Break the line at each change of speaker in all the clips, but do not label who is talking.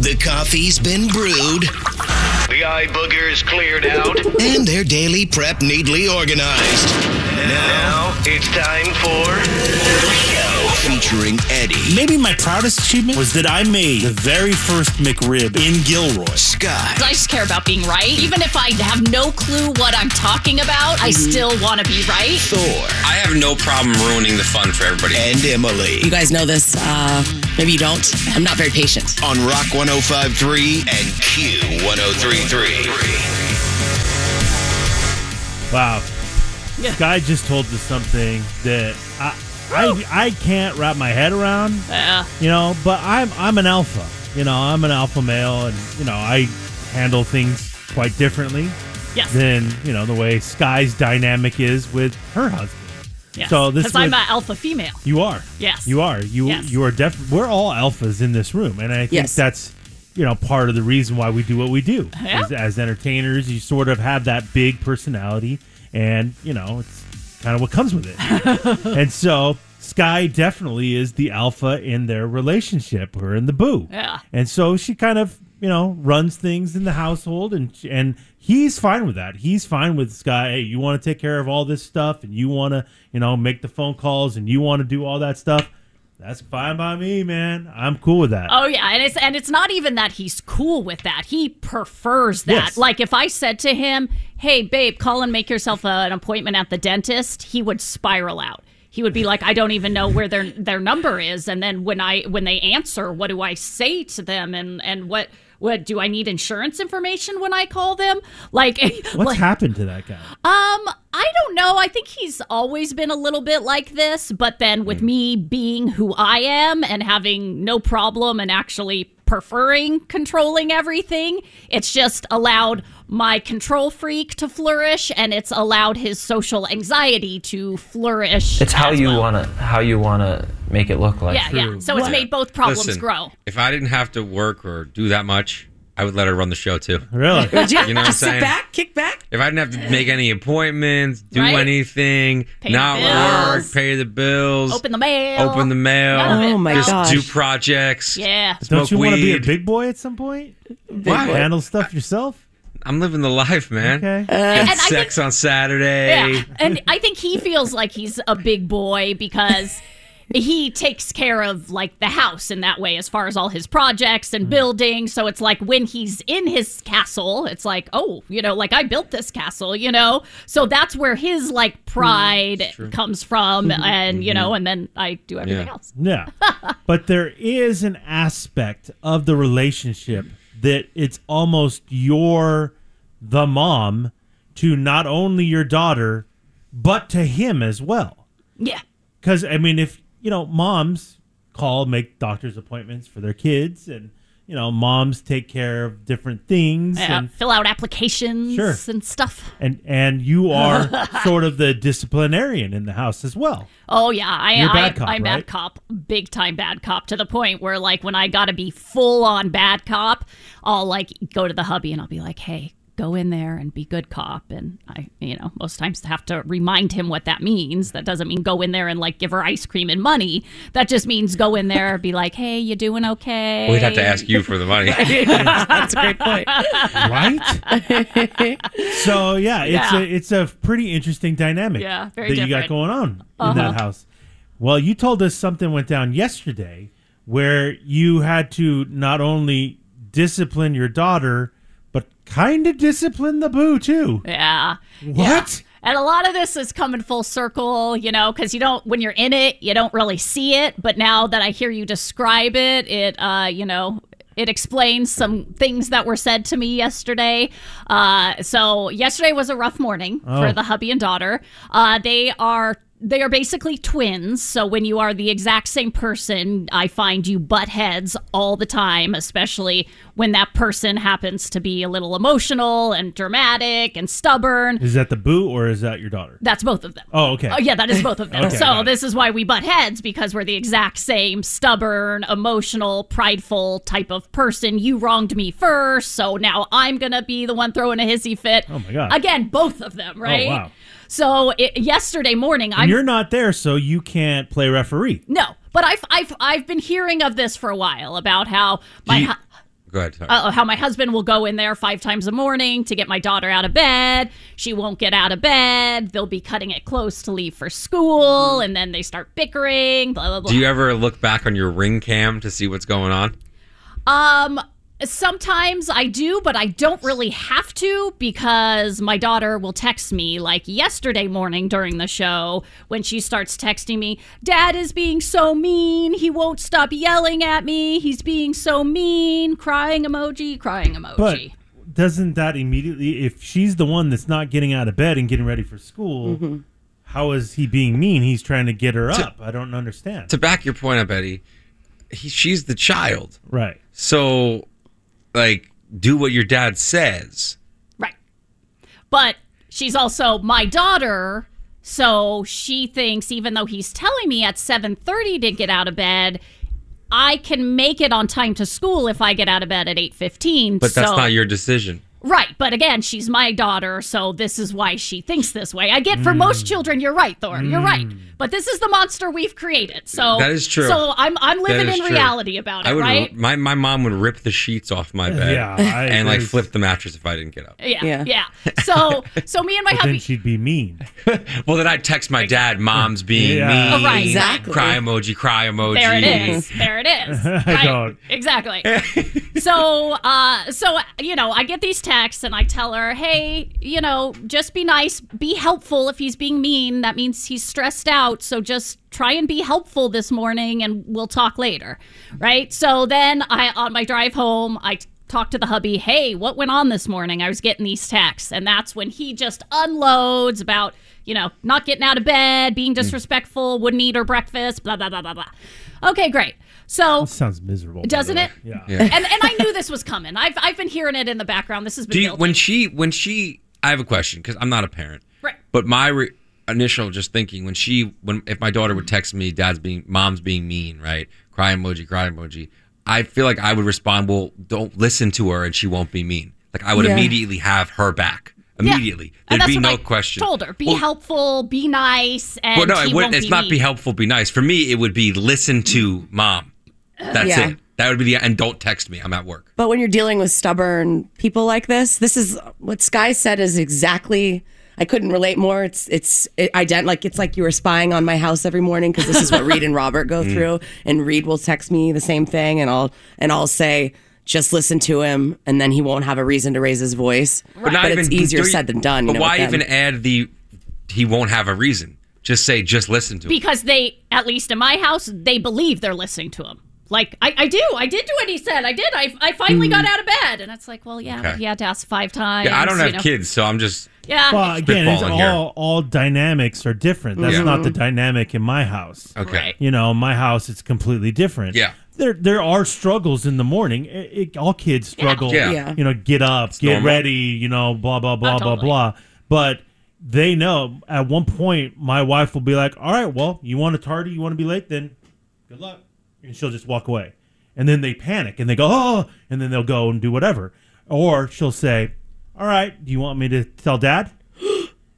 The coffee's been brewed
The eye booger's cleared out.
and their daily prep neatly organized.
Now it's time for
Featuring Eddie,
Maybe my proudest achievement was that I made the very first McRib in Gilroy.
Scott,
I just care about being right. Even if I have no clue what I'm talking about, I
Mm-hmm.
still want to be right.
Thor,
I have no problem ruining the fun for everybody.
and Emily
You guys know this. Uh, maybe you don't. I'm not very patient.
on Rock 1053 and Q 1033.
Wow. Guy just told us something that I, I I can't wrap my head around.
Yeah.
You know, but I'm I'm an alpha. You know, I'm an alpha male, and you know I handle things quite differently
Yes.
than you know the way Sky's dynamic is with her husband.
yes.
so this
Because I'm
would-
an alpha female.
You are.
Yes.
You are. You
Yes.
you are def we're all alphas in this room and I think
Yes.
that's you know part of the reason why we do what we do.
Yeah.
As, as entertainers, you sort of have that big personality and you know, it's kind of what comes with it. and so Sky definitely is the alpha in their relationship, her and the boo.
Yeah.
And so she kind of, you know, runs things in the household, and and he's fine with that. He's fine with this guy. Hey, you want to take care of all this stuff, and you want to, you know, make the phone calls, and you want to do all that stuff. That's fine by me, man. I'm cool with that.
Oh yeah, and it's and it's not even that he's cool with that. He prefers that.
Yes.
Like if I said to him, "Hey babe, call and make yourself a, an appointment at the dentist," he would spiral out. He would be like, "I don't even know where their their number is." And then when I when they answer, what do I say to them? And and what what do I need insurance information when I call them? Like
What's
like,
happened to that guy?
um, I don't know. I think he's always been a little bit like this, but then with me being who I am and having no problem and actually preferring controlling everything, it's just allowed my control freak to flourish and it's allowed his social anxiety to flourish.
It's how
as
you
well.
wanna how you wanna make it look like.
Yeah, yeah. So it's made both problems
Listen,
grow.
If I didn't have to work or do that much, I would let her run the show too.
Really?
Would you?
You know what I'm
Just
saying?
sit back, kick back.
If I didn't have to make any appointments, do
Right.
anything,
Pay the
not
bills.
work, pay the bills,
Open the mail.
open the mail,
None of it.
Oh my
just
gosh.
do projects.
Yeah.
Don't
Smoke
you want to be a
weed.
big boy at some point?
Why?
Handle stuff yourself?
I'm living the life, man.
Okay.
Had
And I
sex on Saturday.
Yeah. And I think he feels like he's a big boy because he takes care of like the house in that way as far as all his projects and building. So it's like when he's in his castle, it's like, oh, you know, like I built this castle, you know? So that's where his like pride comes from. And, you know, and then I do everything
Yeah.
else.
Yeah. but there is an aspect of the relationship that it's almost your the mom to not only your daughter but to him as well.
Yeah.
Cuz I mean if, you know, moms call make doctor's appointments for their kids and you know, moms take care of different things
Yeah.
and
Uh, Fill out applications
Sure.
and stuff.
and and you are sort of the disciplinarian in the house as well.
Oh yeah, I,
You're a
I,
bad cop,
I'm
right?
bad cop, big time bad cop to the point where like when I gotta be full on bad cop, I'll like go to the hubby and I'll be like, hey, go in there and be good cop, and I, you know, most times have to remind him what that means. That doesn't mean go in there and like give her ice cream and money. That just means go in there and be like, hey, you doing okay?
We'd have to ask you for the money.
That's a great point.
right? so yeah, it's
Yeah.
a it's a pretty interesting dynamic.
Yeah, very
that you got
different. Uh-huh.
going on in that house. Well, you told us something went down yesterday where you had to not only discipline your daughter, but kind of discipline the boo too.
Yeah.
What?
And a lot of this is coming full circle, you know, because you don't when you're in it, you don't really see it. But now that I hear you describe it, it, uh, you know, it explains some things that were said to me yesterday. Uh, so yesterday was a rough morning
Oh.
for the hubby and daughter. Uh, they are they are basically twins. So when you are the exact same person, I find you butt heads all the time, especially when that person happens to be a little emotional and dramatic and stubborn.
Is that the boo or is that your daughter?
That's both of them.
Oh, okay.
Oh, yeah, that is both of them.
Okay, got
so
it.
this is why we butt heads because we're the exact same stubborn, emotional, prideful type of person. You wronged me first, so now I'm gonna be the one throwing a hissy fit.
Oh, my God. Oh,
Again, both of them, right?
wow.
So it, yesterday morning,
And
I'm
you're not there, so you can't play referee.
no, but I've I've I've been hearing of this for a while about how my.
you-
hu-
Go ahead. Sorry.
uh, how my husband will go in there five times a morning to get my daughter out of bed. She won't get out of bed. They'll be cutting it close to leave for school, and then they start bickering. Blah blah blah.
Mm-hmm. Do you ever look back on your ring cam to see what's going on?
um, sometimes I do, but I don't really have to because my daughter will text me like yesterday morning during the show when she starts texting me, "Dad is being so mean. He won't stop yelling at me. He's being so mean." Crying emoji. Crying emoji.
But doesn't that immediately, if she's the one that's not getting out of bed and getting ready for school, how is he being mean? He's trying to get her up. I don't understand.
To back your point up, Eddie, he, she's the child.
right.
So, like, do what your dad says.
Right. But she's also my daughter, so she thinks even though he's telling me at 7:30 to get out of bed, I can make it on time to school if I get out of bed at 8:15.
But that's
so,
not your decision.
Right, but again, she's my daughter, so this is why she thinks this way. I get
Hmm.
for most children, you're right, Thor. You're right. But this is the monster we've created. So
That is true.
So I'm I'm
That
living
is
in
true.
reality about it,
I would.
right?
My my mom would rip the sheets off my bed.
Yeah, I
and like
agree.
flip the mattress if I didn't get up.
yeah, yeah.
Yeah.
So so me and my
But then
hubby
she'd be mean.
Well, then I'd text my dad, "Mom's being
Yeah.
mean."
Oh, right.
Exactly.
Cry emoji. Cry emoji.
There it is. There it is. Right.
don't.
Exactly. so, uh, so you know, I get these texts and I tell her, hey, you know, just be nice, be helpful. If he's being mean, that means he's stressed out. So just try and be helpful this morning, and we'll talk later, right? So then I, on my drive home, I. t- talked to the hubby, hey, what went on this morning? I was getting these texts. And that's when he just unloads about, you know, not getting out of bed, being disrespectful, wouldn't eat her breakfast, blah, blah, blah, blah, blah. Okay, great. So,
Sounds miserable. by the
doesn't
way.
it?
Yeah.
Yeah.
And, and I knew this was coming. I've, I've been hearing it in the background. This has been
Do you,
building.
when she when she I have a question because I'm not a parent.
Right.
But my re- initial just thinking when she when if my daughter would text me, "Dad's being mom's being mean," right? Cry emoji. Cry emoji. I feel like I would respond, "Well, don't listen to her, and she won't be mean." Like I would
Yeah.
immediately have her back
Yeah.
immediately.
And
There'd
that's
be
what
no
I
question.
Told her, be
Well,
helpful, be nice, and
Well, no,
he
it would,
won't
it's
be
not
mean.
be helpful, be nice. For me, it would be listen to mom. That's
Yeah.
it. That would be the and don't text me. I'm at work.
But when you're dealing with stubborn people like this, this is what Sky said is exactly. I couldn't relate more. It's it's it, ident like it's like you were spying on my house every morning because this is what Reed and Robert go
Mm.
through. And Reed will text me the same thing, and I'll and I'll say just listen to him, and then he won't have a reason to raise his voice. But, it's easier
do you-
said than done. you
But
know,
why
with them.
even add the? He won't have a reason. Just say, just listen to him.
because they, at least in my house, they believe they're listening to him. Like I, I do, I did do what he said. I did. I, I finally
Mm.
got out of bed, and it's like, well, yeah, but
Okay.
he had to ask five times.
Yeah, I don't
you
have
know.
kids, so I'm just.
Yeah,
Well, again, it's
Spitballing here.
all all dynamics are different. That's
Yeah.
not the dynamic in my house.
Okay.
Right.
You know, my house it's completely different.
Yeah.
There there are struggles in the morning. It, it, all kids struggle.
Yeah. Yeah.
You know, get up, get
normal.
ready, you know, blah blah blah blah
totally.
blah. But they know at one point my wife will be like, "All right, well, you want to tardy, you want to be late, then good luck," and she'll just walk away. And then they panic and they go, "Oh!" and then they'll go and do whatever. Or she'll say, "All right, do you want me to tell dad?"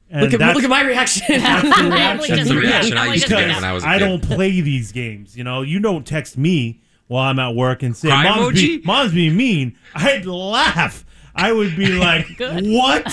And
look at,
that's-
look at my reaction?
that's the
Emily
reaction
just
the
you
did that.
reaction I
Emily
used
just
to get
did
when
that.
I was a
I
kid.
don't play these games. You know, you don't text me while I'm at work and say,
Cry
"Mom's, be,
emoji?
mom's being mean." I'd laugh. I would be like, "What?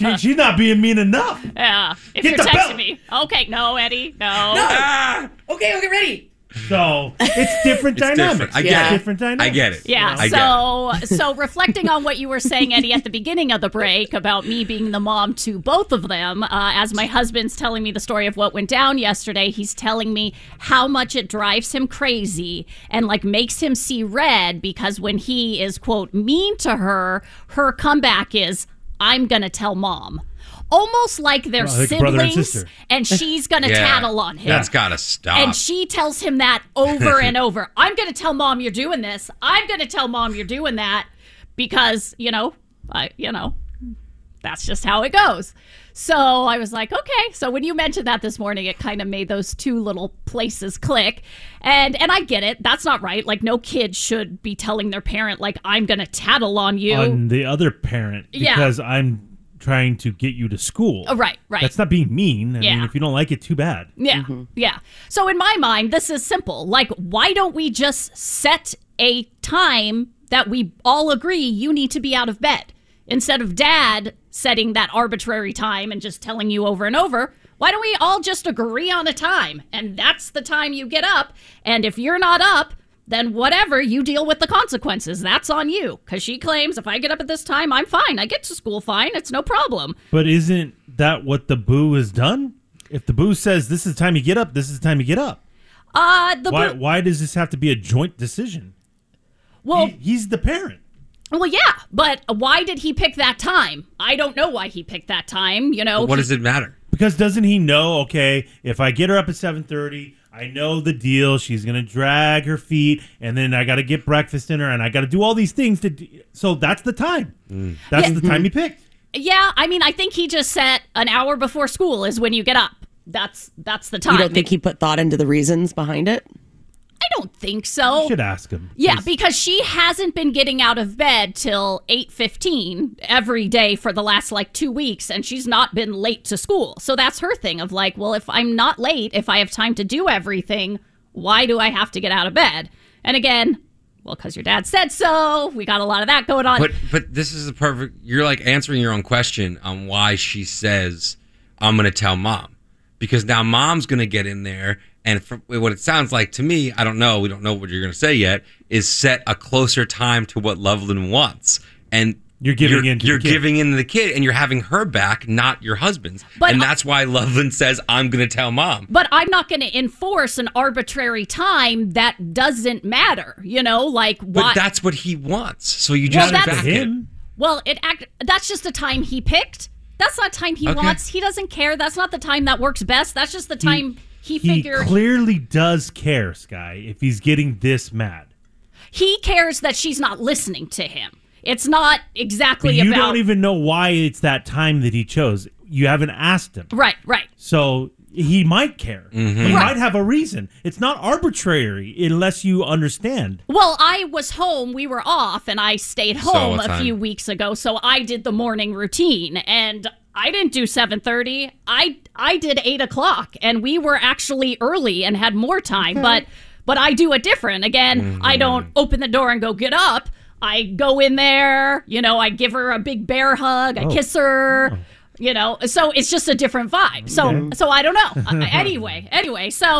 she, she's not being mean enough."
Yeah, if
Get
you're
the
texting
belt.
me, okay, no, Eddie,
okay, okay, ready.
So it's different
It's
dynamics.
different. I
Yeah.
get it.
Different dynamics.
I get it.
Yeah.
I get it.
so, so reflecting on what you were saying, Eddie, at the beginning of the break about me being the mom to both of them, uh, as my husband's telling me the story of what went down yesterday, he's telling me how much it drives him crazy and like makes him see red because when he is quote mean to her, her comeback is, "I'm gonna tell mom." almost like they're
Well, like a
siblings,
brother and
and,
sister.
she's gonna
Yeah.
tattle on him.
That's gotta stop.
And she tells him that over and over. I'm going to tell mom you're doing this. I'm going to tell mom you're doing that because, you know, I, you know, that's just how it goes. So I was like, okay. So when you mentioned that this morning, it kind of made those two little places click. And and I get it. That's not right. Like no kid should be telling their parent like I'm going to tattle on you.
on the other parent
Yeah.
because I'm trying to get you to school.
Oh, right, right.
That's not being mean. I mean,
Yeah.
if you don't like it, too bad.
Yeah. Yeah. So in my mind, this is simple. Like, why don't we just set a time that we all agree you need to be out of bed instead of dad setting that arbitrary time and just telling you over and over? Why don't we all just agree on a time? And that's the time you get up. And if you're not up, then whatever, you deal with the consequences. That's on you. Because she claims if I get up at this time, I'm fine. I get to school fine. It's no problem.
But isn't that what the boo has done? If the boo says this is the time you get up, this is the time you get up.
Uh, the
why?
blue-
Why does this have to be a joint decision?
well,
He- he's the parent.
Well, yeah, but why did he pick that time? I don't know why he picked that time. You know,
But what
he-
does it matter?
Because doesn't he know? Okay, if I get her up at seven thirty, I know the deal. She's gonna drag her feet, and then I gotta get breakfast in her, and I gotta do all these things to. d so that's the time. That's the time he
Mm-hmm.
picked.
yeah, I mean, I think he just set an hour before school is when you get up. That's that's the time.
You don't think he put thought into the reasons behind it?
I don't think so.
Should ask him.
Yeah, because she hasn't been getting out of bed till 8:15 every day for the last like 2 weeks and she's not been late to school. So that's her thing of like, well, if I'm not late, if I have time to do everything, why do I have to get out of bed? And again, well, cuz your dad said so. We got a lot of that going on.
But but this is the perfect. You're like answering your own question on why she says I'm going to tell mom because now mom's going to get in there and from what it sounds like to me, I don't know. We don't know what you're going to say yet. Is set a closer time to what Loveland wants and.
You're giving
you're,
in to the
you're
kid.
giving in to the kid, and you're having her back, not your husband's.
But
and
I-
that's why Loveland says, "I'm going to tell mom."
but I'm not going to enforce an arbitrary time that doesn't matter, you know, like
But
why
that's what he wants. So you
Well,
just
that's-
back it.
Him.
Well, it act that's just the time he picked. That's not time he
Okay.
wants. He doesn't care. That's not the time that works best. That's just the time he,
he
figured
clearly does care, Sky, if he's getting this mad.
he cares that she's not listening to him. It's not
But
exactly
you
about
don't even know why it's that time that he chose. You haven't asked him.
Right, right.
So he might care. He
Right.
might have a reason. It's not arbitrary unless you understand.
Well, I was home. We were off, and I stayed
So
home
what
a
time?
few weeks ago. So I did the morning routine, and I didn't do seven thirty. I I did eight o'clock, and we were actually early and had more time. But but I do it different. Again, I
Mm-hmm.
don't open the door and go get up. I go in there. You know, I give her a big bear hug. I
Oh.
kiss her. You know, so it's just a different vibe. So so I don't know. Uh, anyway, anyway, so.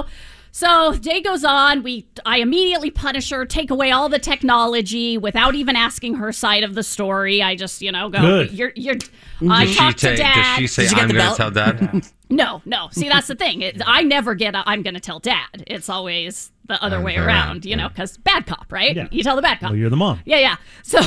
So day goes on. We I immediately punish her, take away all the technology without even asking her side of the story. I just you know go
Good.
you're you're. I
Mm, Does she,
talk
say,
to dad.
does she say,
Did you get
"I'm
the
going to
belt?
tell dad"?
no, no. See that's the thing. It, I never get. i am I'm going to tell dad. It's always the other way
way
around.
around,
You know, because bad cop, right?
Yeah.
You tell the bad cop.
Well, you're the mom.
Yeah, yeah. So,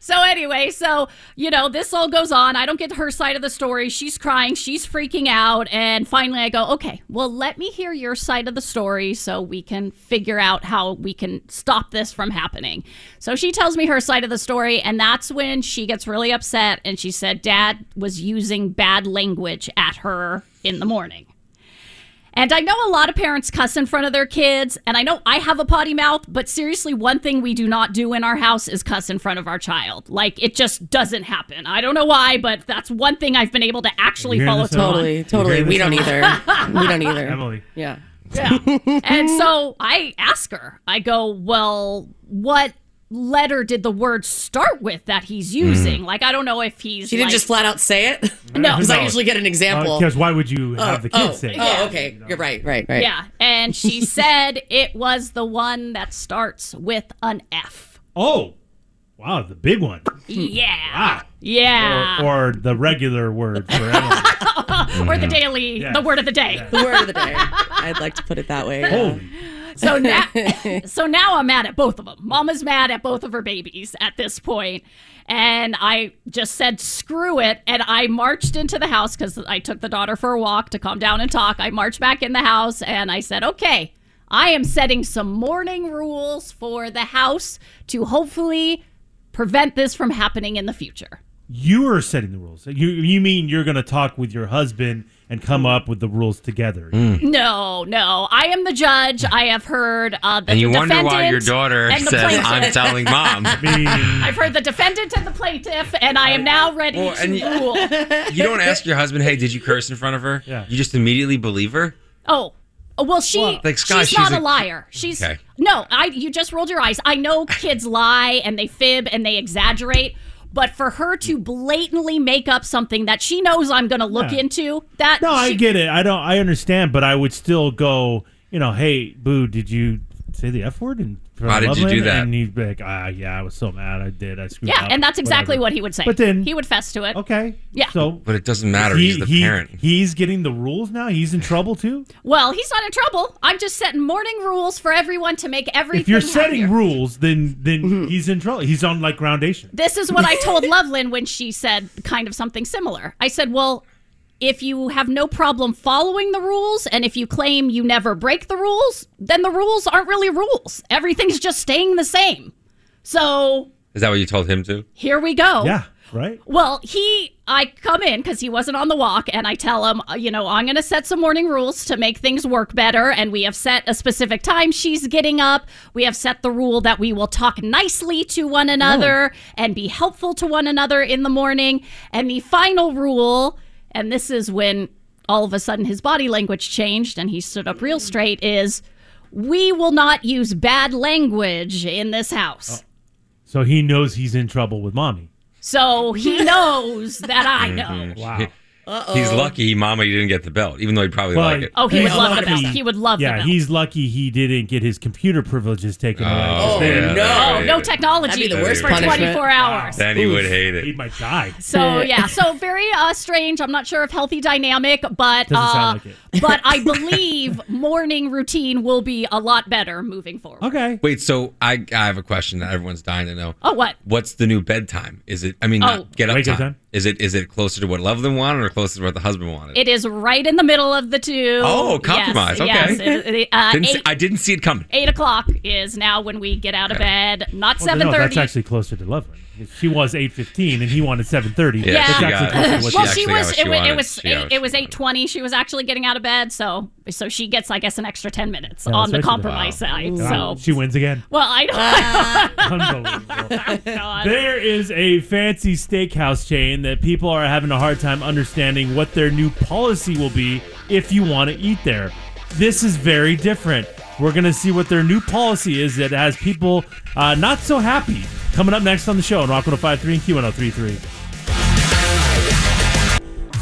so anyway, so you know, this all goes on. I don't get her side of the story. She's crying. She's freaking out. And finally, I go, okay, well, let me hear your side of the story so we can figure out how we can stop this from happening. So she tells me her side of the story, and that's when she gets really upset. And she said, Dad was using bad language at her in the morning. And I know a lot of parents cuss in front of their kids, and I know I have a potty mouth, but seriously, one thing we do not do in our house is cuss in front of our child. Like it just doesn't happen. I don't know why, but that's one thing I've been able to actually
You're hearing
follow
this,
through on.
Totally, totally.
hearing
We
this,
don't either. We don't either.
Emily.
Yeah.
and so I ask her, I go, well, what letter did the word start with that he's using? Like, I don't know if he's.
She didn't
like-
just flat out say it.
No.
Because I usually get an
Oh.
example.
Uh, Because why would you have the kids
oh,
say? it?
oh, okay. You're right, right, right.
Yeah. And she said it was the one that starts with an F.
Oh, wow, the big one.
Yeah.
Wow.
Yeah.
Or, or the regular word for Emily.
or the daily,
Mm-hmm.
Yeah.
the word of the day.
Oh.
The word of the day. I'd like to put it that way.
Holy
So now, so now I'm mad at both of them. Mama's mad at both of her babies at this point, and I just said screw it, and I marched into the house because I took the daughter for a walk to calm down and talk. I marched back in the house, and I said, okay, I am setting some morning rules for the house to hopefully prevent this from happening in the future.
You are setting the rules. You you mean you're going to talk with your husband and come up with the rules together?
Mm. No, no. I am the judge. I have heard uh, the
And you
the
wonder why your
defendant
daughter
and the
says,
plaintiff.
I'm telling mom.
I
I've heard the defendant and the plaintiff, and I am now ready
Well,
to
and you-
rule.
You don't ask your husband, hey, did you curse in front of her?
Yeah.
You just immediately believe her?
Oh. oh, Well, she
Like, Scott,
she's,
she's
not a,
a-
liar. She's
Okay.
no. I you just rolled your eyes. I know kids lie and they fib and they exaggerate, but for her to blatantly make up something that she knows I'm going to look
Yeah.
into that
No, I
she-
get it. I don't. I understand, but I would still go. You know, hey, boo, did you say the f word? And
Why did you do that?
And he'd be like, ah, yeah, I was so mad. I did. I screwed
yeah,
up.
and that's exactly
Whatever.
what he would say.
But then-
he would fess to it.
Okay.
Yeah.
So.
But it doesn't matter.
he-
He's the
he-
parent.
He's getting the rules now. He's in trouble too.
Well, he's not in trouble. I'm just setting morning rules for everyone to make everything.
if you're setting
happier.
rules, then then
Mm-hmm.
he's in trouble. He's on like groundation.
This is what I told Loveland when she said kind of something similar. I said, Well, if you have no problem following the rules and if you claim you never break the rules, then the rules aren't really rules. Everything's just staying the same. So
Is that what you told him to?
here we go.
Yeah. Right.
Well, he, I come in because he wasn't on the walk, and I tell him, uh, you know, I'm going to set some morning rules to make things work better. And we have set a specific time she's getting up. We have set the rule that we will talk nicely to one another and be helpful to one another in the morning. And the final rule, and this is when all of a sudden his body language changed and he stood up real straight, is we will not use bad language in this house.
So he knows he's in trouble with mommy.
So he knows that I know.
Wow.
He's lucky, Mama, you didn't get the belt, even though he'd probably
Well,
like it.
Oh, he would
He's
love the
lucky.
belt. He would love the
yeah,
belt.
he's lucky he didn't get his computer privileges taken away.
Oh, yeah,
no.
Oh,
that'd
no
be-
technology
That'd be the worst
for
punishment.
24 hours.
Then he would hate
He
it.
might die.
So yeah, so very uh, strange. I'm not sure if healthy dynamic, but
Doesn't
uh,
sound like it.
but I believe morning routine will be a lot better moving forward.
Okay.
Wait, so I, I have a question that everyone's dying to know.
Oh, what?
What's the new bedtime? Is it? I mean,
Oh.
not get up
Wake
time.
up time?
Is it? Is it closer to what Loveland wanted or closer to what the husband wanted?
It is right in the middle of the two.
Oh, compromise.
Yes,
Okay.
yes. It- it- uh,
didn't see,
eight,
I didn't see it coming.
eight o'clock is now when we get out of bed. Not
Well,
seven
No, that's
thirty.
actually closer to Loveland. She was eight fifteen, and he wanted seven thirty.
Yeah.
that's
She
actually
got it.
closer to what
She
well,
she-
she
actually
was.
got
It, wa- it
what she wanted.
was.
She got
It,
what
it
she
was
wanted.
eight twenty. She was actually getting out of bed, so so she gets, I guess, an extra ten minutes
Yeah,
on the
that's right, she did.
compromise side.
Wow.
So
she wins again.
well, I don't.
Unbelievable.
God.
There is a fancy steakhouse chain that people are having a hard time understanding what their new policy will be if you want to eat there. This is very different. We're going to see what their new policy is that has people uh, not so happy. Coming up next on the show on Rock 1053 and Q1033.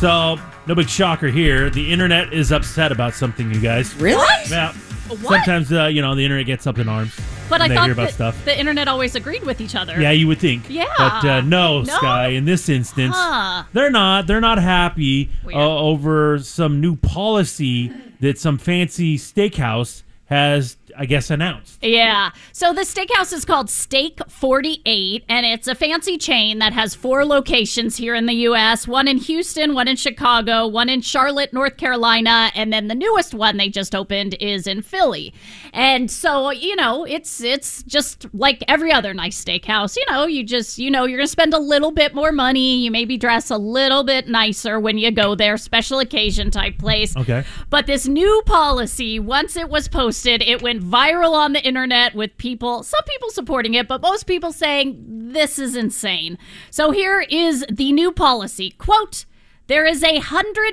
So, no big shocker here. The internet is upset about something, you guys.
Really?
Yeah.
What?
Sometimes, uh, you know, the internet gets up in arms.
But
when
I
they
thought
hear about
that
stuff.
the internet always agreed with each other.
Yeah, you would think.
Yeah.
But uh, no,
No?
Sky, in this instance,
Huh.
they're not. They're not happy
Weird.
uh, over some new policy that some fancy steakhouse has, I guess, announced.
Yeah. So the steakhouse is called Steak 48, and it's a fancy chain that has four locations here in the U.S. one in Houston, one in Chicago, one in Charlotte, North Carolina, and then the newest one they just opened is in Philly. And so, you know, it's it's just like every other nice steakhouse. You know, you just, you know, you're going to spend a little bit more money. You maybe dress a little bit nicer when you go there, special occasion type place.
Okay.
But this new policy, once it was posted, it went viral on the internet with people, some people supporting it, but most people saying this is insane. So here is the new policy. Quote, there is a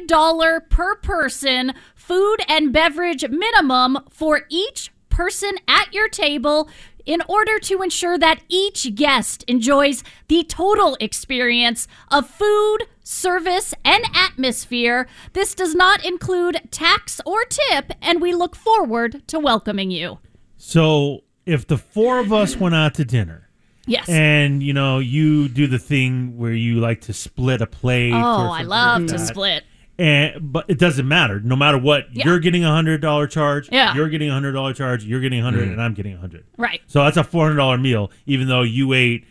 $100 per person food and beverage minimum for each person at your table in order to ensure that each guest enjoys the total experience of food, service, and atmosphere. This does not include tax or tip, and we look forward to welcoming you.
So if the four of us went out to dinner
Yes.
and, you know, you do the thing where you like to split a plate. or
oh, I
something
love
like
to
that,
split.
And but it doesn't matter. No matter what,
Yeah.
you're getting a hundred dollar charge.
Yeah.
You're getting a hundred dollar charge. You're getting a hundred, and I'm getting a hundred.
Right.
So that's a four hundred dollar meal, even though you ate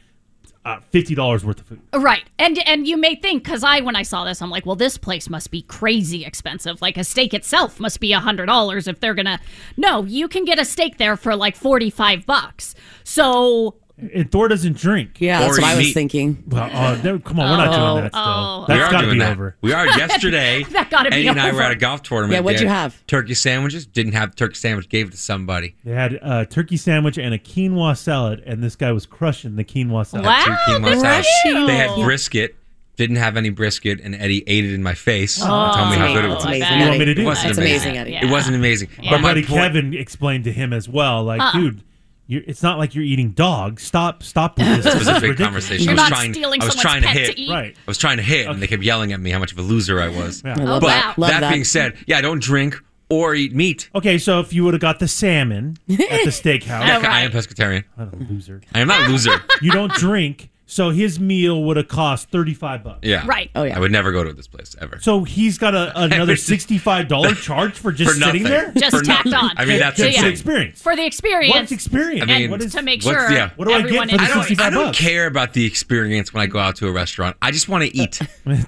uh, fifty dollars worth of food.
Right. And and you may think cuz I when I saw this I'm like, well this place must be crazy expensive. Like a steak itself must be $100 if they're going to No, you can get a steak there for like 45 bucks. So
And Thor doesn't drink.
Yeah, that's
Or
what I was
meat.
thinking.
Well, uh, no, come on, we're not doing that. Still,
oh.
we
that's
are
got to
doing
be
that.
over.
We are yesterday.
That gotta be
Eddie and I were
over.
at a golf tournament.
Yeah, what'd
They
you
had
have?
Turkey sandwiches. Didn't have turkey sandwich. Gave it to somebody.
They had a turkey sandwich and a quinoa salad, and this guy was crushing the quinoa salad.
Wow,
Two quinoa
good
salads.
for you.
They had brisket. Didn't have any brisket, and Eddie ate it in my face. Oh, tell me how good it
That's
was.
You
amazing.
want
Eddie.
me to do
It
that?
wasn't
That's
amazing.
amazing, Eddie.
Yeah.
It wasn't amazing.
My
But my
buddy
point-
Kevin explained to him as well, like,
Uh-uh.
dude, you're, it's not like you're eating dog. Stop, stop with this.
This was a
is
big
ridiculous.
conversation.
You're
I was
not
trying,
stealing
I was
someone's
trying to
pet
hit.
to eat.
Right.
I was trying to hit, and they kept yelling at me how much of a loser I was.
Yeah.
love
But
that. Love that.
being said, yeah, I don't drink or eat meat.
Okay, so if you would have got the salmon at the steakhouse,
All
I
right.
am pescatarian.
what a loser.
I am not a loser.
You don't drink, so his meal would have cost thirty five bucks.
Yeah.
Right.
Oh, yeah.
I would never go to this place ever.
So he's got a, another sixty five dollar charge for just
For
sitting
nothing.
there.
Just
For
tacked
nothing.
on.
I mean, that's
So,
Just
yeah.
an
insane.
experience.
for the experience
What's experience?
I mean,
what is
to make
What's-
sure
yeah.
What do I get
everyone
for the
I
enjoys.
don't, I
65
don't
bucks.
care about the experience when I go out to a restaurant. I just want to eat.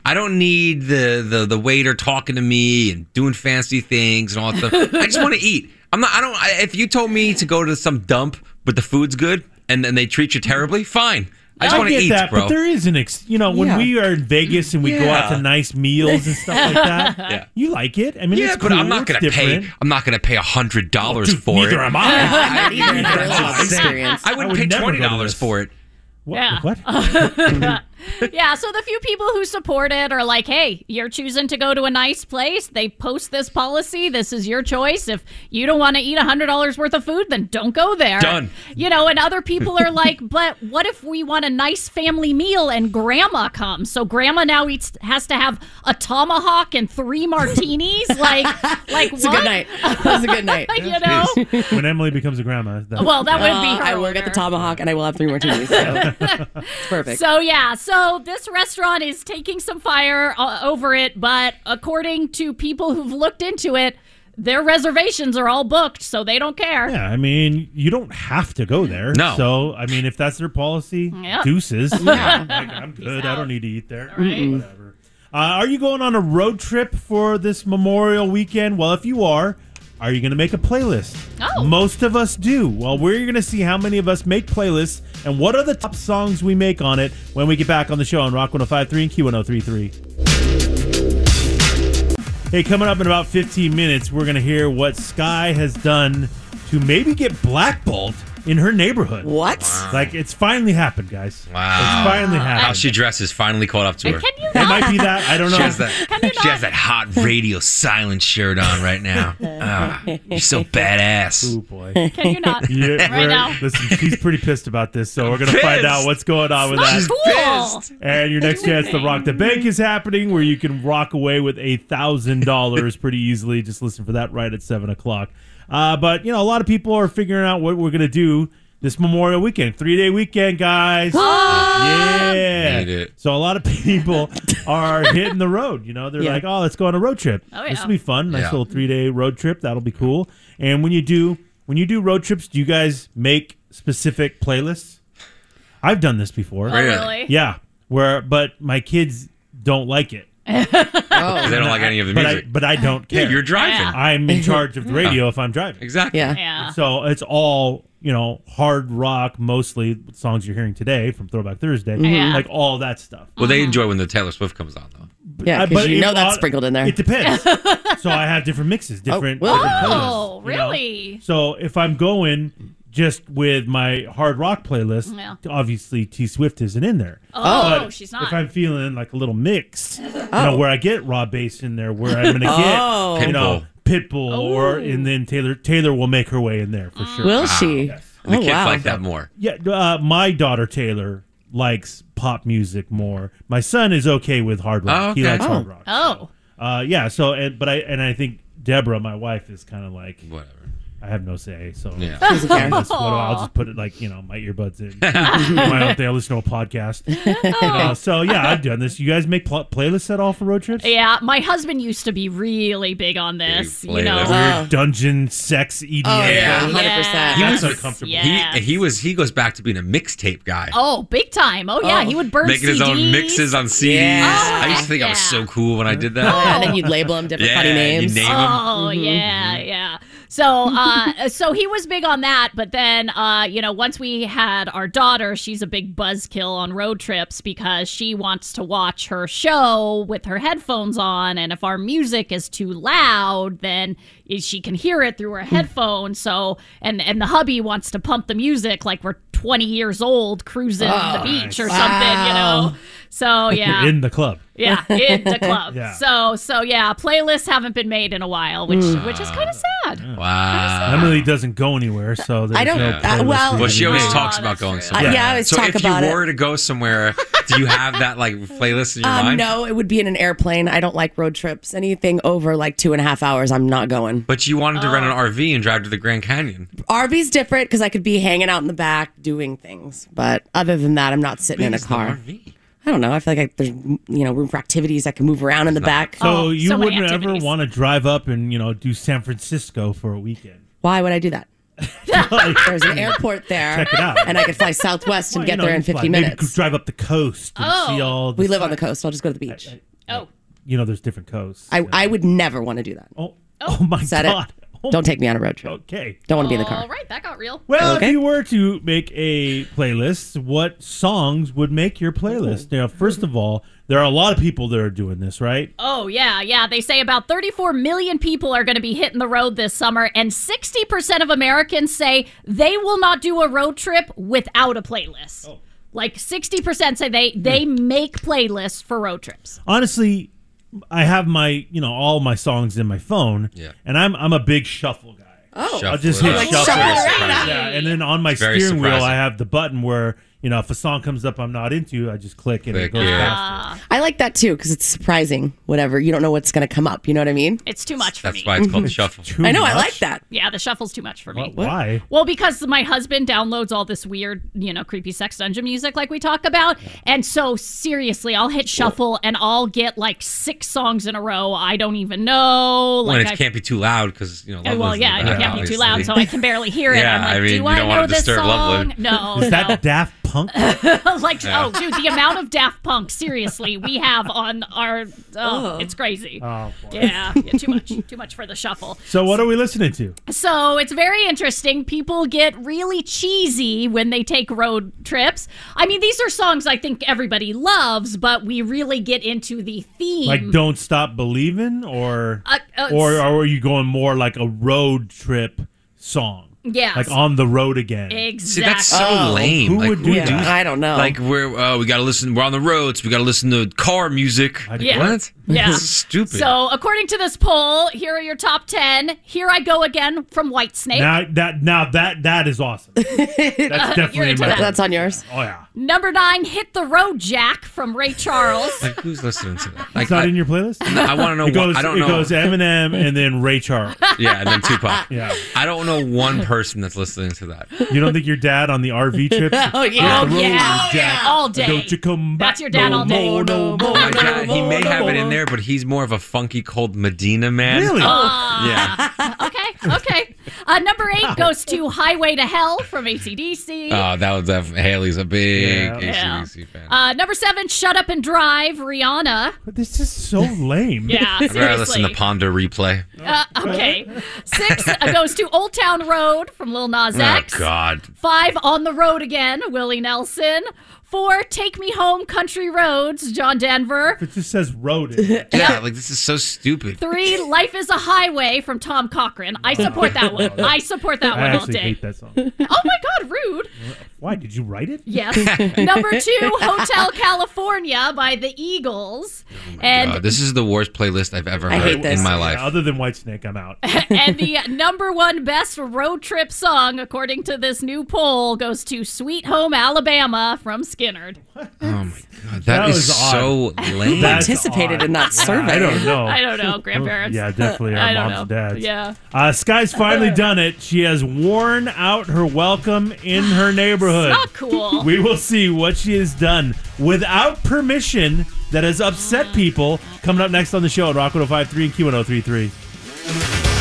I don't need the, the the waiter talking to me and doing fancy things and all that stuff. I just want to eat. I'm not. I don't. I, if you told me to go to some dump, but the food's good and then they treat you terribly, fine. I just
I
want to
get
eat,
that,
bro.
but there is an ex. You know, when
Yeah.
we are in Vegas and we go out
Yeah.
to nice meals and stuff like that,
Yeah.
you like it. I mean,
yeah,
it's
but
cool,
I'm not
it's
gonna pay.
different.
I'm not gonna pay hundred dollars
Dude,
for
neither
it.
am I.
I, I,
Yeah, I
that's
love
insane.
experience.
I wouldn't
I would
pay
never go to
twenty dollars
this.
for it.
What?
Yeah.
what?
Yeah, so the few people who support it are like, hey, you're choosing to go to a nice place. They post this policy. This is your choice. If you don't want to eat $100 worth of food, then don't go there.
Done.
You know, and other people are like, but what if we want a nice family meal and grandma comes? So grandma now eats has to have a tomahawk and three martinis? like, like
It's a
what?
good night. That was a good night.
you know?
when Emily becomes a grandma. That,
Well, that would
Uh,
be her
I will get
order.
the tomahawk and I will have three more teas. So. Perfect.
So yeah, so this restaurant is taking some fire uh, over it, but according to people who've looked into it, their reservations are all booked, so they don't care.
yeah, I mean, you don't have to go there.
No.
So, I mean, if that's their policy,
Yeah.
deuces. Yeah. I'm good. I don't need to eat there. Whatever. Uh, are you going on a road trip for this Memorial weekend? Well, if you are, are you going to make a playlist?
Oh.
Most of us do. Well, we're going to see how many of us make playlists and what are the top songs we make on it when we get back on the show on Rock 105.3 and Q1033. Hey, coming up in about 15 minutes, we're going to hear what Sky has done to maybe get blackballed in her neighborhood.
what?
Like, it's finally happened, guys.
Wow.
It's finally
How
happened.
she dresses finally caught up to her.
Can you
it
not?
might be that. I don't know.
She has that. She has that hot radio silence shirt on right now. Ah, you're so
Oh,
badass.
boy.
Can you not?
Yeah, we're-
now.
Listen, she's pretty pissed about this, so we're going to find
Pissed.
out what's going on with that.
She's
Cool.
pissed.
And your next chance to rock the bank is happening, where you can rock away with a thousand dollars pretty easily. Just listen for that right at seven o'clock. Uh, but you know, a lot of people are figuring out what we're gonna do this Memorial Weekend, three day weekend, guys. yeah.
Need it.
So a lot of people are hitting the road. You know, they're
Yeah.
like, "Oh, let's go on a road trip.
Oh, yeah.
This will be fun. Nice
Yeah.
little three day road trip. That'll be cool." And when you do, when you do road trips, do you guys make specific playlists? I've done this before.
Oh, really?
Yeah, where but my kids don't like it.
Oh,
They don't like any of the
But I
music.
but I don't care.
Yeah, you're driving.
Yeah.
I'm in charge of the radio if I'm driving.
Exactly.
Yeah.
Yeah.
So it's all you know, hard rock mostly songs you're hearing today from Throwback Thursday,
Mm-hmm.
Yeah.
like all that stuff.
Well,
Uh-huh.
they enjoy when the Taylor Swift comes on, though.
Yeah,
Uh,
because
it-
you know
uh,
that's sprinkled in there.
It depends. so I have different mixes, different.
well.
different
Oh,
playlists, you know?
really?
So if I'm going just with my hard rock playlist,
Yeah.
obviously T Swift isn't in there.
Oh,
But
she's not.
If I'm feeling like a little mix, you know, where I get raw bass in there, where I'm gonna get
Oh.
you know Pitbull, or and then Taylor Taylor will make her way in there for sure.
Will she?
The
Oh,
kids
wow.
like that more.
Yeah, uh, my daughter Taylor likes pop music more. My son is okay with hard rock.
Oh,
He
okay.
likes hard
Oh.
rock.
Oh,
Uh, yeah. So, and, but I and I think Deborah, my wife, is kind of like
Whatever.
I have no say. So
Yeah.
Oh,
I just-
care.
what do I- I'll just put it like you know my earbuds in. Do my own thing. I listen to a podcast. Uh, so yeah, I've done this. You guys make pl- playlists at all for road trips?
Yeah, my husband used to be really big on this.
Big
you know,
flavor.
Dungeon sex E EDM.
Oh, yeah,
Yeah.
100%.
He
That's
was-
uncomfortable.
Oh, yeah.
He he was he goes back to being a mixtape guy.
oh, big time. Oh yeah,
Oh.
he would burn
making his own
CDs.
mixes on CDs.
Yeah.
I used to think I was
Yeah.
so cool when I did that.
Yeah, and then you'd label them different funny
you
names.
name 'em.
Oh yeah, yeah. So uh so he was big on that, but then uh you know, once we had our daughter, she's a big buzzkill on road trips because she wants to watch her show with her headphones on and if our music is too loud, then she can hear it through her headphones. So and and the hubby wants to pump the music like we're 20 years old cruising the beach or something, you know. So yeah.
In the club.
Yeah, in the club.
Yeah.
So so yeah, playlists haven't been made in a while, which
Mm.
which is kind of sad.
Wow.
Emily doesn't go anywhere, so there's
I don't-
No
uh,
playlist
well-
for
Uh-huh. Well, she
you.
always
Oh,
talks about
that's
going
true.
Uh,
somewhere.
yeah, I always
so
talk
if
about
you
it.
were to go somewhere, do you have that like playlist in your
Um,
mind?
no, it would be in an airplane. I don't like road trips. Anything over like two and a half hours, I'm not going.
But you wanted to rent
Oh.
an RV and drive to the Grand Canyon.
RV's different because I could be hanging out in the back doing things. But other than that, I'm not sitting in a
It's the
car.
RV.
I don't know. I feel like I, there's you know room for activities. I can move around in the back.
So
Oh,
you
so many
wouldn't ever
activities.
want to drive up and you know do San Francisco for a weekend.
Why would I do that?
Like,
There's an airport there,
Check it out.
and I could fly Southwest and
well, you
get
know,
there in
you fly-
50
maybe
minutes.
drive up the coast and
Oh.
see all. The
We live on the coast. I'll just go to the beach.
Oh,
You know, there's different coasts.
I, I would never want to do that.
oh, oh my
Said
god.
it.
Oh,
Don't take me on a road trip.
Okay.
Don't want to be in the
all
car.
right, that got real.
Well, if
Okay.
you were to make a playlist, what songs would make your playlist? Now, first of all, there are a lot of people that are doing this, right?
Oh yeah, yeah. They say about 34 million people are going to be hitting the road this summer, and 60 percent of Americans say they will not do a road trip without a playlist. Like 60 percent say they they make playlists for road trips.
honestly, I have my you know all my songs in my phone,
Yeah.
and I'm I'm a big shuffle guy.
Oh,
I'll just hit
Shuffle.
shuffle,
shuffle
Very
around.
surprising.
yeah, and then on my
Very
steering wheel,
surprising.
I have the button where you know if a song comes up I'm not into, I just click and it
Click,
goes
yeah.
faster.
Oh, I like that too because it's surprising. Whatever you don't know what's going to come up. You know what I mean?
It's too much for
That's
me.
why it's called shuffle.
Too
I know. I
much?
like that.
Yeah, the shuffle's too much for me.
Why?
Well, because my husband downloads all this weird, you know, creepy sex dungeon music like we talk about. And so seriously, I'll hit shuffle and I'll get like six songs in a row I don't even know.
Well,
Like
and it
I've-
can't be too loud because you know.
Oh, well,
Loveland's in
yeah,
the
and it
back,
can't be too loud, so
obviously.
I can barely hear it.
Yeah,
I'm like,
I mean,
do
you
I
don't
know
wanna
this
disturb
song?
Loveland.
No,
Is
no.
that Daft Punk?
like, oh, dude, the amount of Daft Punk seriously we have on our, oh, it's crazy.
Oh, boy.
yeah, yeah, too much, too much for the shuffle.
So what are we listening to?
So it's very interesting. People get really cheesy when they take road trips. I mean, these are songs I think everybody loves, but we really get into the theme.
Like "Don't Stop Believing" or
Uh, uh,
or, or are you going more like a road trip song?
Yes.
like on the road again.
See,
exactly.
that's so
Oh.
lame.
who
Like,
would do
would
that?
that?
I don't know.
Like we're uh, we gotta listen. We're on the roads. we gotta listen to car music. Like,
Yeah.
What?
Yeah.
This is stupid.
so, according to this poll, here are your top 10. Here I Go Again from Whitesnake.
Now that now that that is awesome. That's definitely in
into
my playlist.
that.
That's on yours.
Oh yeah.
Number nine, Hit the Road Jack from Ray Charles.
like, who's listening to that? Like,
It's not
I,
in your playlist?
I want to know.
It goes,
why, I don't
it
know.
goes Eminem and then Ray Charles.
yeah, and then Tupac.
Yeah.
I don't know one person that's listening to that.
You don't think your dad on the RV trip?
Oh yeah.
Oh, yeah.
Road Jack,
All day.
Don't you come back.
That's your dad
no
all day.
More, no more,
Oh my
no
god, he
more,
may
no
have it in
more.
there, but he's more of a funky cold Medina man.
Really?
Uh-huh.
Yeah.
Okay, okay. Uh, number eight goes to Highway to Hell from ACDC.
Oh, that was that Haley's a big
Yeah.
AC/DC fan.
Uh, number seven, Shut Up and Drive, Rihanna.
But this is so lame.
Yeah,
I'd rather listen to
seriously.
Ponder replay.
Uh, okay. Six uh, goes to Old Town Road from Lil Nas
Oh
X.
God.
Five, On the Road Again, Willie Nelson. Four, Take Me Home, Country Roads, John Denver.
It just says road. in it.
Yeah, like this is so stupid.
Three, Life is a Highway from Tom Cochran. I support that one. I support that
I
one all
actually
day.
hate that song.
Oh my God, rude.
Why did you write it?
Yes. Number two, Hotel California by the Eagles. and
Uh, this is the worst playlist I've ever
I
heard
hate this.
in my
Yeah,
life.
other than White Snake, I'm out.
and the number one best road trip song, according to this new poll, goes to Sweet Home Alabama from Skinnerd.
Oh my god,
That
that is
was odd.
so lame.
That's
Participated
odd.
in that
Yeah,
survey.
I don't know.
I don't know, grandparents.
Yeah, definitely our
I don't
moms
know.
and dads.
Yeah.
Uh, Sky's finally done it. She has worn out her welcome in her neighborhood.
Not cool.
We will see what she has done without permission that has upset people. Coming up next on the show at Rock 1053 and Q1033.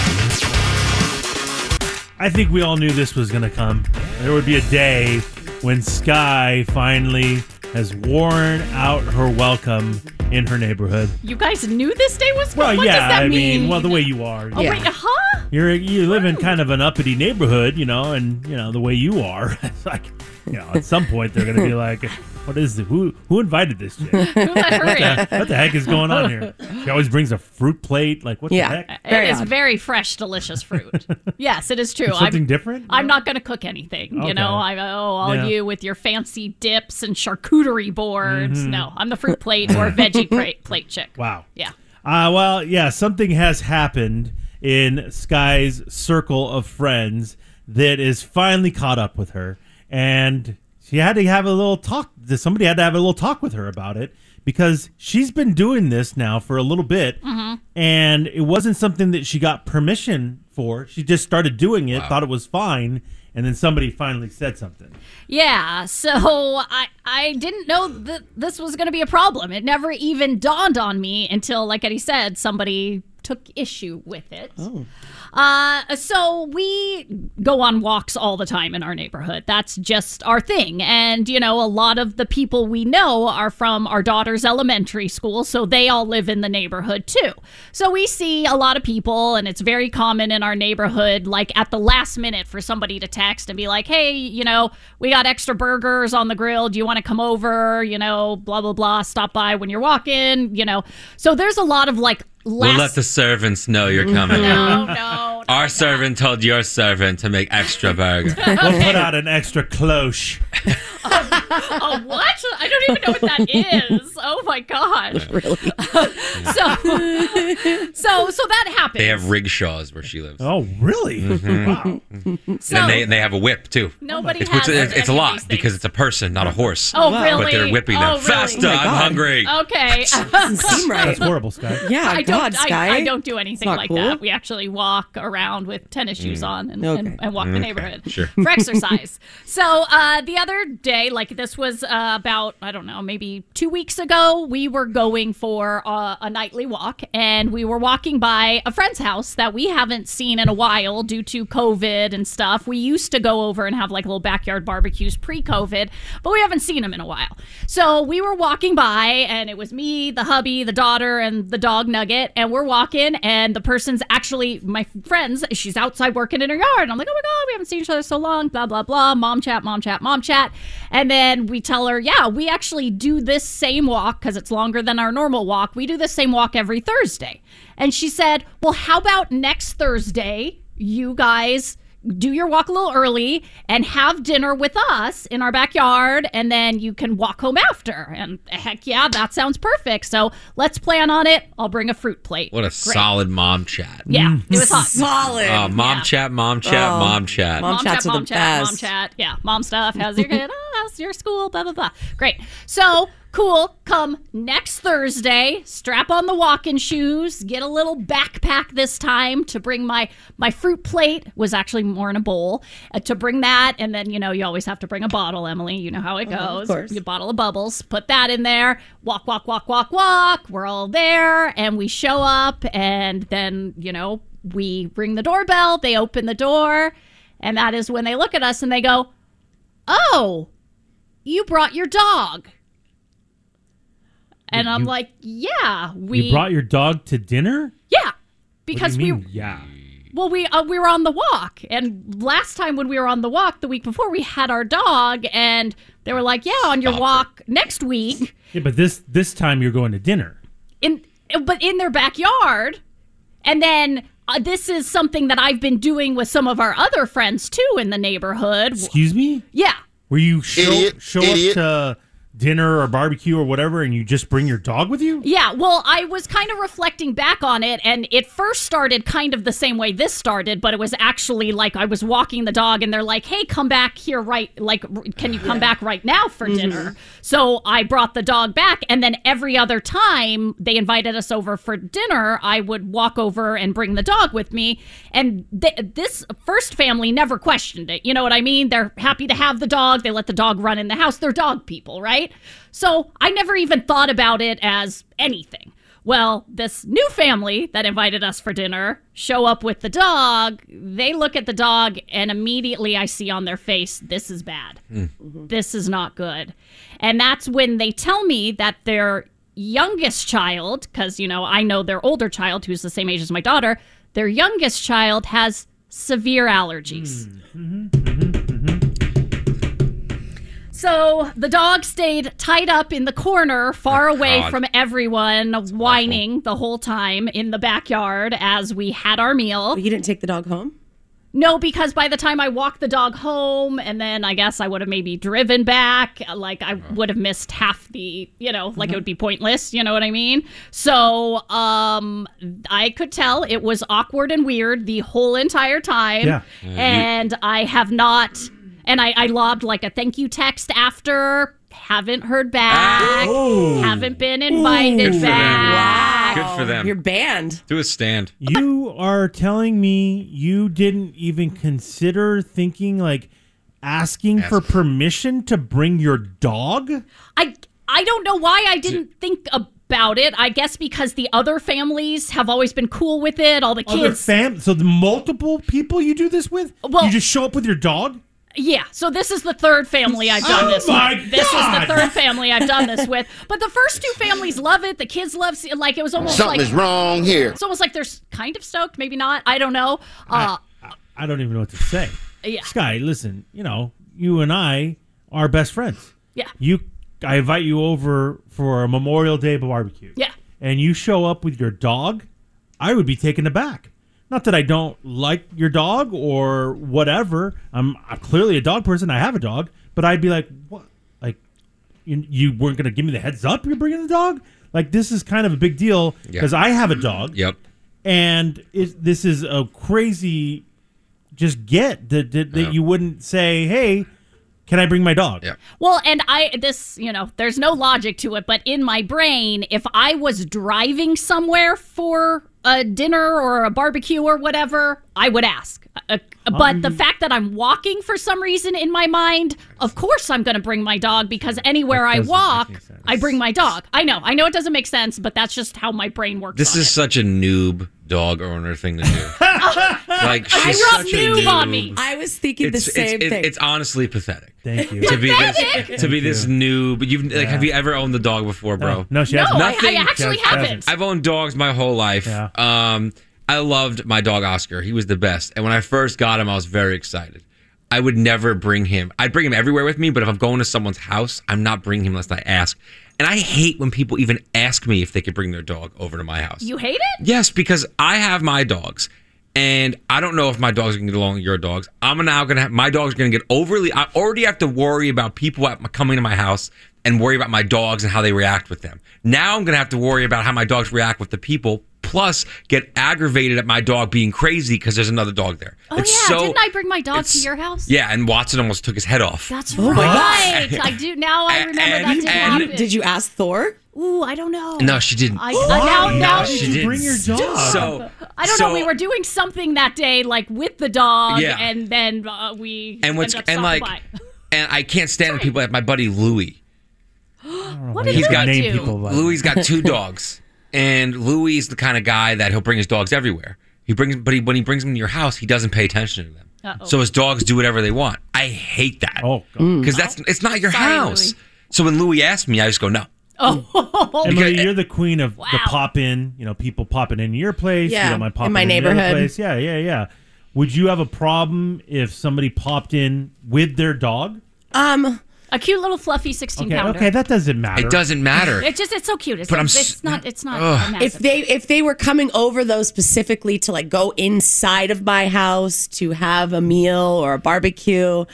I think we all knew this was going to come. There would be a day when Sky finally has worn out her welcome in her neighborhood.
You guys knew this day was
Well,
coming? what
yeah,
does that
I
mean?
mean, well, the way you are.
Oh,
Yeah.
wait, huh?
You're you live in kind of an uppity neighborhood, you know, and you know the way you are. It's like, you know, at some point they're gonna be like, "What is the who? Who invited this chick? What
Who let her in?
the, what the heck is going on here?" She always brings a fruit plate. Like, what the
Yeah.
heck?
It
Very
is
odd.
very fresh, delicious fruit. yes, it is true.
Something
I'm,
different?
I'm not going to cook anything.
Okay.
You know, I oh all
Yeah.
you with your fancy dips and charcuterie boards. No, I'm the fruit plate or veggie plate plate chick.
Mm-hmm. wow.
Yeah.
Uh, well, yeah, something has happened in Sky's circle of friends that is finally caught up with her. And she had to have a little talk. Somebody had to have a little talk with her about it because she's been doing this now for a little bit. And it wasn't something that she got permission for. She just started doing it, thought it was fine. And then somebody finally said something.
Yeah, so I I didn't know that this was going to be a problem. It never even dawned on me until, like Eddie said, somebody took issue with it. Uh, so we go on walks all the time in our neighborhood. That's just our thing. And, you know, a lot of the people we know are from our daughter's elementary school, so they all live in the neighborhood too. So we see a lot of people, and it's very common in our neighborhood, like at the last minute for somebody to text and be like, hey, you know, we got extra burgers on the grill. Do you want to come over? You know, blah, blah, blah. Stop by when you're walking, you know. So there's a lot of like last. Mm-hmm.
We'll let the servants know you're coming.
no, no,
Our servant told your servant to make extra burger.
We'll put out an extra cloche.
A what? I don't even know what that is. Oh my gosh. Really? so, so, so that happens.
they have rigshaws where she lives.
Oh, really? Wow.
so,
and, they, and they have a whip too.
nobody
It's,
has.
which is-
any
it's a
of
lot
these things.
because it's a person, not a horse.
Oh, really?
But they're whipping them
Oh, really?
faster.
Oh my
I'm
God.
hungry.
Okay.
Doesn't seem right.
That's horrible, Sky.
Yeah,
I
God,
don't.
Sky.
I, I don't do anything
not
like
cool.
that. We actually walk around with tennis shoes on and,
Okay.
and, and walk the neighborhood
sure.
for exercise. so uh, the other day, like this was uh, about I don't know, maybe two weeks ago, we were going for uh, a nightly walk, and we were walking by a friend's house that we haven't seen in a while due to COVID and stuff. We used to go over and have like little backyard barbecues pre-COVID, but we haven't seen them in a while. So we were walking by, and it was me, the hubby, the daughter, and the dog Nugget, and we're walking, and the person's actually my friend's. She's outside working in her yard. And I'm like, oh my god, we haven't seen each other so long. Blah blah blah. Mom chat, mom chat, mom chat, and then we tell her, yeah, we actually do this same walk because it's longer than our normal walk. We do this same walk every Thursday, and she said, well, how about next Thursday? You guys do your walk a little early and have dinner with us in our backyard and then you can walk home after and heck yeah that sounds perfect so let's plan on it i'll bring a fruit plate
What a solid mom chat.
yeah it
Mm.
was hot
Solid.
Uh, mom
Yeah.
chat, mom chat, mom chat.
Mom chats are
mom
the
chat, mom
best.
chat. Yeah, mom stuff. How's your kid? Oh, how's your school? Blah blah blah. Great. So cool. Come next Thursday. Strap on the walking shoes. Get a little backpack this time to bring my my fruit plate was actually more in a bowl uh, to bring that, and then you know you always have to bring a bottle, Emily. You know how it goes.
Oh, course.
You bottle of bubbles. Put that in there. Walk, walk, walk, walk, walk. We're all there, and we show up, and then you know. We ring the doorbell, they open the door, and that is when they look at us and they go, Oh, you brought your dog. And I'm like, Yeah, we.
you brought your dog to dinner?
yeah.
What do
Because
you
we
mean, yeah.
well we uh, we were on the walk and last time when we were on the walk the week before we had our dog and they were like yeah on your walk next week
Yeah, but this this time you're going to dinner.
in but in their backyard and then uh, this is something that I've been doing with some of our other friends too in the neighborhood
Excuse me?
Yeah.
Where you show,
Idiot.
show
Idiot.
up to dinner or barbecue or whatever and you just bring your dog with you?
Yeah, well, I was kind of reflecting back on it, and it first started kind of the same way this started, but it was actually like I was walking the dog, and they're like, hey, come back here, right? Like, r- can you come back right now for dinner? So I brought the dog back, and then every other time they invited us over for dinner, I would walk over and bring the dog with me. And th- this first family never questioned it. You know what I mean? They're happy to have the dog, they let the dog run in the house. They're dog people, right? So I never even thought about it as anything. Well, this new family that invited us for dinner show up with the dog. They look at the dog, and immediately I see on their face, this is bad.
Mm-hmm.
This is not good. And that's when they tell me that their youngest child, because, you know, I know their older child who's the same age as my daughter, their youngest child has severe allergies.
Mm-hmm.
So the dog stayed tied up in the corner, far
Oh,
away
God.
from everyone, whining the whole time in the backyard as we had our meal.
You didn't take the dog home?
No, because by the time I walked the dog home, and then I guess I would have maybe driven back, like I would have missed half the, you know, like it would be pointless. You know what I mean? So um, I could tell it was awkward and weird the whole entire time.
Yeah.
And I have not, and I, I lobbed like a thank you text after. Haven't heard back. Haven't been invited
Good for them.
back.
Good for them.
You're banned.
Do a stand.
You are telling me you didn't even consider thinking like asking for permission to bring your dog?
I I don't know why I didn't think about it. I guess because the other families have always been cool with it. All the
Other
kids,
fam so the multiple people you do this with?
Well-
you just show up with your dog?
yeah. So this is the third family I've done
Oh
this.
my
with. This is the
God!
third family I've done this with. But the first two families love it. The kids love se- like it was almost
Something
like
is wrong here.
it's almost like they're s- kind of stoked, maybe not. I don't know. Uh,
I don't even know what to say.
Yeah.
Sky, listen, you know, you and I are best friends.
yeah,
You I invite you over for a Memorial Day barbecue.
yeah.
and you show up with your dog, I would be taken aback. Not that I don't like your dog or whatever. I'm, I'm clearly a dog person. I have a dog, but I'd be like, what? Like, you, you weren't going to give me the heads up? You're bringing the dog? Like, this is kind of a big deal
Yeah.
because I have a dog
Yep.
and it, this is a crazy just get that, that, that you wouldn't say, hey, can I bring my dog?
Yeah.
Well, and I, this, you know, there's no logic to it, but in my brain, if I was driving somewhere for a dinner or a barbecue or whatever, I would ask. Uh, but
Um.
the fact that I'm walking for some reason in my mind, of course I'm going to bring my dog because anywhere I
doesn't
walk,
make any sense.
I bring my dog. I know, I know it doesn't make sense, but that's just how my brain works.
This
on
is
it.
such a noob dog owner thing to do. like she's
rubbed
such a
noob on me.
I was thinking the same
it's,
thing.
It's honestly pathetic.
Thank you.
To be
Pathetic?
this, to be this new, but you've like, have you ever owned the dog before, bro?
no, no, she
no,
has
I, I
nothing
actually
just
haven't.
I've owned dogs my whole life.
Yeah.
Um, I loved my dog Oscar. He was the best. And when I first got him, I was very excited. I would never bring him. I'd bring him everywhere with me, but if I'm going to someone's house, I'm not bringing him unless I ask. And I hate when people even ask me if they could bring their dog over to my house.
You hate it?
Yes, because I have my dogs, and I don't know if my dogs are gonna get along with your dogs. I'm now gonna have my dogs are gonna get overly. I already have to worry about people at my, coming to my house and worry about my dogs and how they react with them. Now I'm gonna have to worry about how my dogs react with the people. Plus, get aggravated at my dog being crazy because there's another dog there.
Oh, yeah. Didn't I bring my dog to
it's-
your house?
Yeah, and Watson almost took his head off.
That's
Oh
right. I do now. I remember that
And-
did
and-
happen.
Did you ask Thor?
Ooh, I don't know.
No, she didn't.
I, I now, now
Why did
she
you
didn't.
bring your dog?
So
I don't know.
so-
We were doing something that day, like with the dog,
Yeah.
and then uh, we
and what's
ended up
and like
stopping
and I can't stand when people like my buddy Louie.
by. what did
he's
Louis
got-
name
do?
people like
Louie's got two dogs, and Louie's the kind of guy that he'll bring his dogs everywhere. He brings, but he, when he brings them to your house, he doesn't pay attention to them.
Uh-oh.
So his dogs do whatever they want. I hate that.
Oh, God.
because that's it's not your
Sorry,
house.
Louis.
So when Louie asked me, I just go no.
Oh,
Emily,
Because-
you're the queen of the
Wow.
pop in. You know, people popping in your place.
Yeah,
you know, my
in
popping
my
in your other
neighborhood.
place. Yeah, yeah, yeah. Would you have a problem if somebody popped in with their dog?
Um,
a cute little fluffy sixteen
Okay,
pounder.
okay, that doesn't matter.
It doesn't matter.
It's just it's so cute. It's,
But I'm
it's,
s-
not it's not.
if
massive.
they if they were coming over though specifically to like go inside of my house to have a meal or a barbecue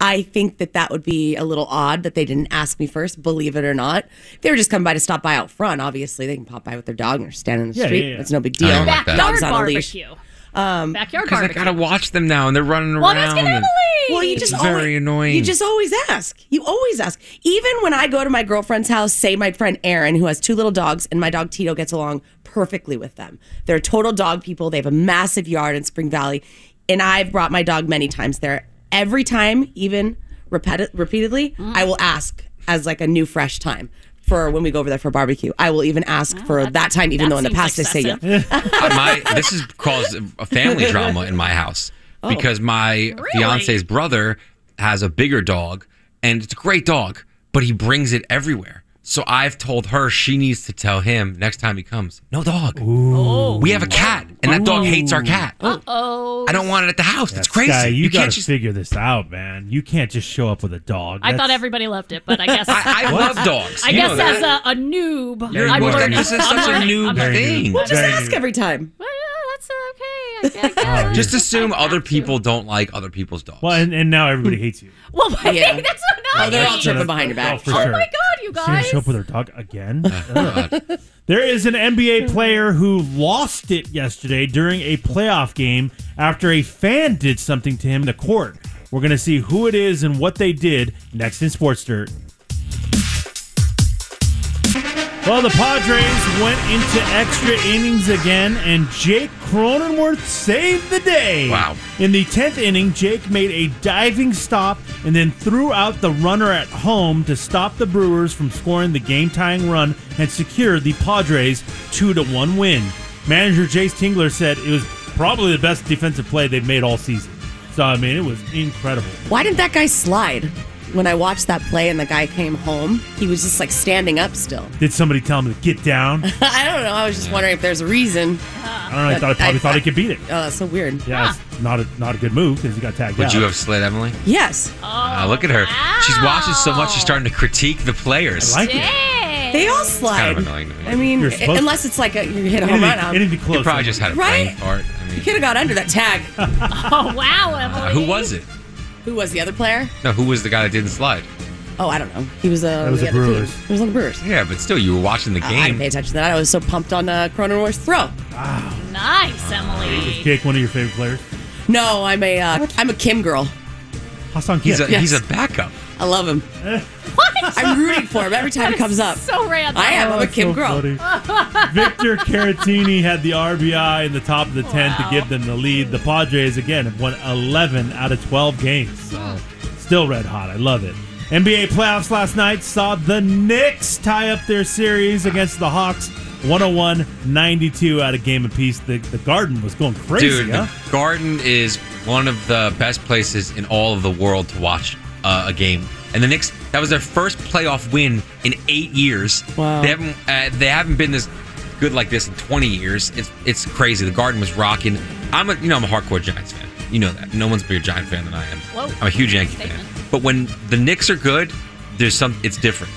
I think that that would be a little odd that they didn't ask me first, believe it or not. If they were just coming by to stop by out front, obviously they can pop by with their dog and they're standing in the
Yeah,
street.
yeah, yeah.
That's no big deal.
don't like that.
Dogs
Backyard
on a leash.
barbecue. Backyard
Because I
barbecue.
gotta watch them now, and they're running
well,
around.
let's get
and-
Emily.
Well, you just
It's very
always,
annoying.
You just always ask. You always ask. Even when I go to my girlfriend's house, say my friend Erin, who has two little dogs, and my dog Tito gets along perfectly with them. They're total dog people. They have a massive yard in Spring Valley, and I've brought my dog many times there. Every time, even repeti- repeatedly, I will ask as like a new fresh time. For when we go over there for barbecue, I will even ask for that time, even
that
though in the
seems
past they say
excessive.
yeah.
Uh, my this has caused a family drama in my house
Oh.
because my fiance's brother has a bigger dog and it's a great dog, but he brings it everywhere. So I've told her she needs to tell him next time he comes, no dog. We have a cat, and that dog hates our cat.
Oh,
I don't want it at the house. That's crazy.
Sky, you,
can't
gotta
just.
figure this out, man. You can't just show up with a dog.
I thought
That's-
everybody loved it, but I guess I,
I, I love dogs. You
guess
know that.
as a, a noob,
You're
I'm
like,
learning.
This is
I'm
such a
learning.
noob
I'm learning.
thing.
Well,
Just
Very
ask
good.
every time.
Well, yeah, that's okay. I guess.
Oh,
Just
yeah.
assume other people don't like other people's dogs.
Well, and, and now everybody hates you.
Well, wait,
Yeah.
that's not.
Oh, they're all
nice.
tripping behind your
Oh,
back.
for
Oh
sure.
my god, you
She's gonna
guys!
show up with her dog again. Ugh. there is an NBA player who lost it yesterday during a playoff game after a fan did something to him in the court. We're gonna see who it is and what they did next in Sports Dirt. Well, the Padres went into extra innings again, and Jake Cronenworth saved the day.
Wow.
In the 10th inning, Jake made a diving stop and then threw out the runner at home to stop the Brewers from scoring the game tying run and secure the Padres 2 to 1 win. Manager Jace Tingler said it was probably the best defensive play they've made all season. So, I mean, it was incredible.
Why didn't that guy slide? When I watched that play and the guy came home, he was just like standing up still.
Did somebody tell him to get down?
I don't know. I was just wondering if there's a reason.
I don't know. I thought I probably thought he could beat it.
Oh, that's so weird.
Yeah, it's not a, not a good move because he got tagged
Would
out.
you have slid, Emily?
Yes.
Uh, look at her. She's watching so much, she's starting to critique the players.
I like it.
Dang.
They all slide.
kind of annoying to me.
I mean,
You're supposed-
unless it's like a, you hit a home run.
Anything,
out.
anything close.
You probably just had a brain
Right?
fart. I mean,
Could have got under that tag.
Oh wow, Emily.
uh, who was it?
Who was the other player?
No, who was the guy that didn't slide?
Oh, I don't know. He was, uh,
That was
the
the
other
Brewers.
team. He was on the Brewers.
Yeah, but still, you were watching the
Uh, I didn't
game.
pay attention to that. I was so pumped on uh, Cronenworth's throw.
Nice, Emily.
Jake, one of your favorite players.
No, I'm a uh, I'm a Kim girl.
Hassan
he's
Kim.
a he's a backup.
I love him.
What?
I'm rooting for him every time he comes up.
So random.
I am. I'm a Oh, Kim girl.
funny. Victor Caratini had the RBI in the top of the 10th to give them the lead. The Padres, again, have won 11 out of 12 games. Still red hot. I love it. NBA playoffs last night saw the Knicks tie up their series against the Hawks 101 92 out of game apiece. The, the Garden was going crazy,
Dude,
huh?
the Garden is one of the best places in all of the world to watch uh, a game. And the Knicks, that was their first playoff win in eight years.
Wow.
They haven't uh, they haven't been this good like this in 20 years. It's it's crazy. The Garden was rocking. I'm a you know I'm a hardcore Giants fan. You know that. No one's a bigger Giant fan than I am.
Whoa.
I'm a huge Yankee fan.
Statement.
But when the Knicks are good, there's some. It's different.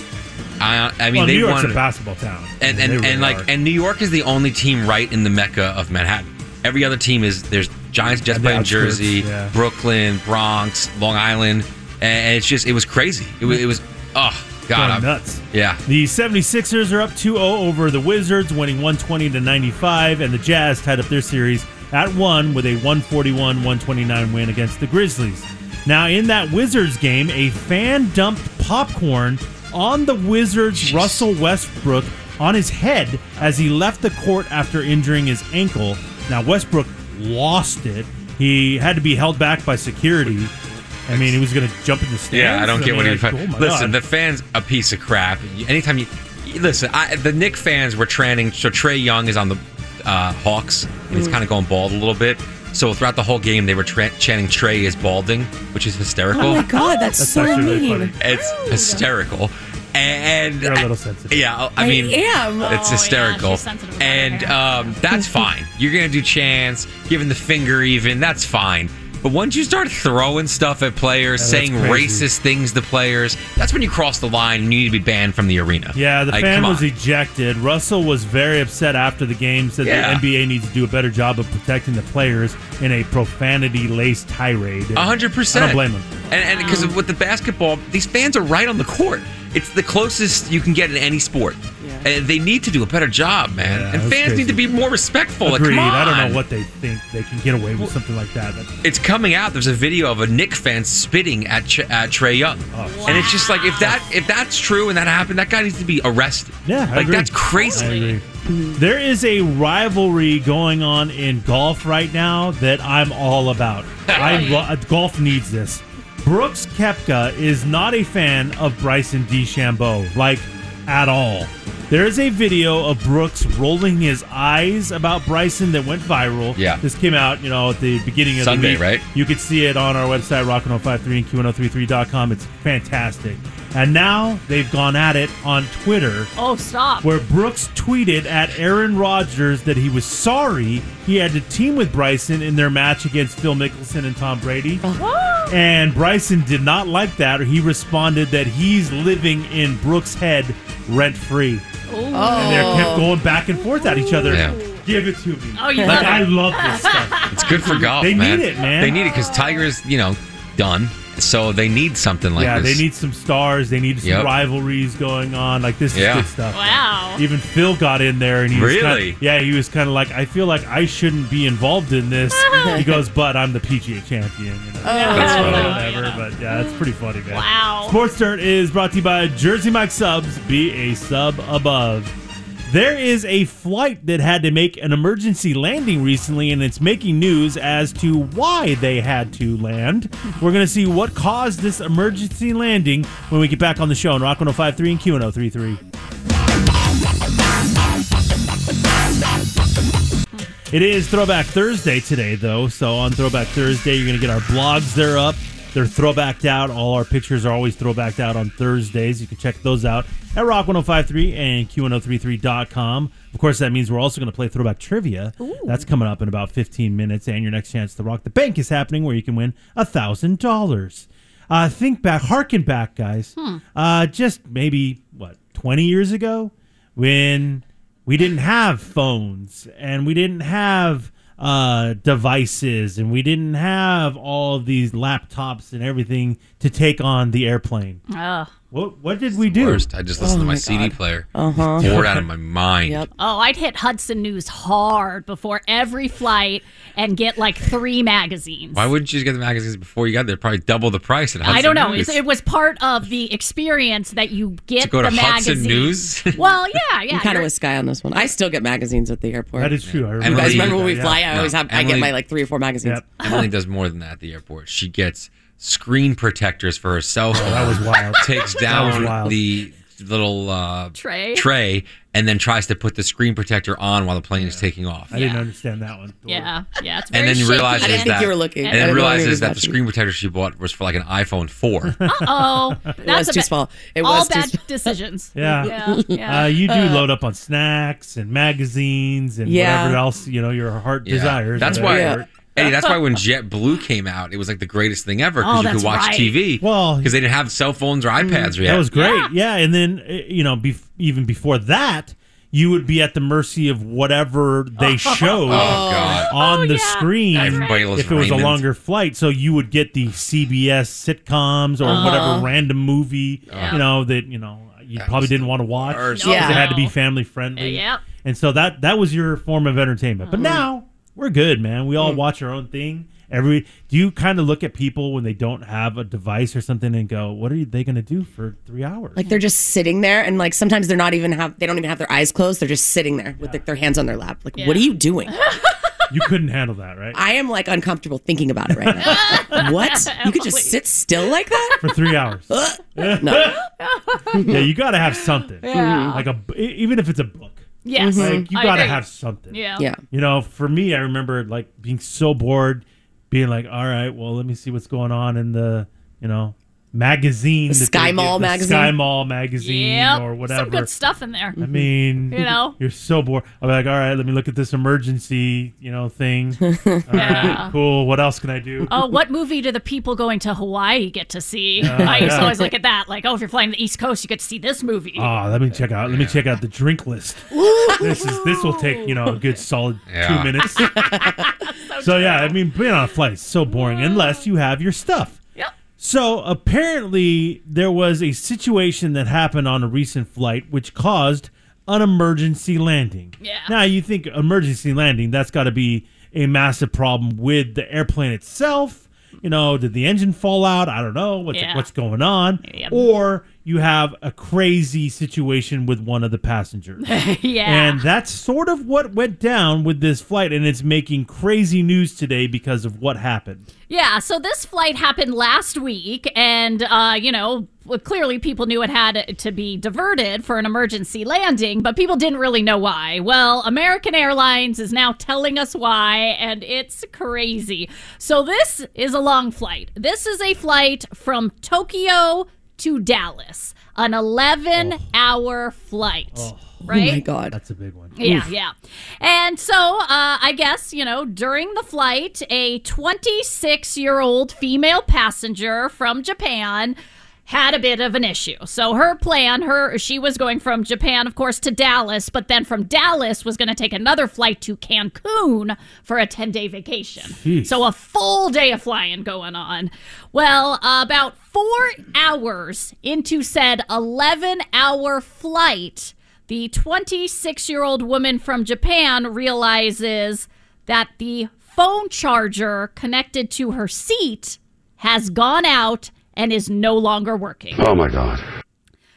I I mean
well,
they
New York's
wanted
a basketball town.
and
I mean,
and,
they
and
really
like
are.
and New York is the only team right in the mecca of Manhattan. Every other team is there's Giants, Jets
And the
play in
outskirts,
Jersey,
yeah.
Brooklyn, Bronx, Long Island, and, and it's just it was crazy. It was, it was oh god,
Going
I'm-
nuts.
yeah.
The 76ers are up 2-0 over the Wizards, winning 120 to 95, and the Jazz tied up their series at 1 with a 141-129 win against the Grizzlies. Now, in that Wizards game, a fan dumped popcorn on the Wizards Russell Westbrook on his head as he left the court after injuring his ankle. Now, Westbrook lost it. He had to be held back by security. I mean, he was going to jump in the stands.
Yeah, I don't get
mean,
what he.
like, oh my
listen,
God.
the fans a piece of crap. You- Anytime you listen, I, the Nick fans were trending. So Trey Young is on the uh, Hawks, and
Mm.
he's kind of going bald a little bit. So throughout the whole game, they were tra- chanting "Trey is balding," which is hysterical.
Oh my god, that's,
That's
so
actually
mean.
really funny.
It's hysterical. And
You're a little sensitive.
Yeah, I
I
mean,
am. Oh,
it's
yeah,
hysterical.
she's sensitive about her
and
hair.
um, that's fine. You're gonna do chants, giving the finger, even that's fine. But once you start throwing stuff at players,
that's
saying
crazy.
racist things to players, that's when you cross the line and you need to be banned from the arena.
Yeah, the
Like,
fan
come on.
was ejected. Russell was very upset after the game, said
Yeah.
the NBA needs to do a better job of protecting the players in a profanity laced tirade.
A hundred percent.
I don't blame him.
And because with the basketball, these fans are right on the court. It's the closest you can get in any sport, and they need to do a better job, man.
Yeah,
and
that's
fans need
crazy.
to be more respectful. Like,
Agreed.
come
I don't
on.
know what they think they can get away with something like that. That's-
It's coming out. There's a video of a Nick fan spitting at, Ch- at Trey Young,
Oh,
and it's just like if that if that's true and that happened, that guy needs to be arrested.
Yeah, I
like
agree.
that's
I
crazy.
agree. There is a rivalry going on in golf right now that I'm all about. I lo- golf needs this. Brooks Kepka is not a fan of Bryson DeChambeau, like at all. There is a video of Brooks rolling his eyes about Bryson that went viral.
Yeah.
This came out, you know, at the beginning of the
Sunday,
week.
right?
You could see it on our website, rockin1053 and q1033.com. It's fantastic. And now they've gone at it on Twitter
Oh, stop.
where Brooks tweeted at Aaron Rodgers that he was sorry he had to team with Bryson in their match against Phil Mickelson and Tom Brady.
Whoa.
And Bryson did not like that. He responded that he's living in Brooks' head rent free. And they kept going back and forth at each other.
Oh. Yeah.
Give it to me.
Oh, you
like,
love it.
I love this stuff.
It's good for golf.
They need
man.
it, man.
They need it because Tiger's you know done, so they need something like
yeah,
this.
they need some stars. They need some
Yep.
rivalries going on. Like, this
Yeah.
is good stuff.
Wow.
Even Phil got in there and he was
Really?
kinda, yeah, he was kind of like, I feel like I shouldn't be involved in this. he goes, but I'm the PGA champion. You know,
That's funny.
whatever. But yeah, that's pretty funny, man.
Wow.
Sports Dirt is brought to you by Jersey Mike Subs. Be a sub above. There is a flight that had to make an emergency landing recently, and it's making news as to why they had to land. We're going to see what caused this emergency landing when we get back on the show on Rock 1053 and Q1033. It is Throwback Thursday today, though. So on Throwback Thursday, you're going to get our blogs. They're up. They're throwbacked out. All our pictures are always throwbacked out on Thursdays. You can check those out at Rock1053 and Q1033.com. Of course, that means we're also going to play throwback trivia. That's coming up in about 15 minutes. And your next chance to rock the bank is happening where you can win $1,000. Uh, think back, harken back, guys. Uh, just maybe, what, 20 years ago when we didn't have phones and we didn't have uh, devices and we didn't have all of these laptops and everything to take on the airplane.
Ugh.
What what did we do?
Worst. I just listened to my, CD player.
Oh
Uh-huh. Bored out of my mind.
Yep.
Oh, I'd hit Hudson News hard before every flight and get like three magazines.
Why wouldn't you just get the magazines before you got there? Probably double the price. At Hudson
I don't know.
News.
It's, it was part of the experience that you get
to go to
the magazine.
Hudson News.
Well, yeah, yeah.
I'm kind of
you're-
with Sky on this one. I still get magazines at the airport.
That is true. I
you
remember.
guys
Emily-
remember when we
Yeah.
fly? I
No,
always have. I get
Emily-
my like three or four magazines.
Yep.
Emily does more than that at the airport. She gets screen protectors for her cell phone.
Oh, That was wild.
takes
was
down
wild.
the little uh,
Tray?
tray and then tries to put the screen protector on while the plane is taking off.
I didn't understand that one.
Yeah, yeah. It's very
And then
shaky.
realizes
I didn't
that
think you were looking.
and
I
then
didn't know you
realizes
were
that the
watching.
screen protector she bought was for like an iPhone four.
Oh,
It was
that's a
too
ba-
small. It
all
was too
bad
small.
decisions.
Yeah.
yeah. yeah.
Uh, you do load up on snacks and magazines and
Yeah.
whatever else you know your heart
Yeah.
desires.
That's
at
why.
Yeah.
airport.
Eddie, that's why when JetBlue came out, it was like the greatest thing ever
Oh,
because you
that's
could watch
right.
TV.
Well- Mm,
because they didn't have cell phones or iPads yet.
That was great. Yeah, and then uh, you know, bef- even before that, you would be at the mercy of whatever they showed
oh god.
on
Oh,
the
yeah.
screen.
Everybody loves
if it was a
Raymond.
longer flight, so you would get the CBS sitcoms or whatever random movie you know that you know you probably didn't want to watch.
Or
because
Yeah. Mm-hmm.
it had to be
No.
family friendly.
Uh, yep.
And so that that was your form of entertainment. But now we're good, man. We all watch our own thing. Every do you kind of look at people when they don't have a device or something and go, "What are they going to do for three hours?"
Like they're just sitting there, and like sometimes they're not even have. They don't even have their eyes closed. They're just sitting there with like their hands on their lap. Like, what are you doing?
you couldn't handle that, right?
I am like uncomfortable thinking about it right now. what? You could just sit still like that?
for three hours.
No.
yeah, you got to have something.
Yeah.
Like a b- e, even if it's a book,
Yes.
like you
I
got to
agree.
have something.
Yeah.
Yeah.
You know, for me, I remember like being so bored, being like, "All right, well, let me see what's going on in the you know magazine,
The
that they
Sky
get,
Mall
the
magazine?
Sky Mall magazine,
Yep.
or
Some
whatever.
good stuff in there.
I mean,
You know?
you're so bored. I'm like, all right, let me look at this emergency, you know, thing. All right,
Yeah.
cool. What else can I do?
Oh, what movie do the people going to Hawaii get to see? I used to
yeah.
always look at that. Like, oh, if you're flying to the East Coast, you get to see this movie.
Ah, let me check out. Let me check out the drink list. this is this will take you know a good solid
Yeah.
two minutes. so yeah, I mean, being on a flight is so boring unless you have your stuff.
Yep.
So apparently, there was a situation that happened on a recent flight which caused an emergency landing.
Yeah.
Now you think emergency landing? That's got to be a massive problem with the airplane itself. You know, did the engine fall out? I don't know. What's
Yeah.
what's going on?
Yeah.
Or you have a crazy situation with one of the passengers.
yeah.
And that's sort of what went down with this flight, and it's making crazy news today because of what happened.
yeah. So this flight happened last week, and, uh, you know, well, clearly people knew it had to be diverted for an emergency landing, but people didn't really know why. Well, American Airlines is now telling us why, and it's crazy. So this is a long flight. This is a flight from Tokyo to Dallas, an 11 hour flight. Right?
Oh my god.
That's a big one.
Yeah, yeah. And so uh, I guess, you know, during the flight, a 26 year old female passenger from Japan had a bit of an issue. So her plan, her she was going from Japan of course to Dallas, but then from Dallas was going to take another flight to Cancun for a 10-day vacation. So a full day of flying going on. Well, about 4 hours into said 11-hour flight, the 26 year old woman from Japan realizes that the phone charger connected to her seat has gone out and is no longer working.
Oh my god.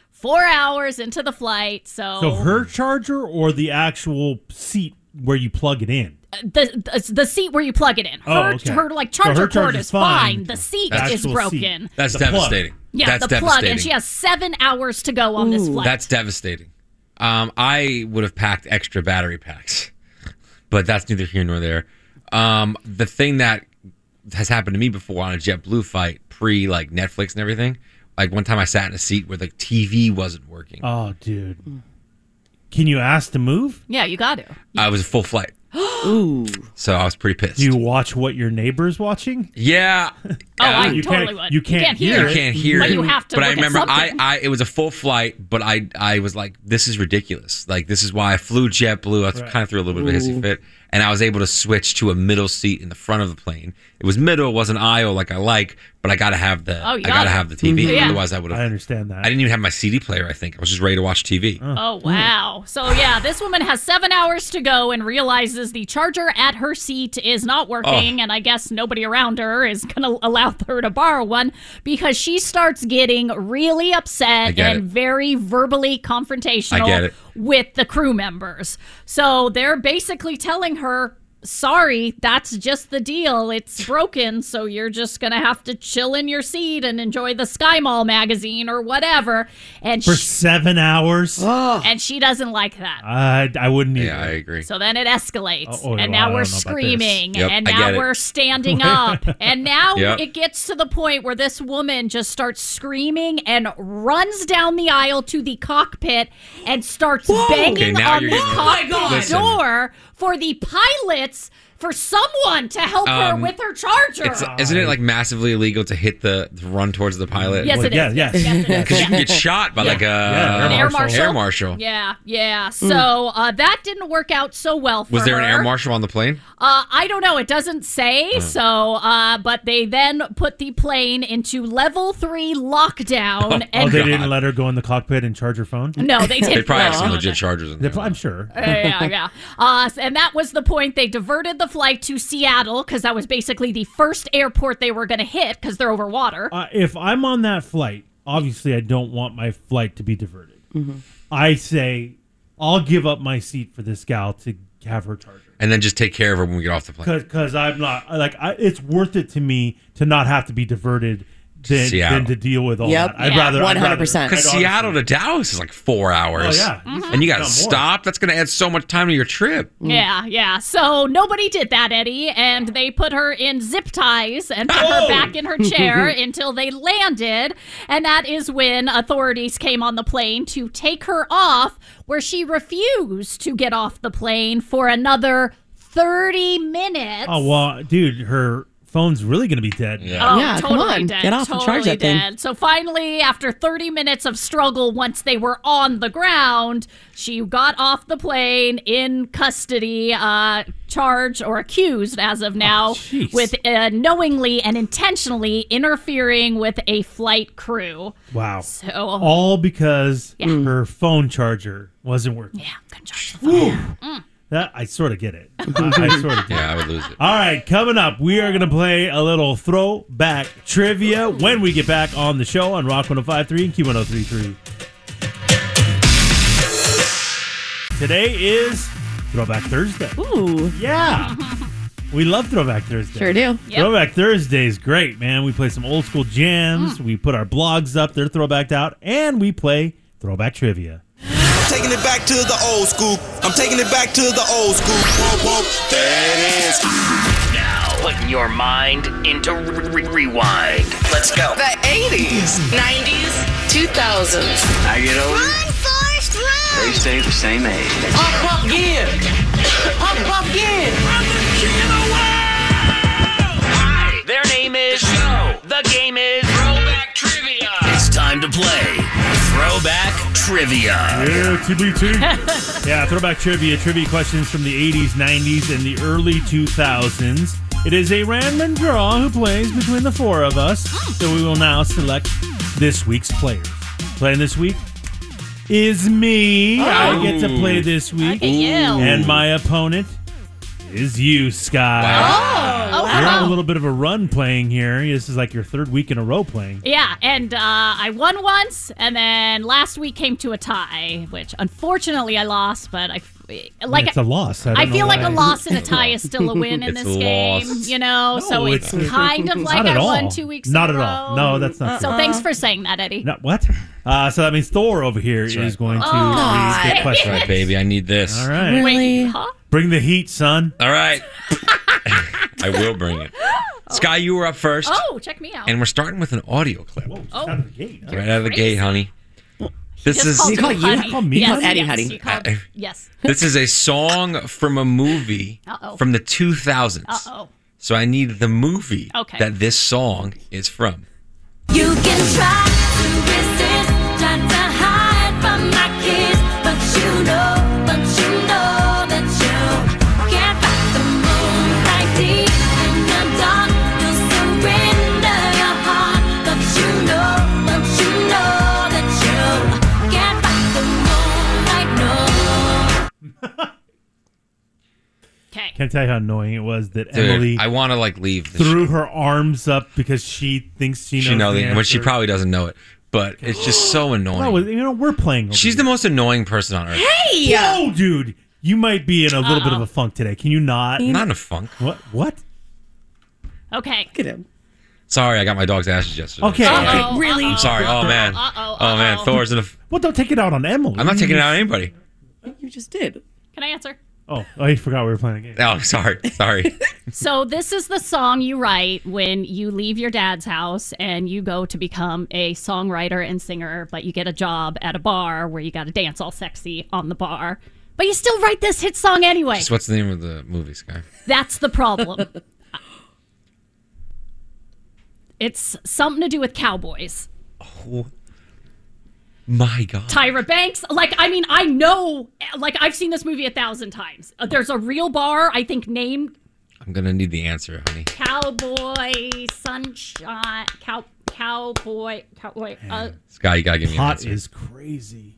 Four hours into the flight, so,
Oh.
So her charger or the actual seat where you plug it in?
the, the the seat where you plug it in, her,
Oh, okay.
her like
So her
charger cord
charger's
is
fine.
fine. The seat
The
is
actual seat.
broken.
That's
The plug.
devastating.
Yeah,
That's
the
devastating.
plug, and she has seven hours to go on this flight.
That's devastating. Um, I would have packed extra battery packs, but that's neither here nor there. Um, the thing that has happened to me before on a JetBlue fight, pre like Netflix and everything. Like one time, I sat in a seat where the TV wasn't working.
Oh, dude. Can you ask to move?
yeah, you got to.
I was a full flight. Ooh. So I was pretty pissed.
Do you watch what your neighbor's watching?
yeah.
Oh, I
you
totally
can't-
would.
you can't
hear.
hear
I
it.
can't hear
But
it.
you have to
But I
look at
remember I,
something.
I it was a full flight, but I I was like, this is ridiculous. Like this is why I flew JetBlue. I kind of threw a little bit of a hissy fit, and I was able to switch to a middle seat in the front of the plane. It was middle, it wasn't aisle like I like, but I gotta have the
Oh,
I
you
gotta
gotta.
have the TV.
Yeah.
Otherwise, I would
I
have.
understand that.
I didn't even have my CD player. I think I was just ready to watch TV.
Oh, wow. So, yeah, this woman has seven hours to go and realizes the charger at her seat is not working. And I guess nobody around her is going to allow her to borrow one because she starts getting really upset
get
and
it.
very verbally confrontational
I get it.
with the crew members. So, they're basically telling her. Sorry, that's just the deal. It's broken, so you're just gonna have to chill in your seat and enjoy the Sky Mall magazine or whatever. And
For
she,
seven hours?
and she doesn't like that.
I, I wouldn't either.
Yeah, I agree.
So then it escalates,
Uh-oh,
and
I
now
don't know
we're
about this.
screaming,
Yep,
and
I get
now
it.
we're standing up, and now
Yep.
it gets to the point where this woman just starts screaming and runs down the aisle to the cockpit and starts
Okay,
banging
now
on
you're
the
getting-
Oh
cockpit
Listen.
door for the pilots for someone to help
Um,
her with her charger.
It's, isn't it like massively illegal to hit the to run towards the pilot?
yes, it is.
yeah, yes.
yes, it is.
because you can get shot by like a
Yeah,
An air marshal.
Air marshal.
Yeah, yeah. So uh, that didn't work out so well for
Was there an
her.
air marshal on the plane?
Uh, I don't know. It doesn't
Hmm.
say. So, uh, but they then put the plane into level three lockdown.
Oh,
and
they
God.
didn't let her go in the cockpit and charge her phone?
no, they did.
They probably have some legit chargers in
They
there.
pl- I'm sure.
yeah, yeah. Uh, and that was the point. They diverted the flight to Seattle because that was basically the first airport they were going to hit because they're over water.
Uh, if I'm on that flight, obviously I don't want my flight to be diverted.
Mm-hmm.
I say, I'll give up my seat for this gal to have her charger.
and then just take care of her when we get off the plane.
because I'm not like I, it's worth it to me to not have to be diverted than,
Seattle.
than to deal with all
Yep.
that. I'd
Yeah.
rather I'd rather-
100%.
Because
I'd honestly-
Seattle to Dallas is like four
Oh,
hours.
yeah. Mhm.
And you got to
No, more.
stop. That's going to add so much time to your trip.
Yeah, yeah. So nobody did that, Eddie, and they put her in zip ties and put her
Oh!
back in her chair until they landed. And that is when authorities came on the plane to take her off, where she refused to get off the plane for another 30 minutes.
Oh well, dude, her phone's really gonna be dead.
Yeah.
Oh,
Yeah, come
totally
on.
dead.
Get off and
totally
charge that thing.
dead. So finally, after 30 minutes of struggle, once they were on the ground, she got off the plane in custody, uh, charged or accused as
Oh,
of now
jeez.
with uh, knowingly and intentionally interfering with a flight crew.
Wow.
So, oh,
Oh,
Mm.
All because her phone charger wasn't working.
yeah, Mm. I'm gonna charge the phone.
Whew. That I sort of get it. I, I sort of do.
Yeah, I would lose it.
All right, coming up, we are going to play a little throwback trivia when we get back on the show on Rock 105.3 and Q1033. Today is Throwback Thursday.
Ooh,
Yeah. We love Throwback Thursday.
sure do.
Yep.
Throwback Thursday is great, man. We play some old school jams.
Mm.
We put our blogs up. They're throwbacked out. And we play throwback trivia.
taking it back to the old school. I'm taking it back to the old school. Whoa, whoa, that is.
Now, put your mind into re- re- rewind. Let's go.
The 80s, 90s, 2000s.
I get older,
Forrest, run!
they stay the same age.
Pop, pop, yeah. Pop, pop, yeah.
Hi, their name is Show. The game is Throwback Trivia. It's time to play Throwback Trivia.
Yeah, TBT. yeah, throwback trivia. Trivia questions from the 80s, 90s, and the early 2000s. It is a random draw who plays between the four of us. So we will now select this week's players. Playing this week is me. I get to play this
Oh. I
week.
get you.
And my opponent is you, Sky.
Oh,
You're on
wow.
a little bit of a run playing here. This is like your third week in a row playing.
Yeah, and uh, I won once, and then last week came to a tie, which unfortunately I lost. But I like
it's a loss. I, don't
I
know
feel like
why.
a loss and a tie is still a win in
It's
this
lost.
game, you know. so
No,
it's
it's-
kind of like
Not at
I
all.
won two weeks.
Not
in a
at all.
row.
No, that's not
So
true.
thanks for saying that, Eddie.
No, what? Uh, so that means Thor over here is
right.
going to
Oh,
read the
All
question.
right, baby. I need this.
All right.
Wait,
Really?
huh?
Bring the heat, son.
All right. I will bring it. Sky, you were up first.
Oh, check me out.
And we're starting with an audio clip.
Oh.
out of the gate.
Right out of the gate, honey. This
Just
is
called
You call
you
you-
honey.
call me
Yes,
honey?
Eddie,
yes,
honey.
you called-
I-
yes.
this is a song from a movie
Uh-oh.
from the 2000s.
Uh oh.
So I need the movie
Okay.
that this song is from.
You can try to resist, try to hide from my kids, but you know, but you know that you can't fight the moonlight deep in the dark. You'll surrender your heart, but you know, but you know that you can't fight the moonlight, no.
Okay.
Can't tell you how annoying it was that
Dude,
Emily
I want to like leave. This
threw her arms up because she thinks she knows.
she know
the
the, but she
answer.
probably doesn't know it. But it's just so
No,
annoying.
you know we're playing. Over
She's the most annoying person on earth.
Oh, dude, you might be in a little bit of a funk today. Can you not?
I'm not in a funk.
What? What?
Okay.
Look at him.
Sorry, I got my dog's ashes yesterday.
Okay.
Uh-oh,
okay.
uh-oh.
really?
I'm sorry. Oh man.
Uh-oh,
Oh man.
uh-oh.
Thor's in a.
Well, don't take it out on Emily.
I'm not taking it out on anybody.
You just did.
Can I answer?
Oh, I forgot we were playing a game.
Oh, sorry. Sorry.
So this is the song you write when you leave your dad's house and you go to become a songwriter and singer, but you get a job at a bar where you got to dance all sexy on the bar. But you still write this hit song anyway.
Just what's the name of the movie, Sky?
That's the problem. it's something to do with cowboys.
My God.
Tyra Banks. Like, I mean, I know, like, I've seen this movie a thousand times. Uh, There's a real bar, I think, named
I'm gonna need the answer, honey.
Cowboy Sunshine. Cow, cowboy. Cowboy. Uh,
Sky, you gotta give me an
Hot
answer.
is crazy.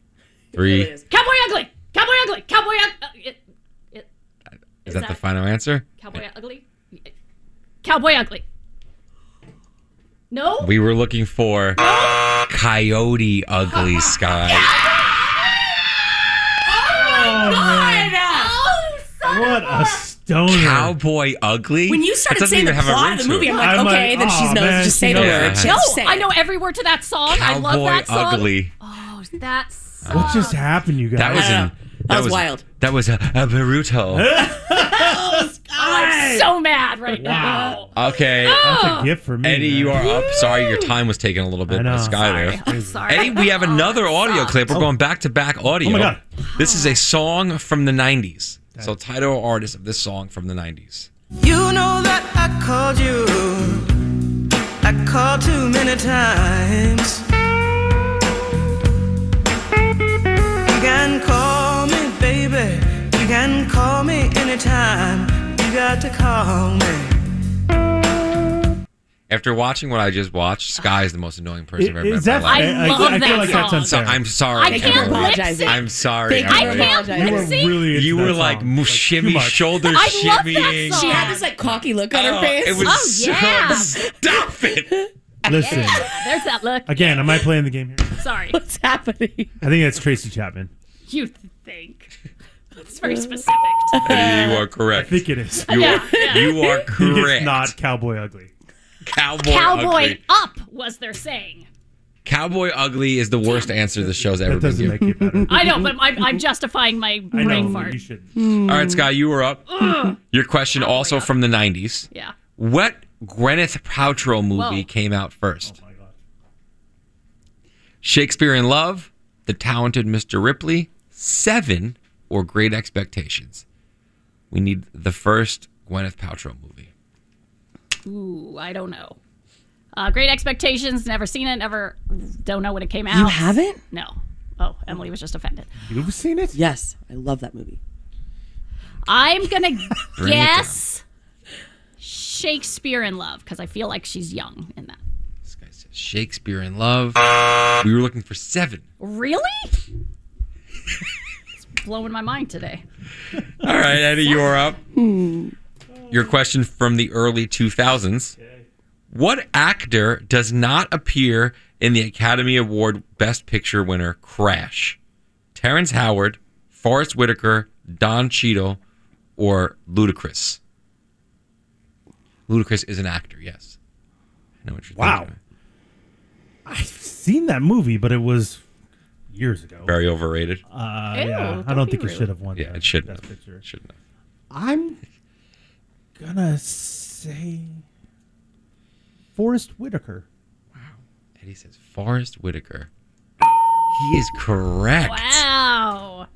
Three.
It
is,
is.
cowboy Ugly. Cowboy Ugly. Cowboy Ugly. Uh, it- it-
that, the
that-
final answer?
cowboy Ugly. Cowboy Ugly. No?
We were looking for Coyote Ugly Sky.
oh, my God. Oh, son of
What
a-
a stoner.
Cowboy ugly.
When you started
That doesn't
saying
even
the
have a
plot
ring
of the
to
movie,
it.
I'm like, I'm like, okay, then she
oh,
knows,
man,
just say the
yeah.
word.
Yeah.
No, I know every word to that song. I love
Cowboy
that song.
ugly.
Oh, that's
What just happened, you guys?
That was in, that,
was wild.
That was a, a Baruto.
Oh, I'm so mad right now. Oh.
okay,
That's a
gift for me.
Eddie, you are up. Sorry, your time was taken a little bit.
I know.
by Sky there.
Sorry. Oh,
Eddie, we have another audio clip. We're going back to back audio.
Oh my God.
This is a song from the '90s. So, title or artist of this song from the '90s.
You know that I called you. I called too many times. You can call me, baby. You can call me anytime. You got to call me.
After watching what I just watched, Sky is the most annoying person I've ever met.
Is
in
that
my life.
I, I, I feel like that's
So
unfair.
I'm sorry.
I can't
everyone.
lip sync.
I'm sorry.
Thank you
everyone.
very much. I can't You were lip sync. really into
You
that
were like
song.
mo- shimmy,
much.
shoulder
I love that
shimmying.
song. She had this like cocky look on
Oh,
her face.
it was Oh, so- yeah. Stop it.
Listen,
There's that look.
again, am I playing the game here?
Sorry.
What's happening?
I think that's Tracy Chapman.
You think. That's very specific.
Eddie, you are correct. I
think it is.
You
Yeah,
are,
yeah.
you are correct.
It's not Cowboy Ugly.
Cowboy,
Cowboy
Ugly.
up was their saying.
Cowboy Ugly is the worst answer the show's ever been given.
I know, but I'm, I'm justifying my brain fart.
All right, Sky, you were up.
Ugh.
Your question also from the 90s.
Yeah.
What Gwyneth Paltrow movie
Whoa.
came out first?
Oh
Shakespeare in Love, The Talented Mr. Ripley, Seven, or Great Expectations? We need the first Gwyneth Paltrow movie.
Ooh, I don't know. Uh, Great Expectations. Never seen it. Never. Don't know when it came out.
You haven't?
No. Oh, Emily was just offended.
You've seen it?
Yes. I love that movie.
I'm gonna
Bring it down.
guess Shakespeare in Love because I feel like she's young in that.
Shakespeare in Love. We were looking for Seven.
Really? it's blowing my mind today.
All right, Eddie, you're up. Your question from the early 2000s. What actor does not appear in the Academy Award Best Picture winner Crash? Terrence Howard, Forrest Whitaker, Don Cheadle, or Ludacris? Ludacris is an actor, yes. I know what you're
Wow.
thinking.
I've seen that movie, but it was years ago.
Very overrated.
Uh,
Ew,
yeah, I
don't
don't
be
think it
rude.
should have won.
Yeah,
that.
it shouldn't have. It shouldn't have.
I'm gonna say Forrest Whitaker.
Eddie says Forrest Whitaker. He is correct.
Wow.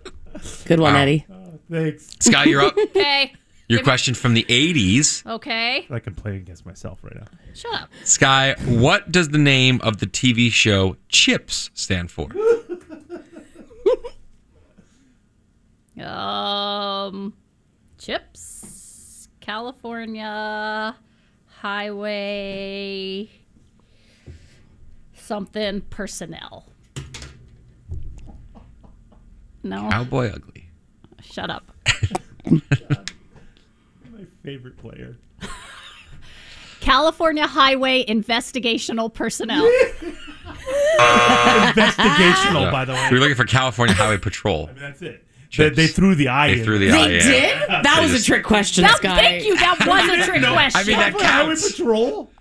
Good one, Eddie.
Thanks.
Sky, you're up.
Okay.
Your question from the 80s.
Okay.
I can play against myself right now.
Shut up.
Sky, what does the name of the TV show Chips stand for?
Um, chips, California highway, something personnel. No,
Cowboy Ugly.
shut up.
My favorite player.
California highway investigational personnel.
Investigational, by the way.
We were looking for California Highway Patrol.
That's it. They,
Chips.
they threw the eye.
They
in.
threw the They eye, yeah. did? That was a trick
question,
That- thank you. That was a trick
No, I mean,
question.
that California Highway counts.
Patrol.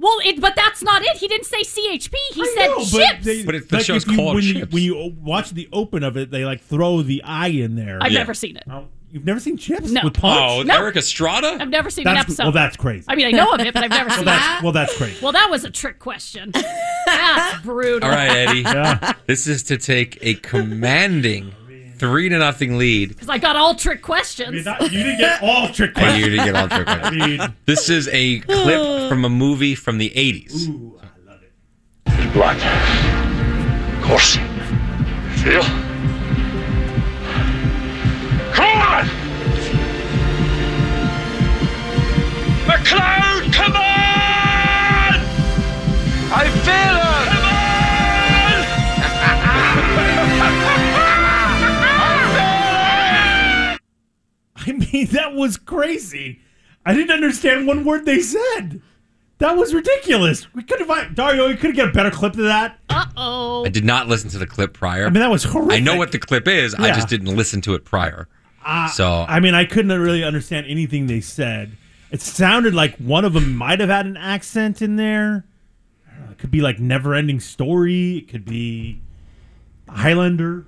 Well, it, but that's not it. He didn't say CHP. He said
No,
chips.
they-
But it's- the
like,
show's
if you-
called
when you,
Chips.
when you o- watch the open of it, they like throw the eye in there.
I've never seen it.
You've never seen Chips
No.
with Punch?
Oh, Eric Estrada?
I've never seen an
That's-
episode.
Well, that's crazy.
I mean, I know of it, but I've never
well,
seen it.
that's, well, that's crazy.
Well, that was a trick question. That's brutal.
All right, Eddie.
Yeah.
This is to take a commanding three to nothing lead.
Because I got all trick questions.
you didn't get all trick
And you didn't get all trick
I
questions.
mean,
This is a clip from a movie from the 80s.
blood coursing. Feel? Come on! McLeod, come on! I feel it! Come on!
I mean, that was crazy. I didn't understand one word they said. That was ridiculous. We could have Dario. We could have get a better clip of that.
Uh oh.
I did not listen to the clip prior. I
mean, that was horrific.
I know what the clip is. I
Yeah.
just didn't listen to it prior.
I,
So-
I mean, I couldn't really understand anything they said. It sounded like one of them might have had an accent in there. I don't know, it could be like Never Ending Story. It could be Highlander.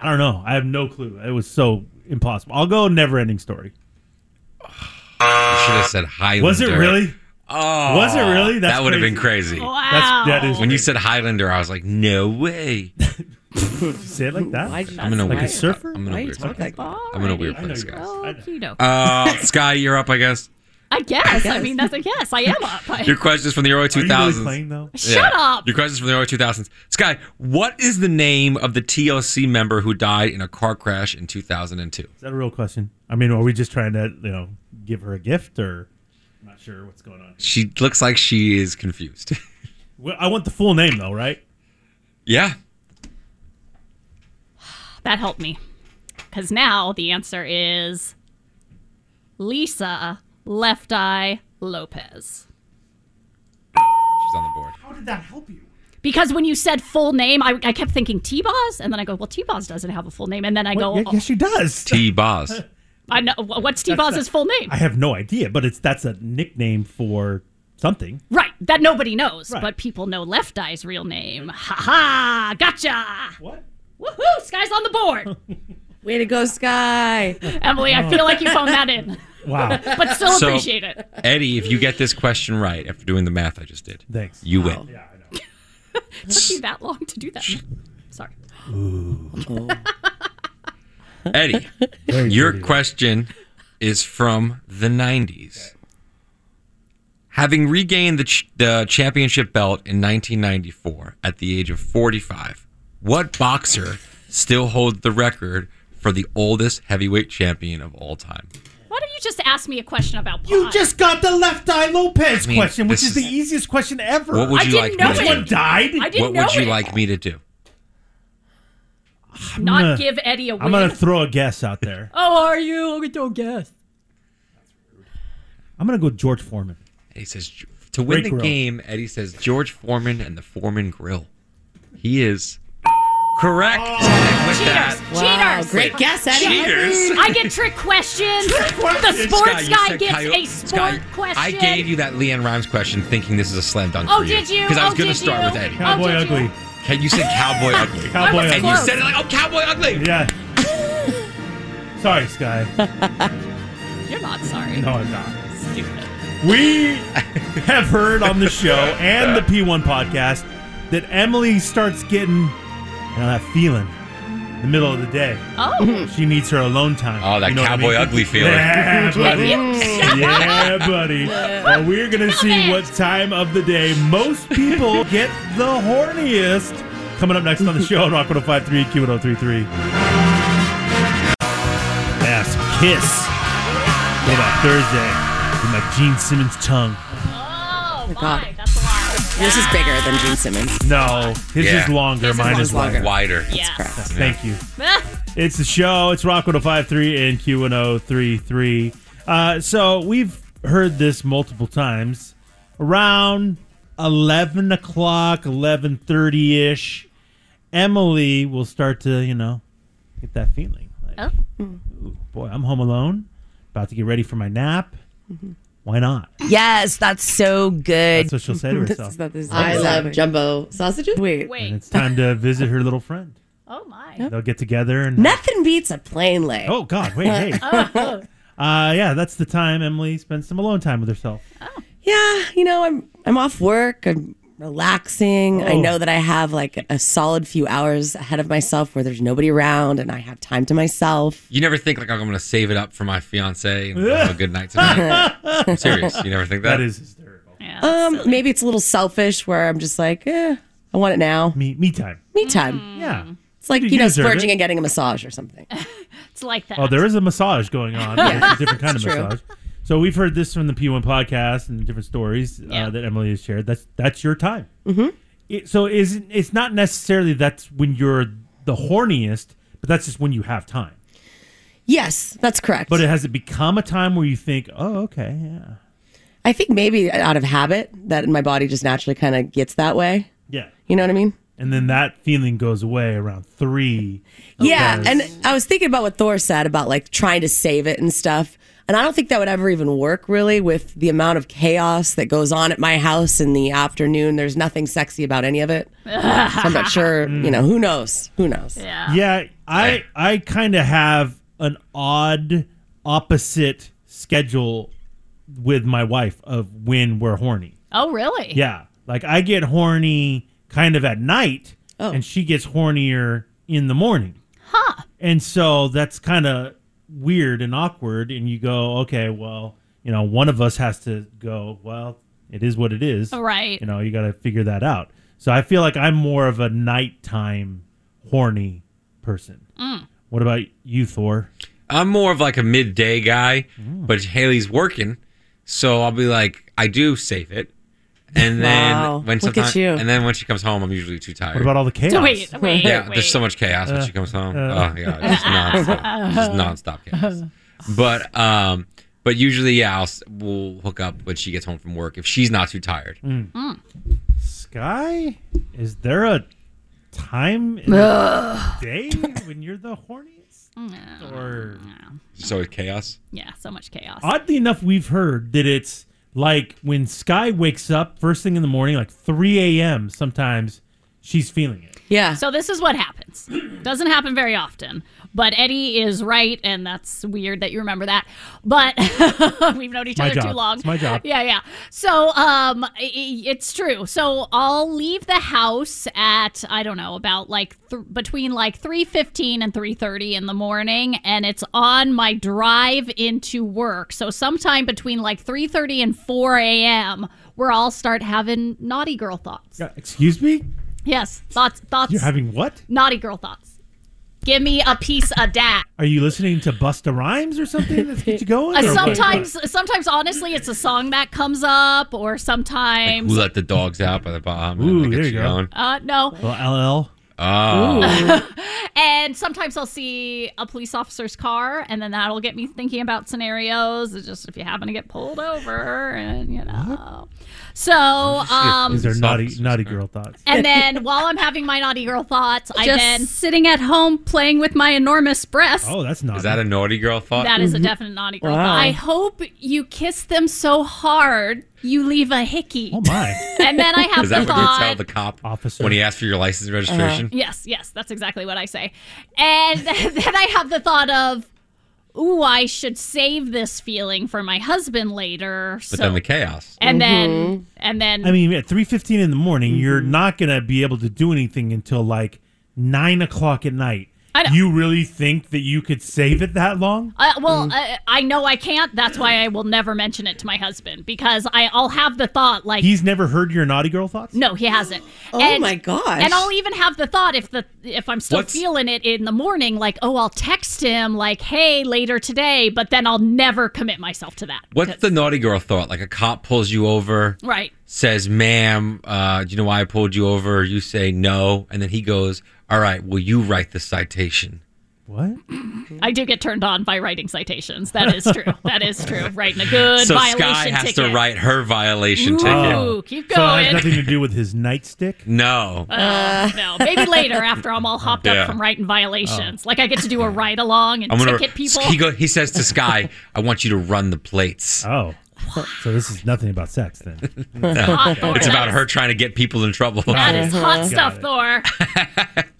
I don't know. I have no clue. It was so impossible. I'll go Never Ending Story.
You should have said Highlander.
Was it really?
Oh,
was it really?
that would have been crazy.
Wow. That's, that is.
When you said Highlander, I was like, no way.
Say it like that.
I'm in a
like
weird
a surfer.
I'm in a
Why are you
weird
talking like
place.
that?
I'm in a weird
I know
place,
you
guys.
Oh, Kido.
Uh, Sky, you're up, I guess.
I guess. I mean, that's a yes. I am up. I-
Your questions from the early 2000s.
playing, though?
Shut up.
Your questions from the early 2000s. Sky, what is the name of the TLC member who died in a car crash in 2002?
Is that a real question? I mean, are we just trying to, you know, give her a gift or? I'm not sure what's going on.
She looks like she is confused.
Well, I want the full name though, right?
yeah.
That helped me. Because now the answer is Lisa Left Eye Lopez.
She's on the board.
How did that help you?
Because when you said full name, I, I kept thinking T Boz, and then I go, well, T Boz doesn't have a full name. And then I go,
Ye- yes, she does.
T. Boz.
I know, wh- what's T Boz's full name?
I have no idea, but it's that's a nickname for something.
Right, that nobody knows,
Right.
but people know Left Eye's real name. Ha ha, gotcha.
What?
Woohoo, Sky's on the board.
Way to go, Sky.
Emily, I feel like you phoned that in.
Wow.
But still
So-
appreciate it.
Eddie, if you get this question right after doing the math I just did,
thanks.
You win.
It took you that long to do that. Sorry.
Eddie, your question is from the 90s. Having regained the, ch- the championship belt in 1994 at the age of 45, what boxer still holds the record for the oldest heavyweight champion of all time?
Why don't you just ask me a question about pot?
You just got the left eye Lopez
I mean,
question, which
this
is, the
is-
easiest question ever.
What would you like me to
Which one
do?
died?
I didn't
what would
know
you
it.
like me to do?
Not
gonna-
give Eddie a win.
I'm gonna throw a guess out there.
Oh, are you? I'm gonna throw a guess.
I'm gonna go George Foreman.
He says to win
Great
the
grill.
game, Eddie says George Foreman and the Foreman Grill. He is correct.
Oh,
With that,
Cheaters! Cheaters!
great guess, Eddie. Cheaters.
I get trick questions. The
Sky,
sports
you
guy
said
gets
coyote-
a sport
Sky,
question.
I gave you that Leanne Rhymes question, thinking this is a slam dunk
Oh,
for you.
did you?
Because I was
Oh,
going
did
to start
you?
with Eddie.
Oh,
Cowboy
did you?
Ugly.
Okay, you said cowboy ugly.
Cowboy
and
Ugly.
you said it like, oh, cowboy ugly.
Yeah. Sorry, Sky.
You're not sorry.
No, I'm not. We have heard on the show and the P1 podcast that Emily starts getting you know, that feeling in the middle of the day.
Oh.
She needs her alone time.
Oh, that
You know what I
cowboy
mean?
ugly feeling.
Yeah, buddy. yeah, buddy. Well, we're going to see what time of the day most people get the horniest. Coming up next on the show on Rock 1053 Q1033. Yes, Kiss. Go back Thursday with my Gene Simmons tongue.
Oh,
God. Yours is bigger than Gene Simmons.
No, his
Yeah.
is longer.
His is
Mine is
longer.
wider.
Wider.
Yeah.
Yes, Thank you. It's the show. It's Rock 1053 and Q1033. Uh, so we've heard this multiple times. Around 11 o'clock, 11.30ish, Emily will start to, you know, get that feeling. Like,
Oh.
ooh, boy, I'm home alone. About to get ready for my nap.
Mm-hmm.
Why not?
Yes, that's so good.
That's what she'll say to herself.
I love jumbo sausages. Wait.
Wait.
It's time to visit her little friend.
Oh, my.
They'll get together and...
Nothing beats a plain lay.
Oh God! Wait, hey.
Oh.
Uh, yeah, that's the time Emily spends some alone time with herself.
Yeah, you know, I'm I'm off work. I'm relaxing. I
Oh.
know that I have like a solid few hours ahead of myself where there's nobody around and I have time to myself.
You never think like I'm going to save it up for my fiance and have a good night tonight. I'm serious. You never think that?
That is
um, maybe it's a little selfish where I'm just like, eh, I want it now.
Me me time.
Me time.
Yeah.
It's like
Mm. You
you, know,
deserve
splurging
it.
and getting a massage or something.
It's like that.
Oh, there is a massage going on. but It's a different kind of
True.
massage. So we've heard this from the P1 podcast and different stories uh, that Emily has shared. That's that's your time. Mm-hmm. It, so is it's not necessarily that's when you're the horniest, but that's just when you have time.
Yes, that's correct.
But it has it become a time where you think, oh, okay, yeah,
I think maybe out of habit that my body just naturally kind of gets that way.
yeah.
You know what I mean?
and then that feeling goes away around three.
Yeah,
because-
and I was thinking about what Thor said about like trying to save it and stuff. And I don't think that would ever even work really with the amount of chaos that goes on at my house in the afternoon. There's nothing sexy about any of it. so I'm not sure, you know, who knows? Who knows?
Mm. Yeah.
Yeah, I I kind of have an odd opposite schedule with my wife of when we're horny.
Oh, really?
Yeah, like I get horny kind of at night, and she gets hornier in the morning.
Huh.
And so that's kind of weird and awkward. And you go, okay, well, you know, one of us has to go. Well, it is what it is,
Right.
You know, you got to figure that out. So I feel like I'm more of a nighttime horny person.
Mm.
What about you, Thor?
I'm more of like a midday guy,
Mm.
but Haley's working, so I'll be like, I do save it, and then
Wow.
when
Look at
sometime-
you.
and then when she comes home, I'm usually too tired.
What about all the chaos?
Wait, wait,
yeah,
wait.
there's so much chaos when
Uh,
she comes home.
uh.
oh yeah, it's nonstop, just nonstop chaos. But um, but usually yeah, I'll s- we'll hook up when she gets home from work if she's not too tired.
Mm. Sky, is there a time in the
Ugh.
day when you're the horniest? Or
So chaos.
Yeah, so much chaos.
Oddly enough, we've heard that it's like when Sky wakes up first thing in the morning, like 3 a.m. Sometimes she's feeling it.
Yeah.
So this is what happens. Doesn't happen very often, but Eddie is right, and that's weird that you remember that. But we've known each
My
other too
job.
long.
It's my job.
Yeah, yeah. So um, i- i- it's true. So I'll leave the house at I don't know about like th- between like three fifteen and three thirty in the morning, and it's on my drive into work. So sometime between like three thirty and four a.m., where I'll start having naughty girl thoughts.
Yeah, Excuse me?
Yes, thoughts, thoughts.
You're having what?
Naughty girl thoughts. Give me a piece of that.
Are you listening to Busta Rhymes or something that's get you going?
Uh,
or what?
sometimes, sometimes, honestly, it's a song that comes up, or sometimes,
Who let the dogs out by the bottom?
Ooh,
there you go.
uh, no.
Well, LL.
Oh.
and sometimes I'll see a police officer's car, and then that'll get me thinking about scenarios. It's just if you happen to get pulled over, and you know. So,
Oh,
um,
These are naughty, naughty girl thoughts.
And then while I'm having my naughty girl thoughts, I
Just
then sitting at home playing with my enormous breasts.
Oh, that's naughty.
Is that a naughty girl thought?
That is a definite naughty girl.
mm-hmm. Wow.
thought. I hope you kiss them so hard you leave a hickey. Oh
my!
and then I have
Is that
the
what you tell
thought. Uh-huh.
the cop when he asks for your license registration?
Yes, yes, that's exactly what I say. And then I have the thought of, "Ooh, I should save this feeling for my husband later."
But then the chaos.
and then and then
Mm-hmm. I mean, at three fifteen in the morning, you're
Mm-hmm.
not gonna be able to do anything until like nine o'clock at night.
I know.
You really think that you could save it that long?
Uh, well,
Mm.
I, I know I can't. That's why I will never mention it to my husband because I, I'll have the thought like
He's never heard your naughty girl thoughts.
No, he hasn't.
Oh my gosh.
And I'll even have the thought if the if I'm still
What's-
feeling it in the morning, like, oh, I'll text him, like, hey, later today, but then I'll never commit myself to that.
What's the naughty girl thought? Like a cop pulls you over,
Right.
says, "Ma'am, uh, do you know why I pulled you over?" You say no, and then he goes, "All right, will you write the citation?"
What?
I do get turned on by writing citations. That is true. that is true. Writing a good
so
violation
Sky has
ticket.
to write her violation
Ooh, Oh.
ticket.
keep
Oh. So it
going.
has nothing to do with his nightstick.
No.
Uh, no, maybe later after I'm all hopped
Yeah. Oh.
up from writing violations. Like I get to do a ride along and
I'm gonna.
ticket people.
He, go, he says to Sky, "I want you to run the plates."
Oh, so this is nothing about sex then.
No. it's about Uh-huh. her trying to get people in trouble.
that is hot stuff, Thor.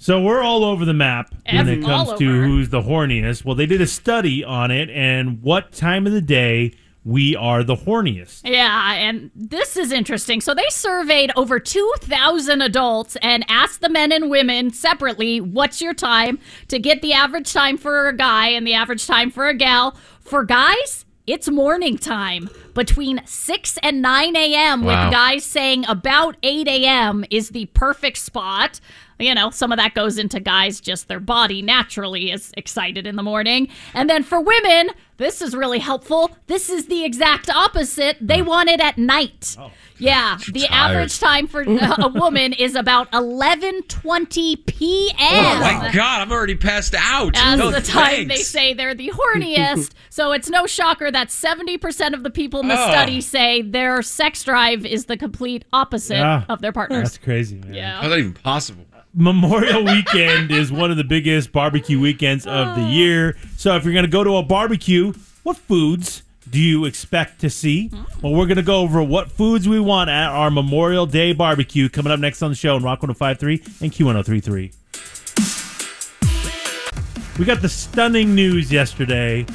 So we're all over the map when
Ev-
it comes
all
to who's the horniest. Well, they did a study on it and what time of the day we are the horniest.
Yeah, and this is interesting. So they surveyed over 2,000 adults and asked the men and women separately, what's your time to get the average time for a guy and the average time for a gal. For guys, it's morning time between 6 and 9 a.m.,
Wow.
with guys saying about 8 a.m. is the perfect spot. You know, some of that goes into guys, just their body naturally is excited in the morning. And then for women, this is really helpful. This is the exact opposite. They want it at night.
Oh.
Yeah, the
tired.
average time for uh, a woman is about 11:20 p.m.
Oh my god, I'm already passed out.
As
No
the time they
thanks.
say they're the horniest. so it's no shocker that 70% of the people in the
Oh.
study say their sex drive is the complete opposite
Yeah.
of their partners.
That's crazy, man.
Yeah.
How's Oh, that even possible?
Memorial Weekend is one of the biggest barbecue weekends of
Oh.
the year. So if you're going to go to a barbecue, what foods do you expect to see?
Hmm.
Well, we're going to go over what foods we want at our Memorial Day barbecue coming up next on the show on Rock 105.3 and Q1033. We got the stunning news yesterday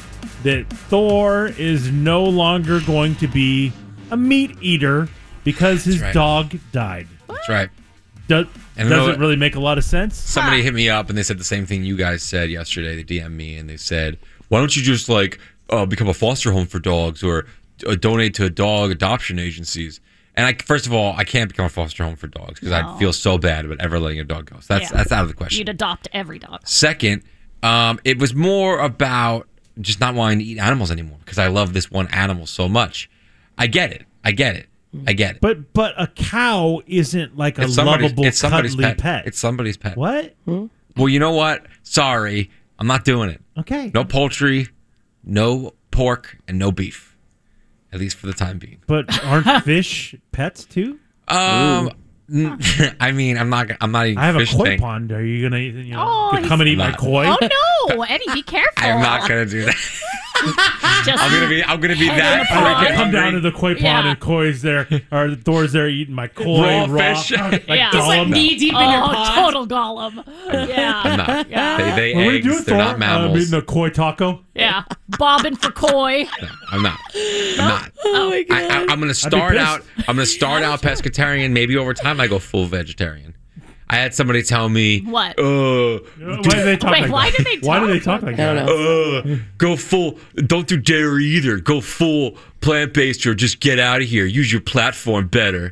that Thor is no longer going to be a meat eater because his
right.
dog died.
That's right.
Do-
And you know
doesn't
what?
really make a lot of sense.
Somebody hit me up and they said the same thing you guys said yesterday. They DM'd me and they said, "Why don't you just like uh, become a foster home for dogs or uh, donate to dog adoption agencies?" And I, first of all, I can't become a foster home for dogs because
No.
I'd feel so bad about ever letting a dog go. So that's
Yeah.
that's out of the question.
You'd adopt every dog.
Second, um, it was more about just not wanting to eat animals anymore because I love this one animal so much. I get it. I get it. I get it.
But but a cow isn't like a lovable, cuddly pet.
It's somebody's pet.
What?
Hmm.
Well, you know what? Sorry, I'm not doing it.
Okay.
No poultry, no pork, and no beef, at least for the time being.
But aren't fish pets too?
Um, n- I mean, I'm not. I'm not eating.
I have a
fish
koi
thing.
pond. Are you gonna you know,
Oh,
gonna come and eat my
he's-
koi?
Oh no, Eddie, be careful.
I'm not gonna do that.
Just
I'm gonna be. I'm gonna be
Head in
that.
the pond.
freaking
Come
hungry.
down to the koi pond
Yeah.
and koi's there, or Thor's there eating my koi
Raw
raw,
fish.
like
yeah.
Gollum.
oh, total Gollum.
I'm
Yeah,
not. They, they
What are we
eggs.
doing,
they're
Thor?
not mammals.
I'm eating Uh, a koi taco.
yeah. Bobbing for koi.
I'm not. I'm not.
Oh my
I, I, I'm gonna start
pissed.
out. I'm gonna start out pescatarian. Maybe over time I go full vegetarian. I had somebody tell me
What?
Uh,
Why do they talk
Wait,
like
why
that?
do they
why do
talk
they talk like that?
Uh, go full. Don't do dairy either. Go full plant based, or just get out of here. Use your platform better.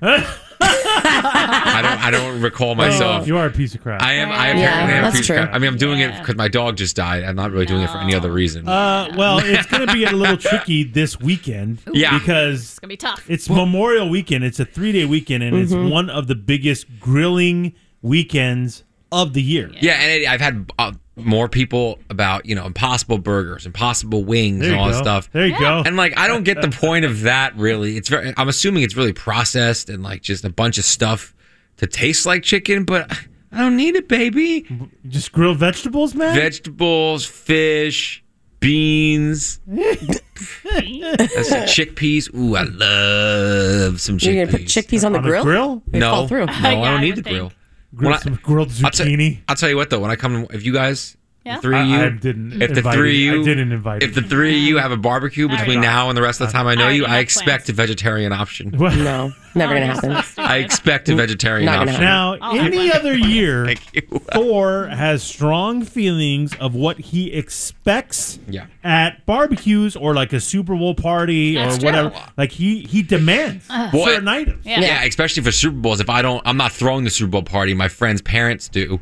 I don't. I don't recall myself.
Oh. You are a piece of crap.
I am.
Yeah,
I apparently am. a
that's
piece of crap.
true.
I mean, I'm doing it because my dog just died. I'm not really doing it for any other reason.
Uh, well, it's going to be a little tricky this weekend.
Yeah.
Because
It's gonna be tough.
it's Memorial Weekend. It's a three day weekend, and
Mhm.
it's one of the biggest grilling weekends of the year.
Yeah, and it, I've had uh, more people about you know impossible burgers, impossible wings,
There
and
you
all that
go.
stuff.
There you go.
And like, I don't get the point of that really. It's very. I'm assuming it's really processed and like just a bunch of stuff to taste like chicken, but I don't need it, baby.
Just grilled vegetables, man.
Vegetables, fish, beans. That's the chickpeas. Ooh, I love some chickpeas.
You're gonna put chickpeas on the
On a
grill?
grill?
They
no,
fall through.
no, I don't need the grill.
Grill
When I-
some grilled
I'll tell-
zucchini.
I'll tell you what though, when I come, if you guys,
Yeah.
the three
I-
of you,
I didn't
if the
invite
three
you. Uh,
of
I
you,
didn't invite
if the three of you have a barbecue
All
between
right.
now and the rest of the time I know
already
you, I
have
expect a vegetarian option.
No, never gonna happen.
I expect a vegetarian
Not gonna
option.
Now, any other year,
you.
Thor has strong feelings of what he expects
Yeah.
at barbecues or like a Super Bowl party or
That's true.
whatever. Like he he demands
Well,
certain
it-
items.
Yeah. especially for Super Bowls. If I don't, I'm not throwing the Super Bowl party. My friend's parents do,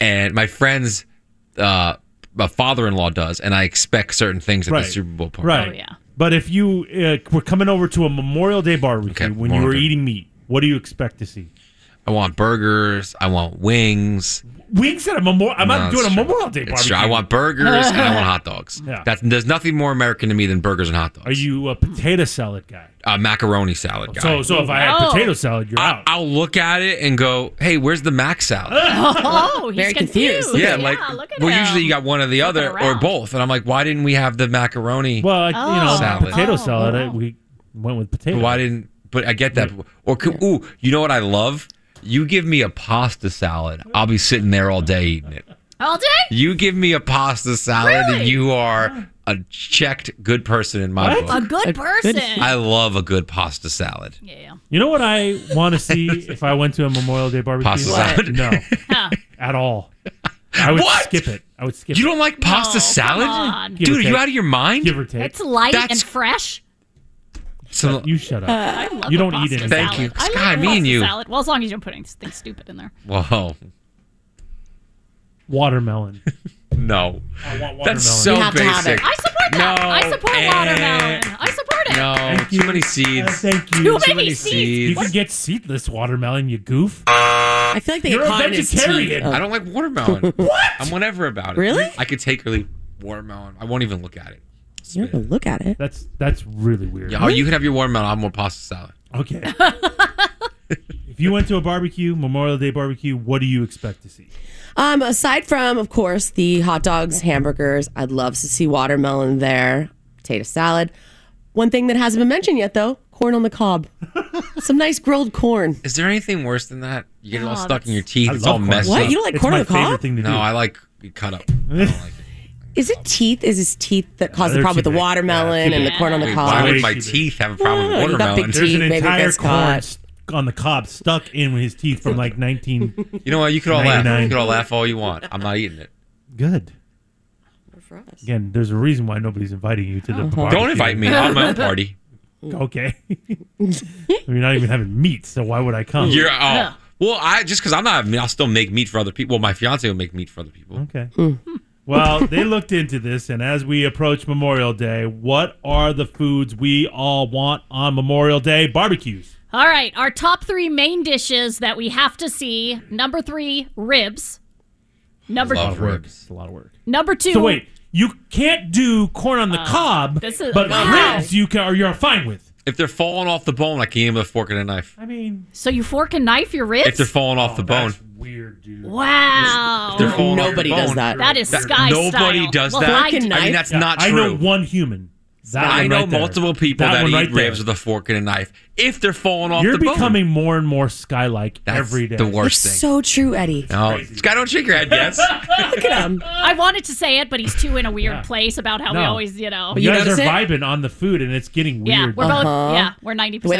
and my friend's uh, my father-in-law does, and I expect certain things at
Right.
the Super Bowl party.
Right. But if you uh, were coming over to a Memorial Day barbecue when you
Memorial
were
Day.
eating meat, what do you expect to see?
I want burgers. I want wings.
Wings at a Memorial. I'm
No,
not
it's
doing a
true.
Memorial Day
It's
barbecue.
true. I want burgers and I want hot dogs.
Yeah.
That's, there's nothing more American to me than burgers and hot dogs.
Are you a potato salad guy?
A macaroni salad guy.
So so if I had
Oh.
potato salad, you're out.
I'll look at it and go, "Hey, where's the mac salad?"
Oh, he's
Very confused.
confused.
Look
yeah,
at-
like
yeah, look at
well,
him.
usually you got one or the other or
around.
both, and I'm like, "Why didn't we have the macaroni?"
Well, like, you know,
Salad.
potato salad.
Oh.
I, we went with potato.
But why didn't? But I get that. Or could, ooh, you know what I love? You give me a pasta salad, I'll be sitting there all day eating it.
All day?
You give me a pasta salad, and
Really?
you are a checked good person in my
A
book.
good person.
I love a good pasta salad.
yeah.
You know what I want to see if I went to a Memorial Day barbecue?
Pasta salad.
No,
Huh.
at all. I would
What?
skip it. I would skip
You
it.
don't like pasta
No,
salad,
come on.
Give or
dude? Are you
take.
out of your mind?
Give or take.
It's light
That's-
and fresh.
So-
you shut up.
Uh.
I love
you
a
don't eat
pasta
anything.
Thank
salad.
you.
I love
Sky,
a
me
pasta
and you.
Salad. Well, as long as you don't put anything stupid in there.
Whoa,
Watermelon.
no,
want
that's so
watermelon.
You have to have it.
basic.
I support that.
No,
I support
eh,
watermelon. I support it.
No,
Thank
too
you.
many
Uh,
seeds.
thank you.
Too
Too
many
many
seeds.
You
seeds.
can get seedless watermelon. You goof.
I feel like they
You're
get
a
caught in his
vegetarian.
teeth.
I don't like watermelon. what? I'm whatever about it.
Really?
I could take or leave watermelon. I won't even look at it.
You're gonna look at it.
That's that's really weird.
Yeah, oh, you can have your watermelon. I'll have more pasta salad.
Okay. if you went to a barbecue, Memorial Day barbecue, what do you expect to see?
Um, aside from, of course, the hot dogs, hamburgers, I'd love to see watermelon there, potato salad. One thing that hasn't been mentioned yet, though, corn on the cob. Some nice grilled corn.
Is there anything worse than that? You get it all
Oh,
stuck in your
that's-
teeth.
I
it's
love
all
corn.
messed
What?
up.
You don't like It's corn on my the cob? favorite thing to do.
No, I like cut up.
Is it teeth? Is it teeth that caused the
they're
problem with the
too big.
watermelon and the corn on the
Wait,
cob?
Why would my teeth have a problem
Yeah,
with
you got
watermelon?
big
There's an
teeth, maybe it
entire
gets
corn
caught.
st- on the cob stuck in his teeth from like 19.
You know what? You could all laugh. You
99.
could all laugh all you want. I'm not eating it.
Good. Again, there's a reason why nobody's inviting you
Uh-huh.
to the
Don't
barbecue.
invite me. I'll have my own party.
Okay. You're not even having meat, so why would I come?
You're oh. Well, I just because I'm not. having it, I'll still make meat for other people. Well, my fiance will make meat for other people.
Okay. Well, they looked into this, and as we approach Memorial Day, what are the foods we all want on Memorial Day? Barbecues.
All right, our top three main dishes that we have to see. Number three, ribs. Number
It's a lot of work. It's a lot of work.
number two.
So wait, you can't do corn on the cob,
this is-
but
Uh, wow.
ribs you can, or you're fine with.
If they're falling off the bone, I can eat them with a fork and a knife.
I mean,
So you fork and knife your ribs?
if they're falling off
Oh,
the bone,
wow.
If they're falling off your bone-
That is sky
Nobody
style.
does
Well,
that.
I do.
I mean, that's
Yeah,
not
I
true.
know one human. That
I
one
know
right there.
multiple people
That
that,
one
eat
right there.
ribs with a fork and a knife. If they're falling off
You're
the bone,
becoming more and more sky-like every day.
the worst thing.
So true, Eddie.
No, Scott, don't shake your head. Yes.
Look at him.
I wanted to say it, but he's too in a weird place about how we
No.
always, you know.
you, guys are vibing on the food, and it's getting
Yeah,
weird.
we're both.
Uh-huh.
Yeah, we're ninety percent.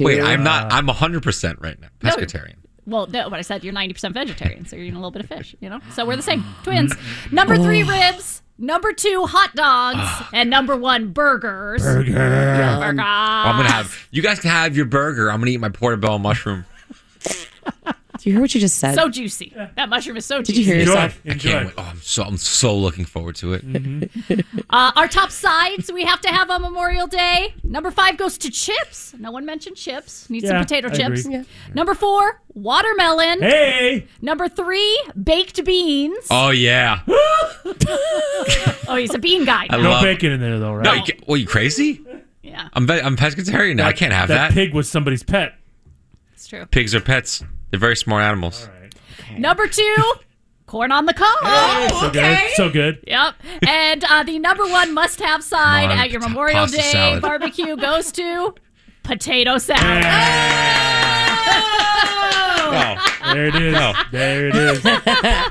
Wait, I'm not. I'm 100 percent right now.
No.
Pescatarian.
Well, no, but I said you're ninety percent vegetarian, so you're eating a little bit of fish. You know, so we're the same twins. Number three, ribs. Number two, hot dogs, and number one, burgers.
Burger.
Yeah, burger.
I'm gonna have. You guys can have your burger. I'm gonna eat my portobello mushroom.
Do you hear what you just said?
so juicy. That mushroom is so juicy.
I can't wait. Oh, I'm so. I'm so looking forward to it.
Mm-hmm.
Uh, our top sides we have to have on Memorial Day. Number five goes to chips. No one mentioned chips. Need some
Yeah,
potato
I
chips.
agree. Yeah.
Number four, watermelon.
Hey.
Number three, baked beans.
Oh yeah.
oh, he's a bean guy.
I
now.
love-
bacon in there though, right?
No, you ca- well, you crazy?
Yeah.
I'm. Ve- I'm pescatarian now. I can't have that.
pig was somebody's pet.
It's true.
Pigs are pets. They're very smart animals.
Number two, corn on the cob.
so good. okay. So good.
Yep. And uh, the number one must-have side
Come on,
at your
pota-
Memorial
pasta
Day
salad.
barbecue goes to potato salad.
Oh, there it is. There it is.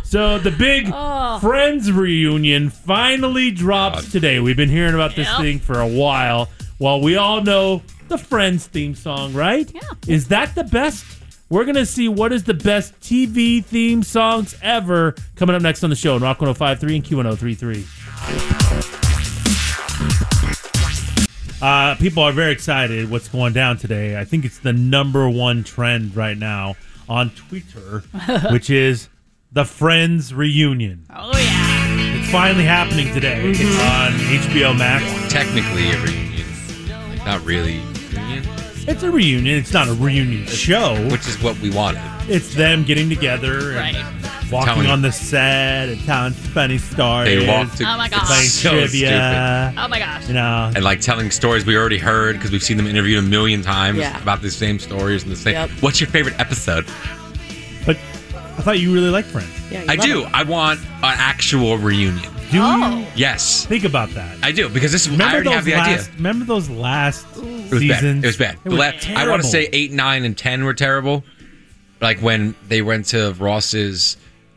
so the big
Oh.
Friends reunion finally drops today. We've been hearing about this
Yep.
thing for a while. While we all know the Friends theme song, right? Yeah. Is that the best? We're going to see what is the best TV theme songs ever coming up next on the show on Rock 1053 and Q1033. Uh, people are very excited what's going down today. I think it's the number one trend right now on Twitter, which is the Friends reunion.
Oh yeah.
It's finally happening today. It's on HBO Max.
Technically a reunion. Like, not really a reunion.
It's a reunion. It's not a reunion show.
Which is what we wanted.
It's them getting together and walking
Telling-
on the set and telling funny stories.
They walked to-
Oh my
it's
gosh.
Playing
so
trivia.
Oh my gosh.
You know,
and like telling stories we already heard because we've seen them interviewed a million times
Yeah.
about the same stories and the same.
Yep.
What's your favorite episode?
but I thought you really liked Friends. Yeah,
I do. I want an actual reunion.
Do
Yes,
think about that.
I do because this is. I
Remember
already
those
have the
last,
idea.
Remember those last
It was
seasons?
bad. It was bad.
They
The
were
last- I want
terrible.
to say eight, nine, and ten were terrible. Like when they went to Ross's,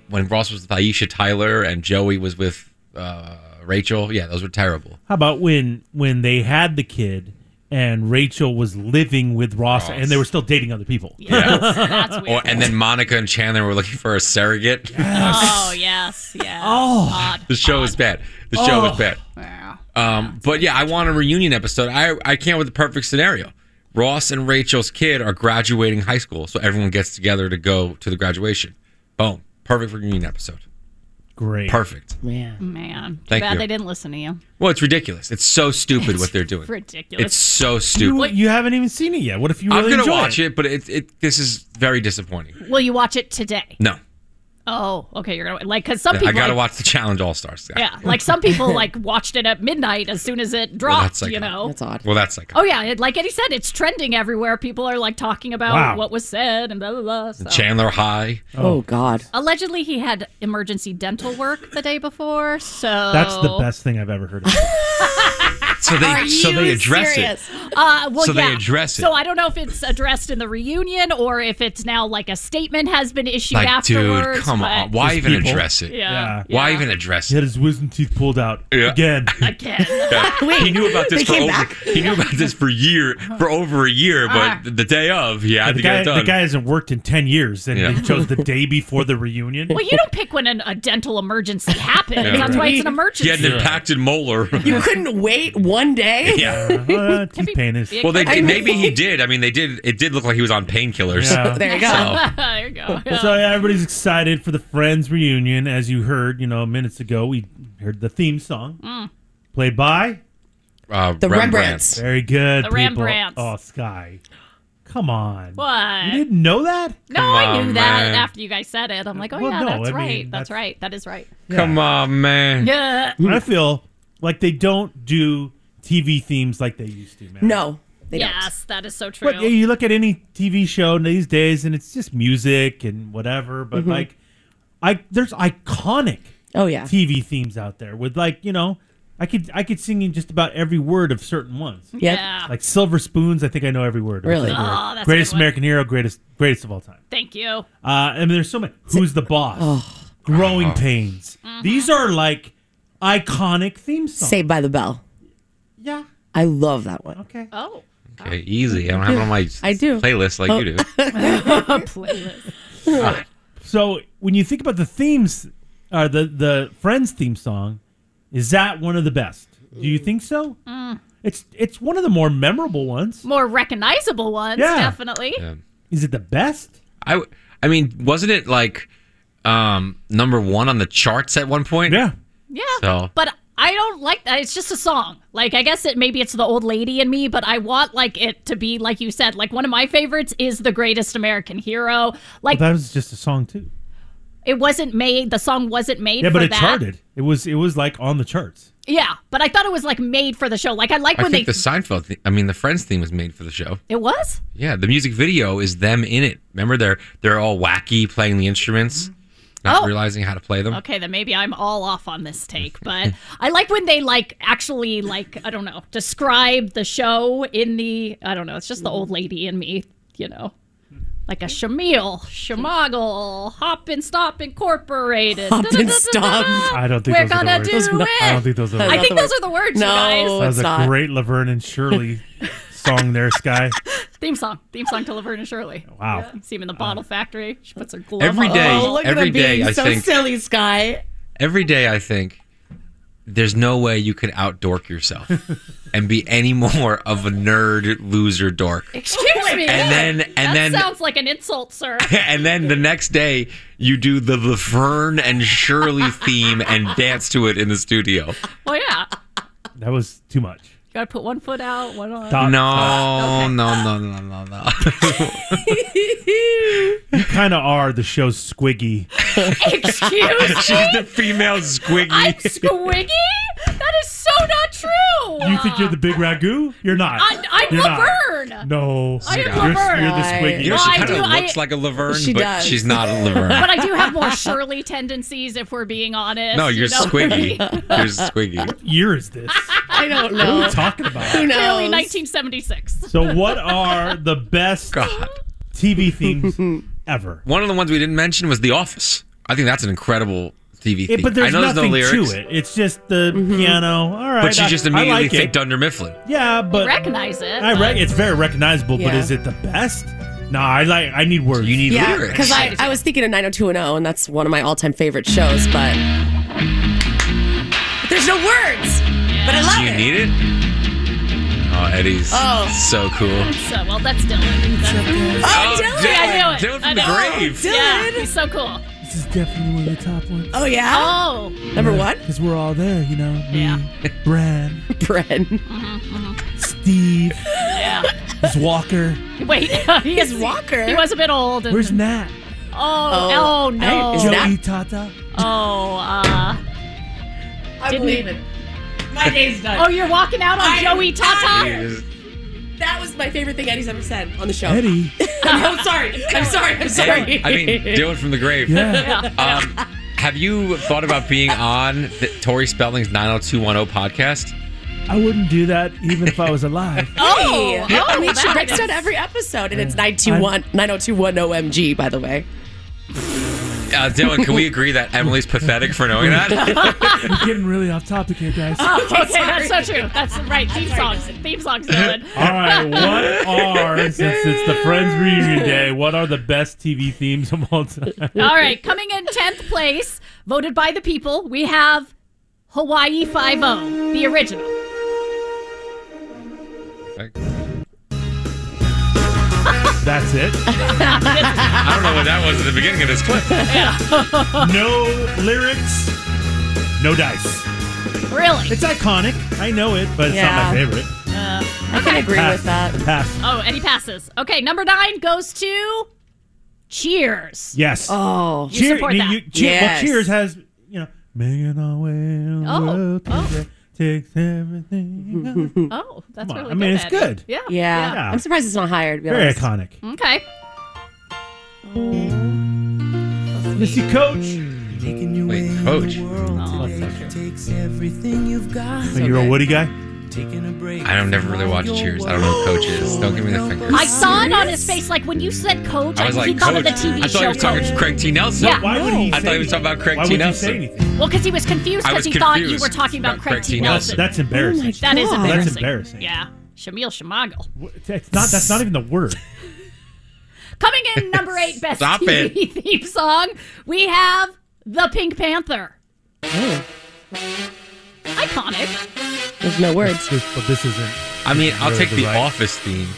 when Ross was with Aisha Tyler and Joey was with uh, Rachel. Yeah, those were terrible.
How about when when they had the kid and Rachel was living with Ross,
Ross.
and they were still dating other people?
Yeah, Or, and then Monica and Chandler were looking for a surrogate.
Oh yes, yes. Oh.
the show is bad. The show is
Oh.
bad. Um, but yeah, I want a reunion episode. I I can't with the perfect scenario. Ross and Rachel's kid are graduating high school, so everyone gets together to go to the graduation. Boom, perfect reunion episode.
Great,
perfect.
Man,
man. Too
Thank
bad
you.
they didn't listen to you.
Well, it's ridiculous. It's so stupid what they're doing.
ridiculous.
It's so stupid.
You, you haven't even seen it yet. What if you really
I'm gonna
enjoy
watch it, but it, it this is very disappointing.
Will you watch it today?
No,
Oh, okay. You're gonna like because some people
I gotta
like-
watch the Challenge All Stars.
Yeah, like some people like watched it at midnight as soon as it dropped. you know,
Well, that's like
Oh yeah, it, like Eddie said, it's trending everywhere. People are like talking about
Wow.
what was said and blah blah blah. so.
Chandler High.
Oh God.
Allegedly, he had emergency dental work the day before, so
That's the
Oh.
best thing I've ever heard. of.
So they so they address it.
Uh, well,
So they
yeah.
address it.
So I don't know if it's addressed in the reunion or if it's now like a statement has been issued
Like,
afterwards.
dude, come
but-
on. Why
Just
even
people.
address it?
Yeah.
Why even address
He
it?
had his wisdom teeth pulled out
Yeah.
again.
Again.
he knew about this
they
for
came
over.
back?
He knew about this for year for over a year,
Ah.
but the day of, he had
the
to get
guy,
it done.
the guy hasn't worked in ten years, and
Yeah.
he chose the day before the reunion.
Well, you don't pick when an, a dental emergency happens. That's why it's an emergency.
He had an impacted molar.
You couldn't wait one day.
Yeah.
Uh, teeth pain is.
Well, they
I
did,
mean-
maybe he did. I mean, they did. It did look like he was on painkillers. Oh, uh,
Yeah.
There you go.
So-
there you go.
So yeah, everybody's excited for the Friends reunion. As you heard, you know, minutes ago, we heard the theme song
Mm.
played by
uh, The Rembrandts. Rembrandts.
Very good.
The
people.
Rembrandts.
Oh, Sky, come on.
What?
You didn't know that?
No, I knew that after you guys said it. I'm like, oh
Well,
yeah,
no,
that's
I
right.
mean,
that's, right. That is right.
Come on, man.
Yeah.
Mm.
I feel like they don't do TV themes like they used to, man.
No.
yes, that is so true.
But you look at any TV show these days, and it's just music and whatever. But
Mhm.
like, I there's iconic
Mm-hmm. oh yeah
TV themes out there with like you know. I could I could sing in just about every word of certain ones.
Yep. Yeah.
Like Silver Spoons, I think I know every word. of
Really?
every word.
Oh, that's a good
greatest
one.
American hero, greatest greatest of all time.
Thank you.
Uh, I mean, there's so many. Who's the boss? Growing
Oh.
pains.
Mm-hmm.
These are like iconic theme songs.
Saved by the Bell.
Yeah.
I love that one.
Okay.
Oh.
Okay, easy. I don't have it on my
I do.
playlist like
Oh.
you do.
Uh, so when you think about the themes, or the the Friends theme song, is that one of the best? Do you think so?
Mm.
It's it's one of the more memorable ones.
More recognizable ones,
Yeah.
definitely.
Is it the best?
I, w- I mean, wasn't it like um, number one on the charts at one point?
Yeah.
Yeah.
So
But I don't like that. It's just a song. Like I guess it maybe it's the old lady in me, but I want like it to be like you said. Like one of my favorites is the Greatest American Hero. Like
well, that was just a song too.
it wasn't made. The song wasn't made.
Yeah,
for
but it
that.
charted. It was it was like on the charts.
Yeah, but I thought it was like made for the show. Like I like
I
when
think
they.
the Seinfeld. Th- I mean, the Friends theme was made for the show.
it was.
Yeah, the music video is them in it. Remember, they're they're all wacky playing the instruments, not
Oh.
realizing how to play them.
Okay, then maybe I'm all off on this take, but I like when they like actually like I don't know describe the show in the I don't know. It's just the old lady in me, you know, like a Shamil, Shamoggle, Hop and Stop Incorporated.
Hop and stop.
I don't think
We're
those are the
gonna
words.
do Those are not- it.
I don't think those are. The
I
words.
think those are the words, you
No,
guys.
that was
it's
a
not.
great Laverne and Shirley song there, Sky.
Theme song, theme song to Laverne and Shirley.
Wow. Uh,
You see him in the bottle factory. She puts her glove
Every
on.
day,
Oh, look at
every
him being
day, I
so
think
silly, Sky.
every day I think there's no way you can outdork yourself and be any more of a nerd loser dork.
Excuse me.
And then- and
that
then-
sounds like an insult, sir.
and then the next day you do the Laverne and Shirley theme and dance to it in the studio.
Well, Oh, yeah.
That was too much.
You gotta put one foot out, one on.
No, no, no, no, no, no.
You kind of are the show's Squiggy.
Excuse me?
She's the female
I'm
Squiggy.
squiggy? That is so not true.
You think you're the big ragu? You're not.
I- I'm
You're not.
Laverne.
No,
I am
you're,
Laverne.
You're the Squiggy.
You know, she
Well, I
kind
do-
of
I-
looks like a Laverne,
She
but
does.
she's not a Laverne.
But I do have more Shirley tendencies, if we're being honest.
no, you're
you know?
Squiggy. You're Squiggy.
What year is this?
I don't
What are we talking about?
Clearly 1976.
So, what are the best TV themes ever?
One of the ones we didn't mention was The Office. I think that's an incredible TV theme.
It- but
I
there's
know
nothing
there's no lyrics,
to it. It's just the
Mm-hmm.
piano. All right,
but she
I-
just
I
immediately
like
think
it.
Dunder Mifflin.
Yeah, but
recognize it, Um,
I
but-
rec- it's very recognizable. But
Um, Yeah.
is it the best? No, I like. I need words. You need
Yeah, because I, I was thinking of 90210, and that's one of my all time favorite shows, but. but there's no words, but I
Do
love
you
it.
need it? Oh, Eddie's
Oh.
so cool.
So, well, that's Dylan. That's Dylan.
Oh, Dylan!
See, I knew it.
Dylan from
I
the
know.
grave.
Yeah, he's so cool.
This is definitely one of the top ones.
Oh, yeah?
Oh.
Number one?
Because we're all there, you know. Me,
Yeah.
Bran,
Bren.
Steve,
Yeah.
there's Walker.
Wait, he is
Walker.
He was a bit old. And,
Where's Nat?
Oh, Oh, oh, no.
Joey Tata.
Oh, uh.
I
didn't-
believe it. My day's done.
Oh, you're walking out on
I am
Joey
out
Tata?
here.
Oh,
That was my favorite thing Eddie's ever said on the show.
Eddie.
I'm sorry. I'm sorry. I'm sorry.
I mean, do it from the grave.
Yeah.
Um, have you thought about being on the Tori Spelling's 90210 podcast?
I wouldn't do that even if I was alive.
Oh,
oh,
I mean, she
that
breaks
is-
down every episode, and it's 921, 9021 OMG, by the way.
Uh, Dylan, can we agree that Emily's pathetic for knowing that?
We're getting really off topic here, guys.
Oh, okay, that's so true. That's right. Theme songs. Theme songs, Dylan.
All right, what are since it's the Friends reunion day? What are the best TV themes of all time?
All right, coming in 10th place, voted by the people, we have Hawaii 5 0, the original.
That's it.
I don't know what that was at the beginning of this clip.
no lyrics, no dice.
Really?
It's iconic. I know it, but it's not my
Yeah.
favorite.
Uh,
I can agree
Pass.
with that.
Pass.
oh, and he passes. Okay, number nine goes to Cheers.
Yes.
Oh. You
Cheer-
support
I mean,
that.
you- cheer-
Yes.
Well, Cheers has you know making our way in the
Oh,
world
oh.
today takes everything.
Oh, that's
Come on,
really
I mean,
good,
it's
Eddie.
good.
Yeah.
Yeah.
Yeah.
I'm surprised it's not higher, to be
Very
honest.
iconic.
Okay.
Missy Coach.
Taking you
Wait,
in
Coach.
the world today takes everything you've got.
Wait, you're a Woody guy.
I don't never really watch Cheers. I don't know what Coach is. Don't give me the finger.
I saw it on his face. Like when you said coach,
I was
he
like,
thought
Coach.
of the TV
I
show.
thought he was talking
Coach.
to Craig T. Nelson.
Yeah. Why would he
I thought
say
he was talking about Craig
Why
T.
would you
Nelson.
say anything?
Well, because he was confused
I
because
was
he thought you
confused
were talking about, Craig T. Nelson.
That's embarrassing.
That is
That's
embarrassing.
embarrassing.
Yeah. Shamil Shamagal.
It's not. That's not even the word.
Coming in number eight, best
Stop
TV theme song, we have The Pink Panther.
Hmm.
Iconic.
There's no words.
This, but this isn't.
I mean, I'll
Or
take
the
the,
right-
Office theme.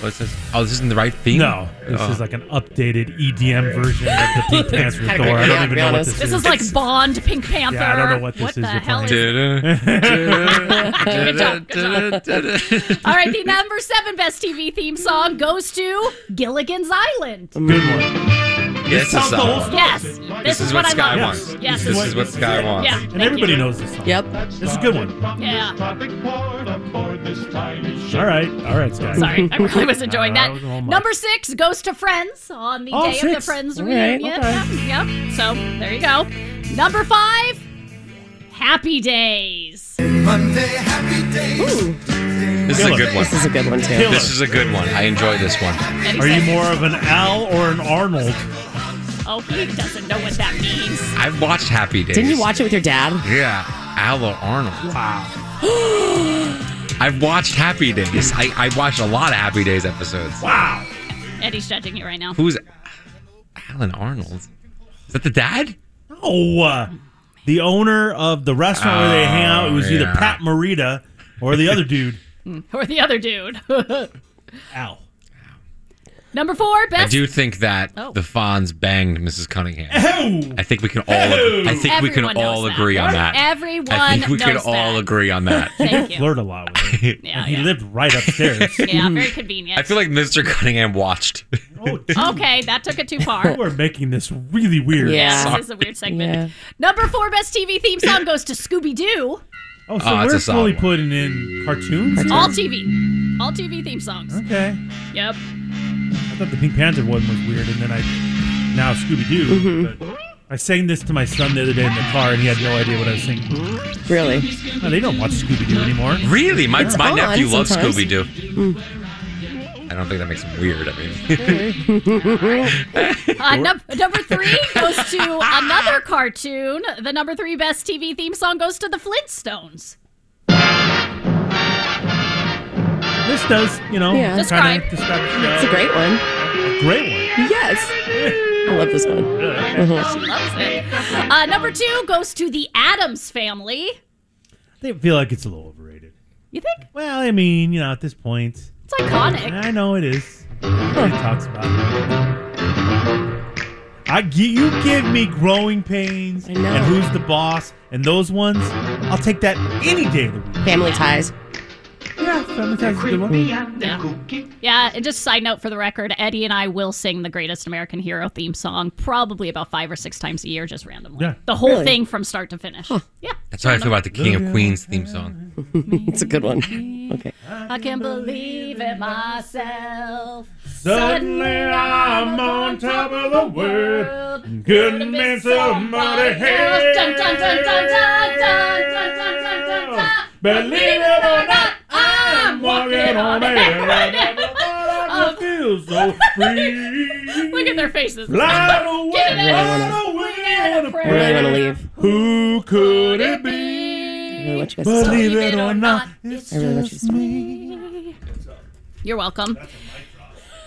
What's this? Oh, this isn't the right theme.
No, this
Oh.
is like an updated EDM version of the Pink Panther
Kinda
Thor. I
creepy,
don't
I'll
even
be
know what
honest.
this,
This is like Bond, Pink Panther.
Yeah, I don't know what this
the
is. You're
hell
playing.
is
Good
job, good
job.
All right, the number seven best TV theme song goes to Gilligan's Island.
Good one.
This
sounds
is
the
uh,
whole story.
Yes, this,
This is what
I
Sky
love.
wants.
Yes,
This is what Sky wants.
Yeah,
and everybody knows this song.
Yep.
This is a good one. All
yeah.
right, all right, Sky.
Sorry, I really was enjoying
No, no,
that.
was all mine.
Number six goes to Friends on the
Oh,
day of the
six.
Friends
All right,
reunion. Yep, yep. So there you go. Number five, Happy Days.
This is a good one.
This is a good one, too.
Killer.
This is a good one. I enjoy this one.
Are you more of an Al or an Arnold?
Oh, he doesn't know what that means.
I've watched Happy Days.
Didn't you watch it with your dad?
Yeah, Al or Arnold. Wow. I've watched Happy Days. I, I watched a lot of Happy Days episodes.
Wow.
Eddie's judging it right now.
Who's Alan Arnold? Is that the dad?
No. uh, The owner of the restaurant where they hang out, it was either
yeah.
Pat Morita or the other dude,
Or the other dude.
Al.
Number four,
I
best.
do think that
Oh.
the Fonz banged Mrs. Cunningham.
Oh.
I think we can all. I think we
Everyone
can
knows
all
that.
agree on that.
Everyone
I think we
knows
can
that.
all agree on that.
Thank you.
Flirt a lot with him.
Oh, Yeah,
and he lived right upstairs.
Yeah, very convenient.
I feel like Mr. Cunningham watched.
okay, that took it too far.
Oh, We're making this really weird.
This is a weird segment. Number four best TV theme song goes to Scooby Doo.
Oh, so
Oh, that's
we're
a solid
fully putting in cartoons. now?
All TV. All TV theme songs.
Okay.
Yep.
I thought the Pink Panther one was weird, and then I now Scooby Doo. but I sang this to my son the other day in the car, and he had no idea what I was singing.
Really?
No, they don't watch Scooby Doo anymore.
Really, my
It's
my
on
nephew loves
sometimes.
Scooby Doo.
Mm.
I don't think that makes him weird. I mean,
Uh, num- number three goes to another cartoon. The number three best TV theme song goes to the Flintstones.
This does, you know,
Yeah.
kind
Describe.
of describe the show.
It's a great one.
A great one.
Yes. I love this one.
She
Mhm.
loves it. Uh, number two goes to the Adams Family.
They feel like it's a little overrated.
You think?
Well, I mean, you know, at this point,
It's iconic.
I know it is. Nobody talks about it. I gi- you give me growing pains and
know.
who's the boss and those ones. I'll take that any day of the week.
Family ties.
Yeah, Family Ties is a good one.
Yeah. yeah, and just side note for the record, Eddie and I will sing the Greatest American Hero theme song probably about five or six times a year, just randomly.
Yeah.
The whole
Really?
thing from start to finish. Yeah.
That's how I feel about the King of Queens theme song.
it's a good one. Okay.
I can believe it myself.
Suddenly I'm
on top of the world. Couldn't be somebody else.
Dun, dun, dun, dun, dun, dun, dun, dun, dun, dun, dun. Believe it or not, I'm walking on air. Oh.
I feel so free.
Look at their faces.
Light away,
Get it out.
light
away on a
I really want to
prayer.
leave.
Who could it be?
I really want you guys to stop.
Believe it or not, it's
I really want you to
just
stop.
me.
You're welcome.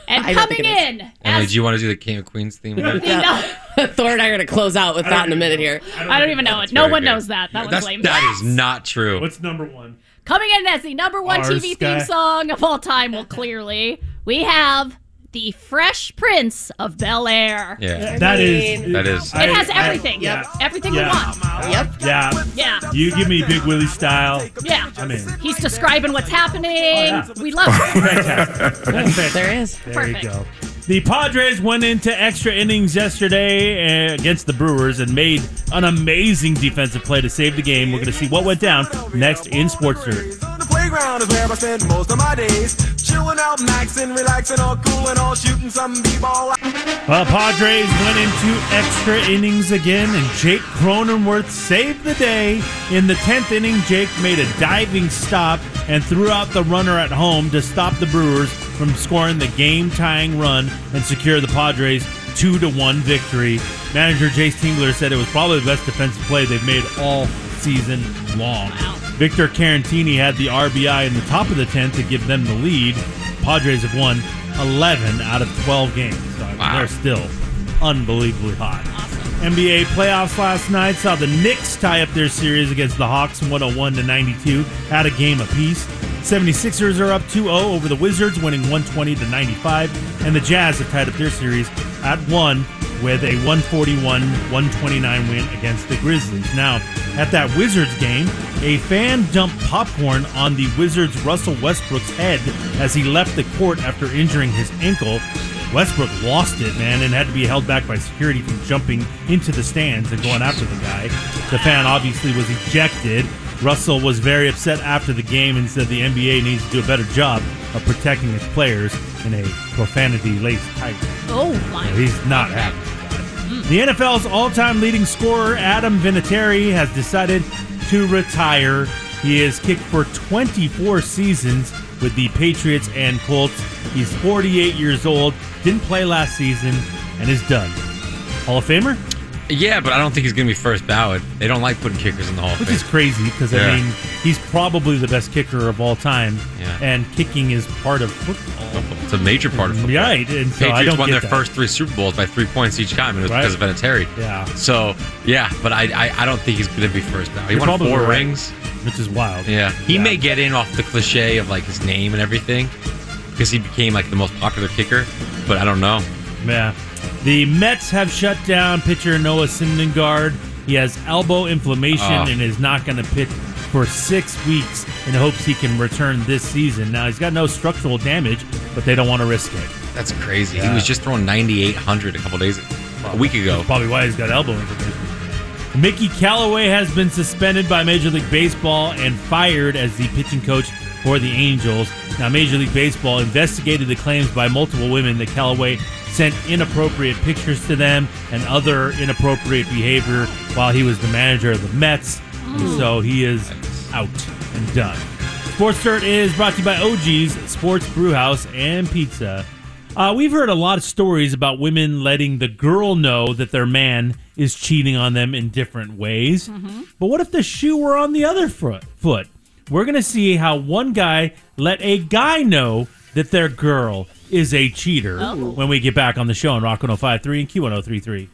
And
I don't think
coming
it
in.
Emily, do you want to do the King of Queens theme?
Thor and I are going to close out with that in a minute here.
I don't even know it. No
very
one
good.
knows that. That
That's,
one's lame.
that is not true. What's
number one?
Coming in as the number one
Our
TV
sky.
theme song of all time, well, clearly, we have The Fresh Prince of Bel Air.
Yeah.
That is.
That is.
It has
I- I-
everything.
yeah.
Everything
Yeah.
we want.
Yeah.
Yeah.
You give me Big Willie style.
Yeah.
I'm in.
He's describing what's happening. We love
Fantastic. That's fantastic.
There
Oh,
is.
There
Perfect.
you go. The Padres went into extra innings yesterday uh, against the Brewers and made an amazing defensive play to save the game. We're going to see what went down next in Sports Dirt.
The playground is where I spend most of my days. Chilling out, maxing, relaxing, all cool and all shooting some b-ball.
Uh, Padres went into extra innings again, and Jake Cronenworth saved the day. In the 10th inning, Jake made a diving stop and threw out the runner at home to stop the Brewers from scoring the game tying run and secure the Padres' 2 to 1 victory. Manager Jace Tingler said it was probably the best defensive play they've made all season long. Victor Carantini had the RBI in the top of the 10th to give them the lead. Padres have won 11 out of 12 games. So, I mean, They're still unbelievably hot. NBA playoffs last night saw the Knicks tie up their series against the Hawks 101 to 92 at a game apiece. 76ers are up 2-0 over the Wizards winning 120 to 95 and the Jazz have tied up their series at 1 with a 141-129 win against the Grizzlies. Now, at that Wizards game, a fan dumped popcorn on the Wizards Russell Westbrook's head as he left the court after injuring his ankle. Westbrook lost it, man, and had to be held back by security from jumping into the stands and going after the guy. The fan obviously was ejected. Russell was very upset after the game and said the NBA needs to do a better job of protecting its players in a profanity laced tirade.
Oh, my.
Yeah, He's not happy. about it. The NFL's all-time leading scorer Adam Vinatieri has decided to retire. He has kicked for 24 seasons with the Patriots and Colts. He's 48 years old, didn't play last season, and is done. Hall of Famer,
Yeah, but I don't think he's going to be first ballot. They don't like putting kickers in the Hall of
which
Fame.
is crazy because
Yeah.
I mean he's probably the best kicker of all time,
Yeah.
and kicking is part of football.
It's a major part of football.
Right, and so I
Patriots
don't
won
get
their
that.
first three Super Bowls by three points each time, and it was
Right.
because of Vinatieri.
Yeah.
So yeah, but I I, I don't think he's going to be first ballot. He
You're
won
probably
four
right,
rings.
which is wild.
Yeah, he may get in off the cliche of like his name and everything because he became like the most popular kicker. But I don't know.
Yeah. The Mets have shut down pitcher Noah Syndergaard. He has elbow inflammation
Oh.
and is not going to pitch for six weeks in hopes he can return this season. Now, he's got no structural damage, but they don't want to risk it.
That's crazy.
Yeah.
He was just throwing 9,800 a couple days, a week ago.
Probably why he's got elbow inflammation. Mickey Callaway has been suspended by Major League Baseball and fired as the pitching coach for the Angels. Now, Major League Baseball investigated the claims by multiple women that Callaway sent inappropriate pictures to them and other inappropriate behavior while he was the manager of the Mets. And so he is out and done. Sports Dirt is brought to you by OG's Sports Brewhouse and Pizza. Uh, we've heard a lot of stories about women letting the girl know that their man is cheating on them in different ways. But what if the shoe were on the other foot? foot? We're going to see how one guy let a guy know that their girl is a cheater
Oh.
when we get back on the show on Rock 1053 and Q1033.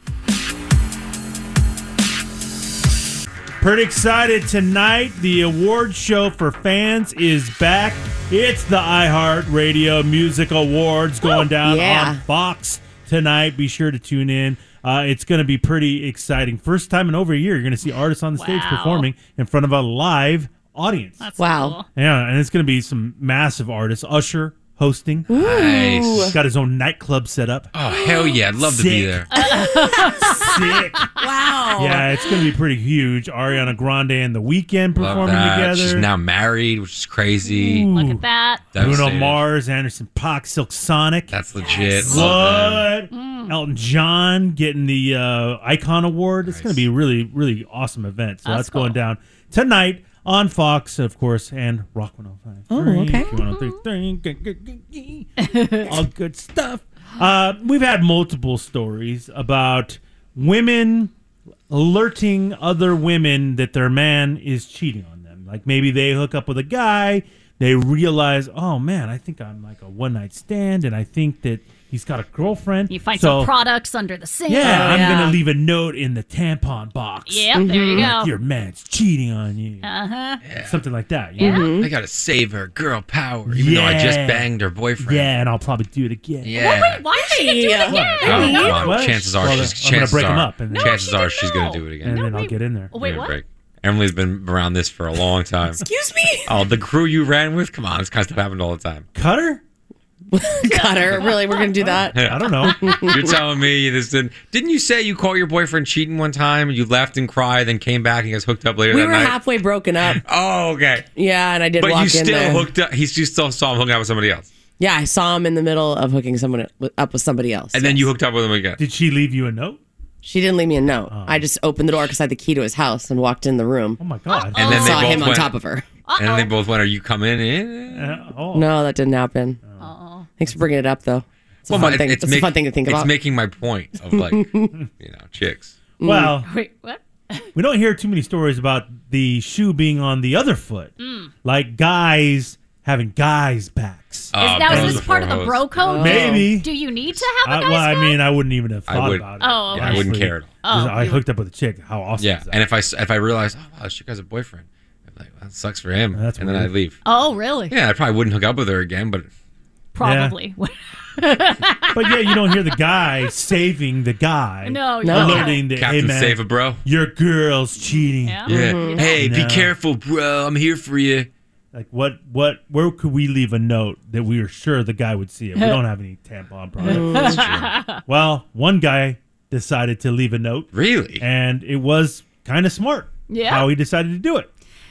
Pretty excited tonight. The award show for fans is back. It's the iHeartRadio Music Awards going down
yeah.
on Fox tonight. Be sure to tune in. Uh, it's going to be pretty exciting. First time in over a year, you're going to see artists on the stage
Wow.
performing in front of a live audience.
That's
Wow. cool.
Yeah, and it's going to be some massive artists. Usher hosting.
Nice.
He's got his own nightclub set up.
Oh hell yeah! I'd love to be
Sick.
there.
Sick.
Wow.
Yeah, it's going to be pretty huge. Ariana Grande and The Weeknd
Love
performing
that.
together.
She's now married, which is crazy.
Look at that.
Bruno
Devastated.
Mars, Anderson Pock, Silk Sonic.
That's legit. Love
What?
Mm.
Elton John getting the uh, Icon Award. It's going to be a really, really awesome event. So that's,
That's
going down tonight on Fox, of course, and Rock 105.
Oh, okay.
All good stuff. Uh, we've had multiple stories about women alerting other women that their man is cheating on them. Like maybe they hook up with a guy, they realize, oh man, I think I'm like a one night stand, and I think that he's got a girlfriend.
You find
so,
some Oh, products under the sink.
Yeah, I'm gonna leave Mm-hmm. a note in the tampon box.
Yep, there you
Like,
go.
Your man's cheating on you,
Uh huh.
something like that. you
Yeah.
know?
I gotta save her, girl power. Even though I just
Yeah.
banged her boyfriend.
Yeah, and I'll probably do it again.
Yeah.
Wait, why did she do it again?
Oh, come on.
What?
Chances are
Well,
she's.
I'm gonna
Chances
break
are.
'em up and then- No,
chances are she's gonna do it again.
and then I'll get in there.
Oh, wait,
Give it a
what?
break. Emily's been around this for a long time.
Excuse me?
Oh, the crew you ran with? Come on, this kind of stuff happened all the time.
Cut her?
Got her. Really, we're gonna do that.
I don't know.
You're telling me this didn't? Didn't you say you caught your boyfriend cheating one time? You left and cried, then came back and you guys hooked up later
we
that
were
night.
halfway broken up.
oh, okay.
Yeah, and I did
But
walk
you still
in there.
hooked up. He you still saw him hooking out with somebody else,
yeah, I saw him in the middle of hooking someone up with somebody else.
and then you hooked up with him again.
Did she leave you a note?
She didn't leave me a note.
Oh.
I just opened the door because I had the key to his house and walked in the room. Oh
my god!
And then saw him on top of her.
And then they both went, "Are you coming in?"
Oh,
No, that didn't happen. Thanks for bringing it up, though. It's a
Well,
fun
my-
thing. It's, a
make-
fun thing to think about.
It's making my point of like, you know, chicks.
Well,
Wait, what?
we don't hear too many stories about the shoe being on the other foot, like guys having guys' backs.
Ah,
Is that was this part of the bro code?
Maybe.
Do you need to
I,
have a
Uh, well,
guy's
I mean, I wouldn't even have
I
thought
would-
about it.
Oh, yeah, I wouldn't
honestly.
care at all.
Oh.
Because I hooked up with a chick. How awesome!
Yeah, and if I s- if I realize, oh wow, she has a boyfriend, I'm like, well, that sucks for him, and then I
weird.
leave.
Oh, really?
Yeah, I probably wouldn't hook up with her again, but
Probably.
But yeah, you don't hear the guy saving the guy.
No, you
No. don't.
alerting the hey
Captain
man,
Save a Bro.
Your girl's cheating.
Mm-hmm.
yeah. Hey, be
No.
careful, bro. I'm here for you.
Like what? What? Where could we leave a note that we are sure the guy would see it? We don't have any tampon products.
That's
Well, one guy decided to leave a note.
Really?
And it was kind of smart.
Yeah.
How he decided to do it.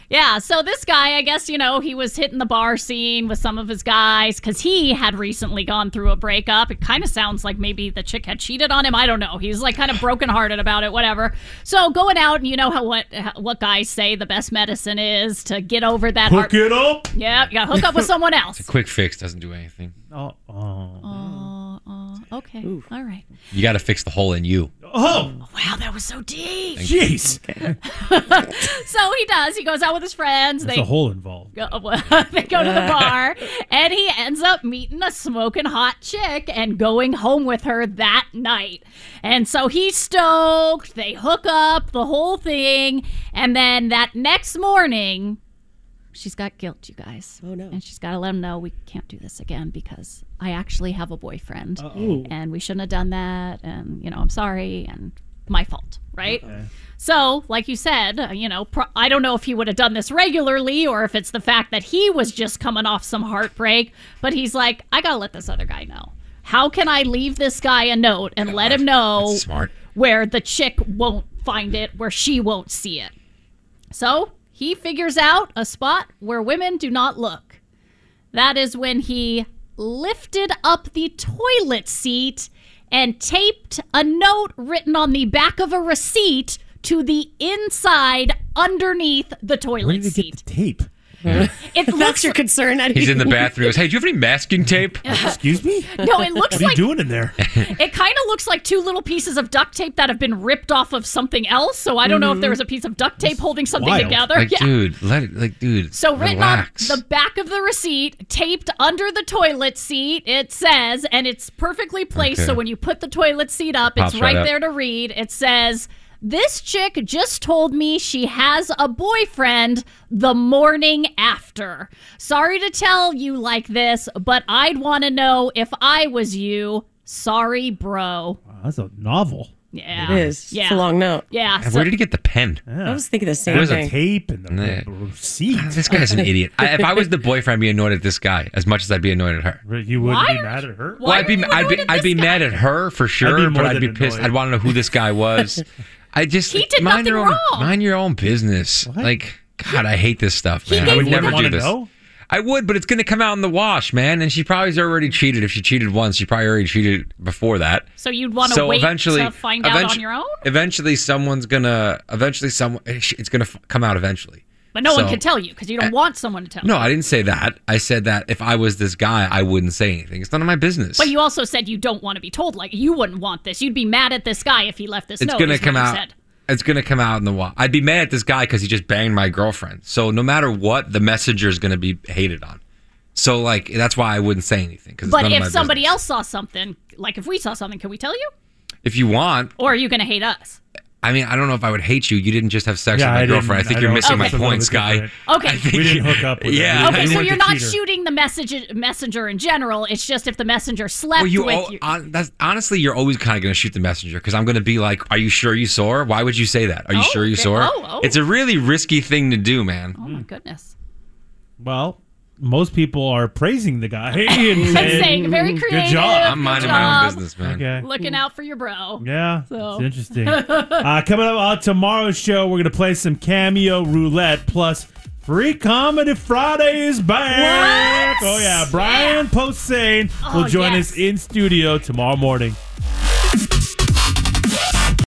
Yeah, so this guy, I guess, you know, he was hitting the bar scene with some of his guys because he had recently gone through a breakup. It kind of sounds like maybe the chick had cheated on him. I don't know. He's like kind of brokenhearted about it, whatever. So going out, and you know how what how- what guys say the best medicine is to get over that.
Hook it
up.
Yeah, yeah, hook up with someone else.
A quick fix doesn't do anything.
Oh, oh.
Oh, oh, okay, all right.
You got to fix the hole in you.
Oh,
wow, that was so deep.
Jeez.
so he does. He goes out with his friends.
There's
they
a hole involved.
Go, well, they go to the bar, and he ends up meeting a smoking hot chick and going home with her that night. And so he's stoked. They hook up the whole thing, and then that next morning, she's got guilt, you guys. Oh no! And she's got to let him know we can't do this again because I actually have a boyfriend,
Uh-oh.
and we shouldn't have done that. And you know, I'm sorry, and my fault, right? So, like you said, uh, you know, pro- I don't know if he would have done this regularly or if it's the fact that he was just coming off some heartbreak, but he's like, I got to let this other guy know. How can I leave this guy a note and let him know
Oh.
smart.
where the chick won't find it, where she won't see it? So, he figures out a spot where women do not look. That is when he lifted up the toilet seat and taped a note written on the back of a receipt to the inside underneath the
Where did
toilet
he
seat.
get the tape?
It looks your
concern.
He's in the bathroom. He goes, hey, do you have any masking tape?
Excuse me?
No, it
What
looks
are you
like-
doing in there?
It kind of looks like two little pieces of duct tape that have been ripped off of something else. So I don't know if there was a piece of duct tape holding something
Wild.
together.
Like, dude, let it, like, dude.
So written
relax.
on the back of the receipt, taped under the toilet seat, it says, and it's perfectly placed.
Okay.
So when you put the toilet seat up, it's
Pops
right,
right up.
there to read. It says, "This chick just told me she has a boyfriend the morning after. Sorry to tell you like this, but I'd want to know if I was you. Sorry, bro."
That's a novel.
Yeah.
It is.
Yeah.
It's a long note.
Yeah.
And where did he get the pen?
I was thinking the same
There's a
thing.
tape and
Yeah.
receipt.
This guy's an idiot. I, if I was the boyfriend, I'd be annoyed at this guy as much as I'd be annoyed at her.
You would
Why
be
are
mad at her.
well, I'd be, I'd be, I'd be mad at her for sure,
more
but I'd
than
be pissed.
annoyed.
I'd want to know who this guy was. I just
He did
mind your
nothing
own,
wrong.
Mind your own business. Like, God, I hate this stuff, man. I
gave
would
you
never
nothing.
do this.
Wanna know?
I would, but it's going to come out in the wash, man. And she probably's already cheated. If she cheated once, she probably already cheated before that.
So you'd want to
So
wait
eventually-
to find out on
eventu-
your own?
Eventually, someone's gonna. Eventually, someone. It's gonna f- come out eventually.
But no one
So- eh,
can tell you because you don't want someone to tell
No,
you.
I didn't say that. I said that if I was this guy, I wouldn't say anything. It's none of my business.
But you also said you don't want to be told. Like, you wouldn't want this. You'd be mad at this guy if he left this
it's
note.
gonna
is what
come
you
out.
said.
It's gonna come out in the wild. I'd be mad at this guy because he just banged my girlfriend. So no matter what, the messenger is gonna be hated on. So like that's why I wouldn't say anything because
But
none of
if
my
somebody else saw something, like if we saw something, can we tell you?
business. if you want,
Or are you going to hate us?
I mean, I don't know if I would hate you. You didn't just have sex
Yeah,
with my
I didn't-
girlfriend. I think
I
you're
don't-
missing my
That's a little
point,
bit
Sky.
different.
Okay.
I think
We didn't hook up with her.
yeah.
We
okay,
didn't
so
want
you're
the
not
cheater.
shooting the message messenger in general. It's just if the messenger slept
Well, you,
with
all,
you.
hon- that's, honestly, you're always kind of going to shoot the messenger because I'm going to be like, "Are you sure you saw her? Why would you say that? Are you
Oh,
sure you
okay.
saw her?"
Oh, oh.
It's a really risky thing to do, man.
Oh my goodness!
Well, most people are praising the guy and
I'm saying very creative.
Good job.
good job, Looking out for your bro.
Yeah,
So.
it's interesting. uh, coming up on tomorrow's show, we're going to play some cameo roulette plus free comedy Friday is back.
What?
Oh yeah, Brian Posehn will
Oh,
join
yes.
us in studio tomorrow morning.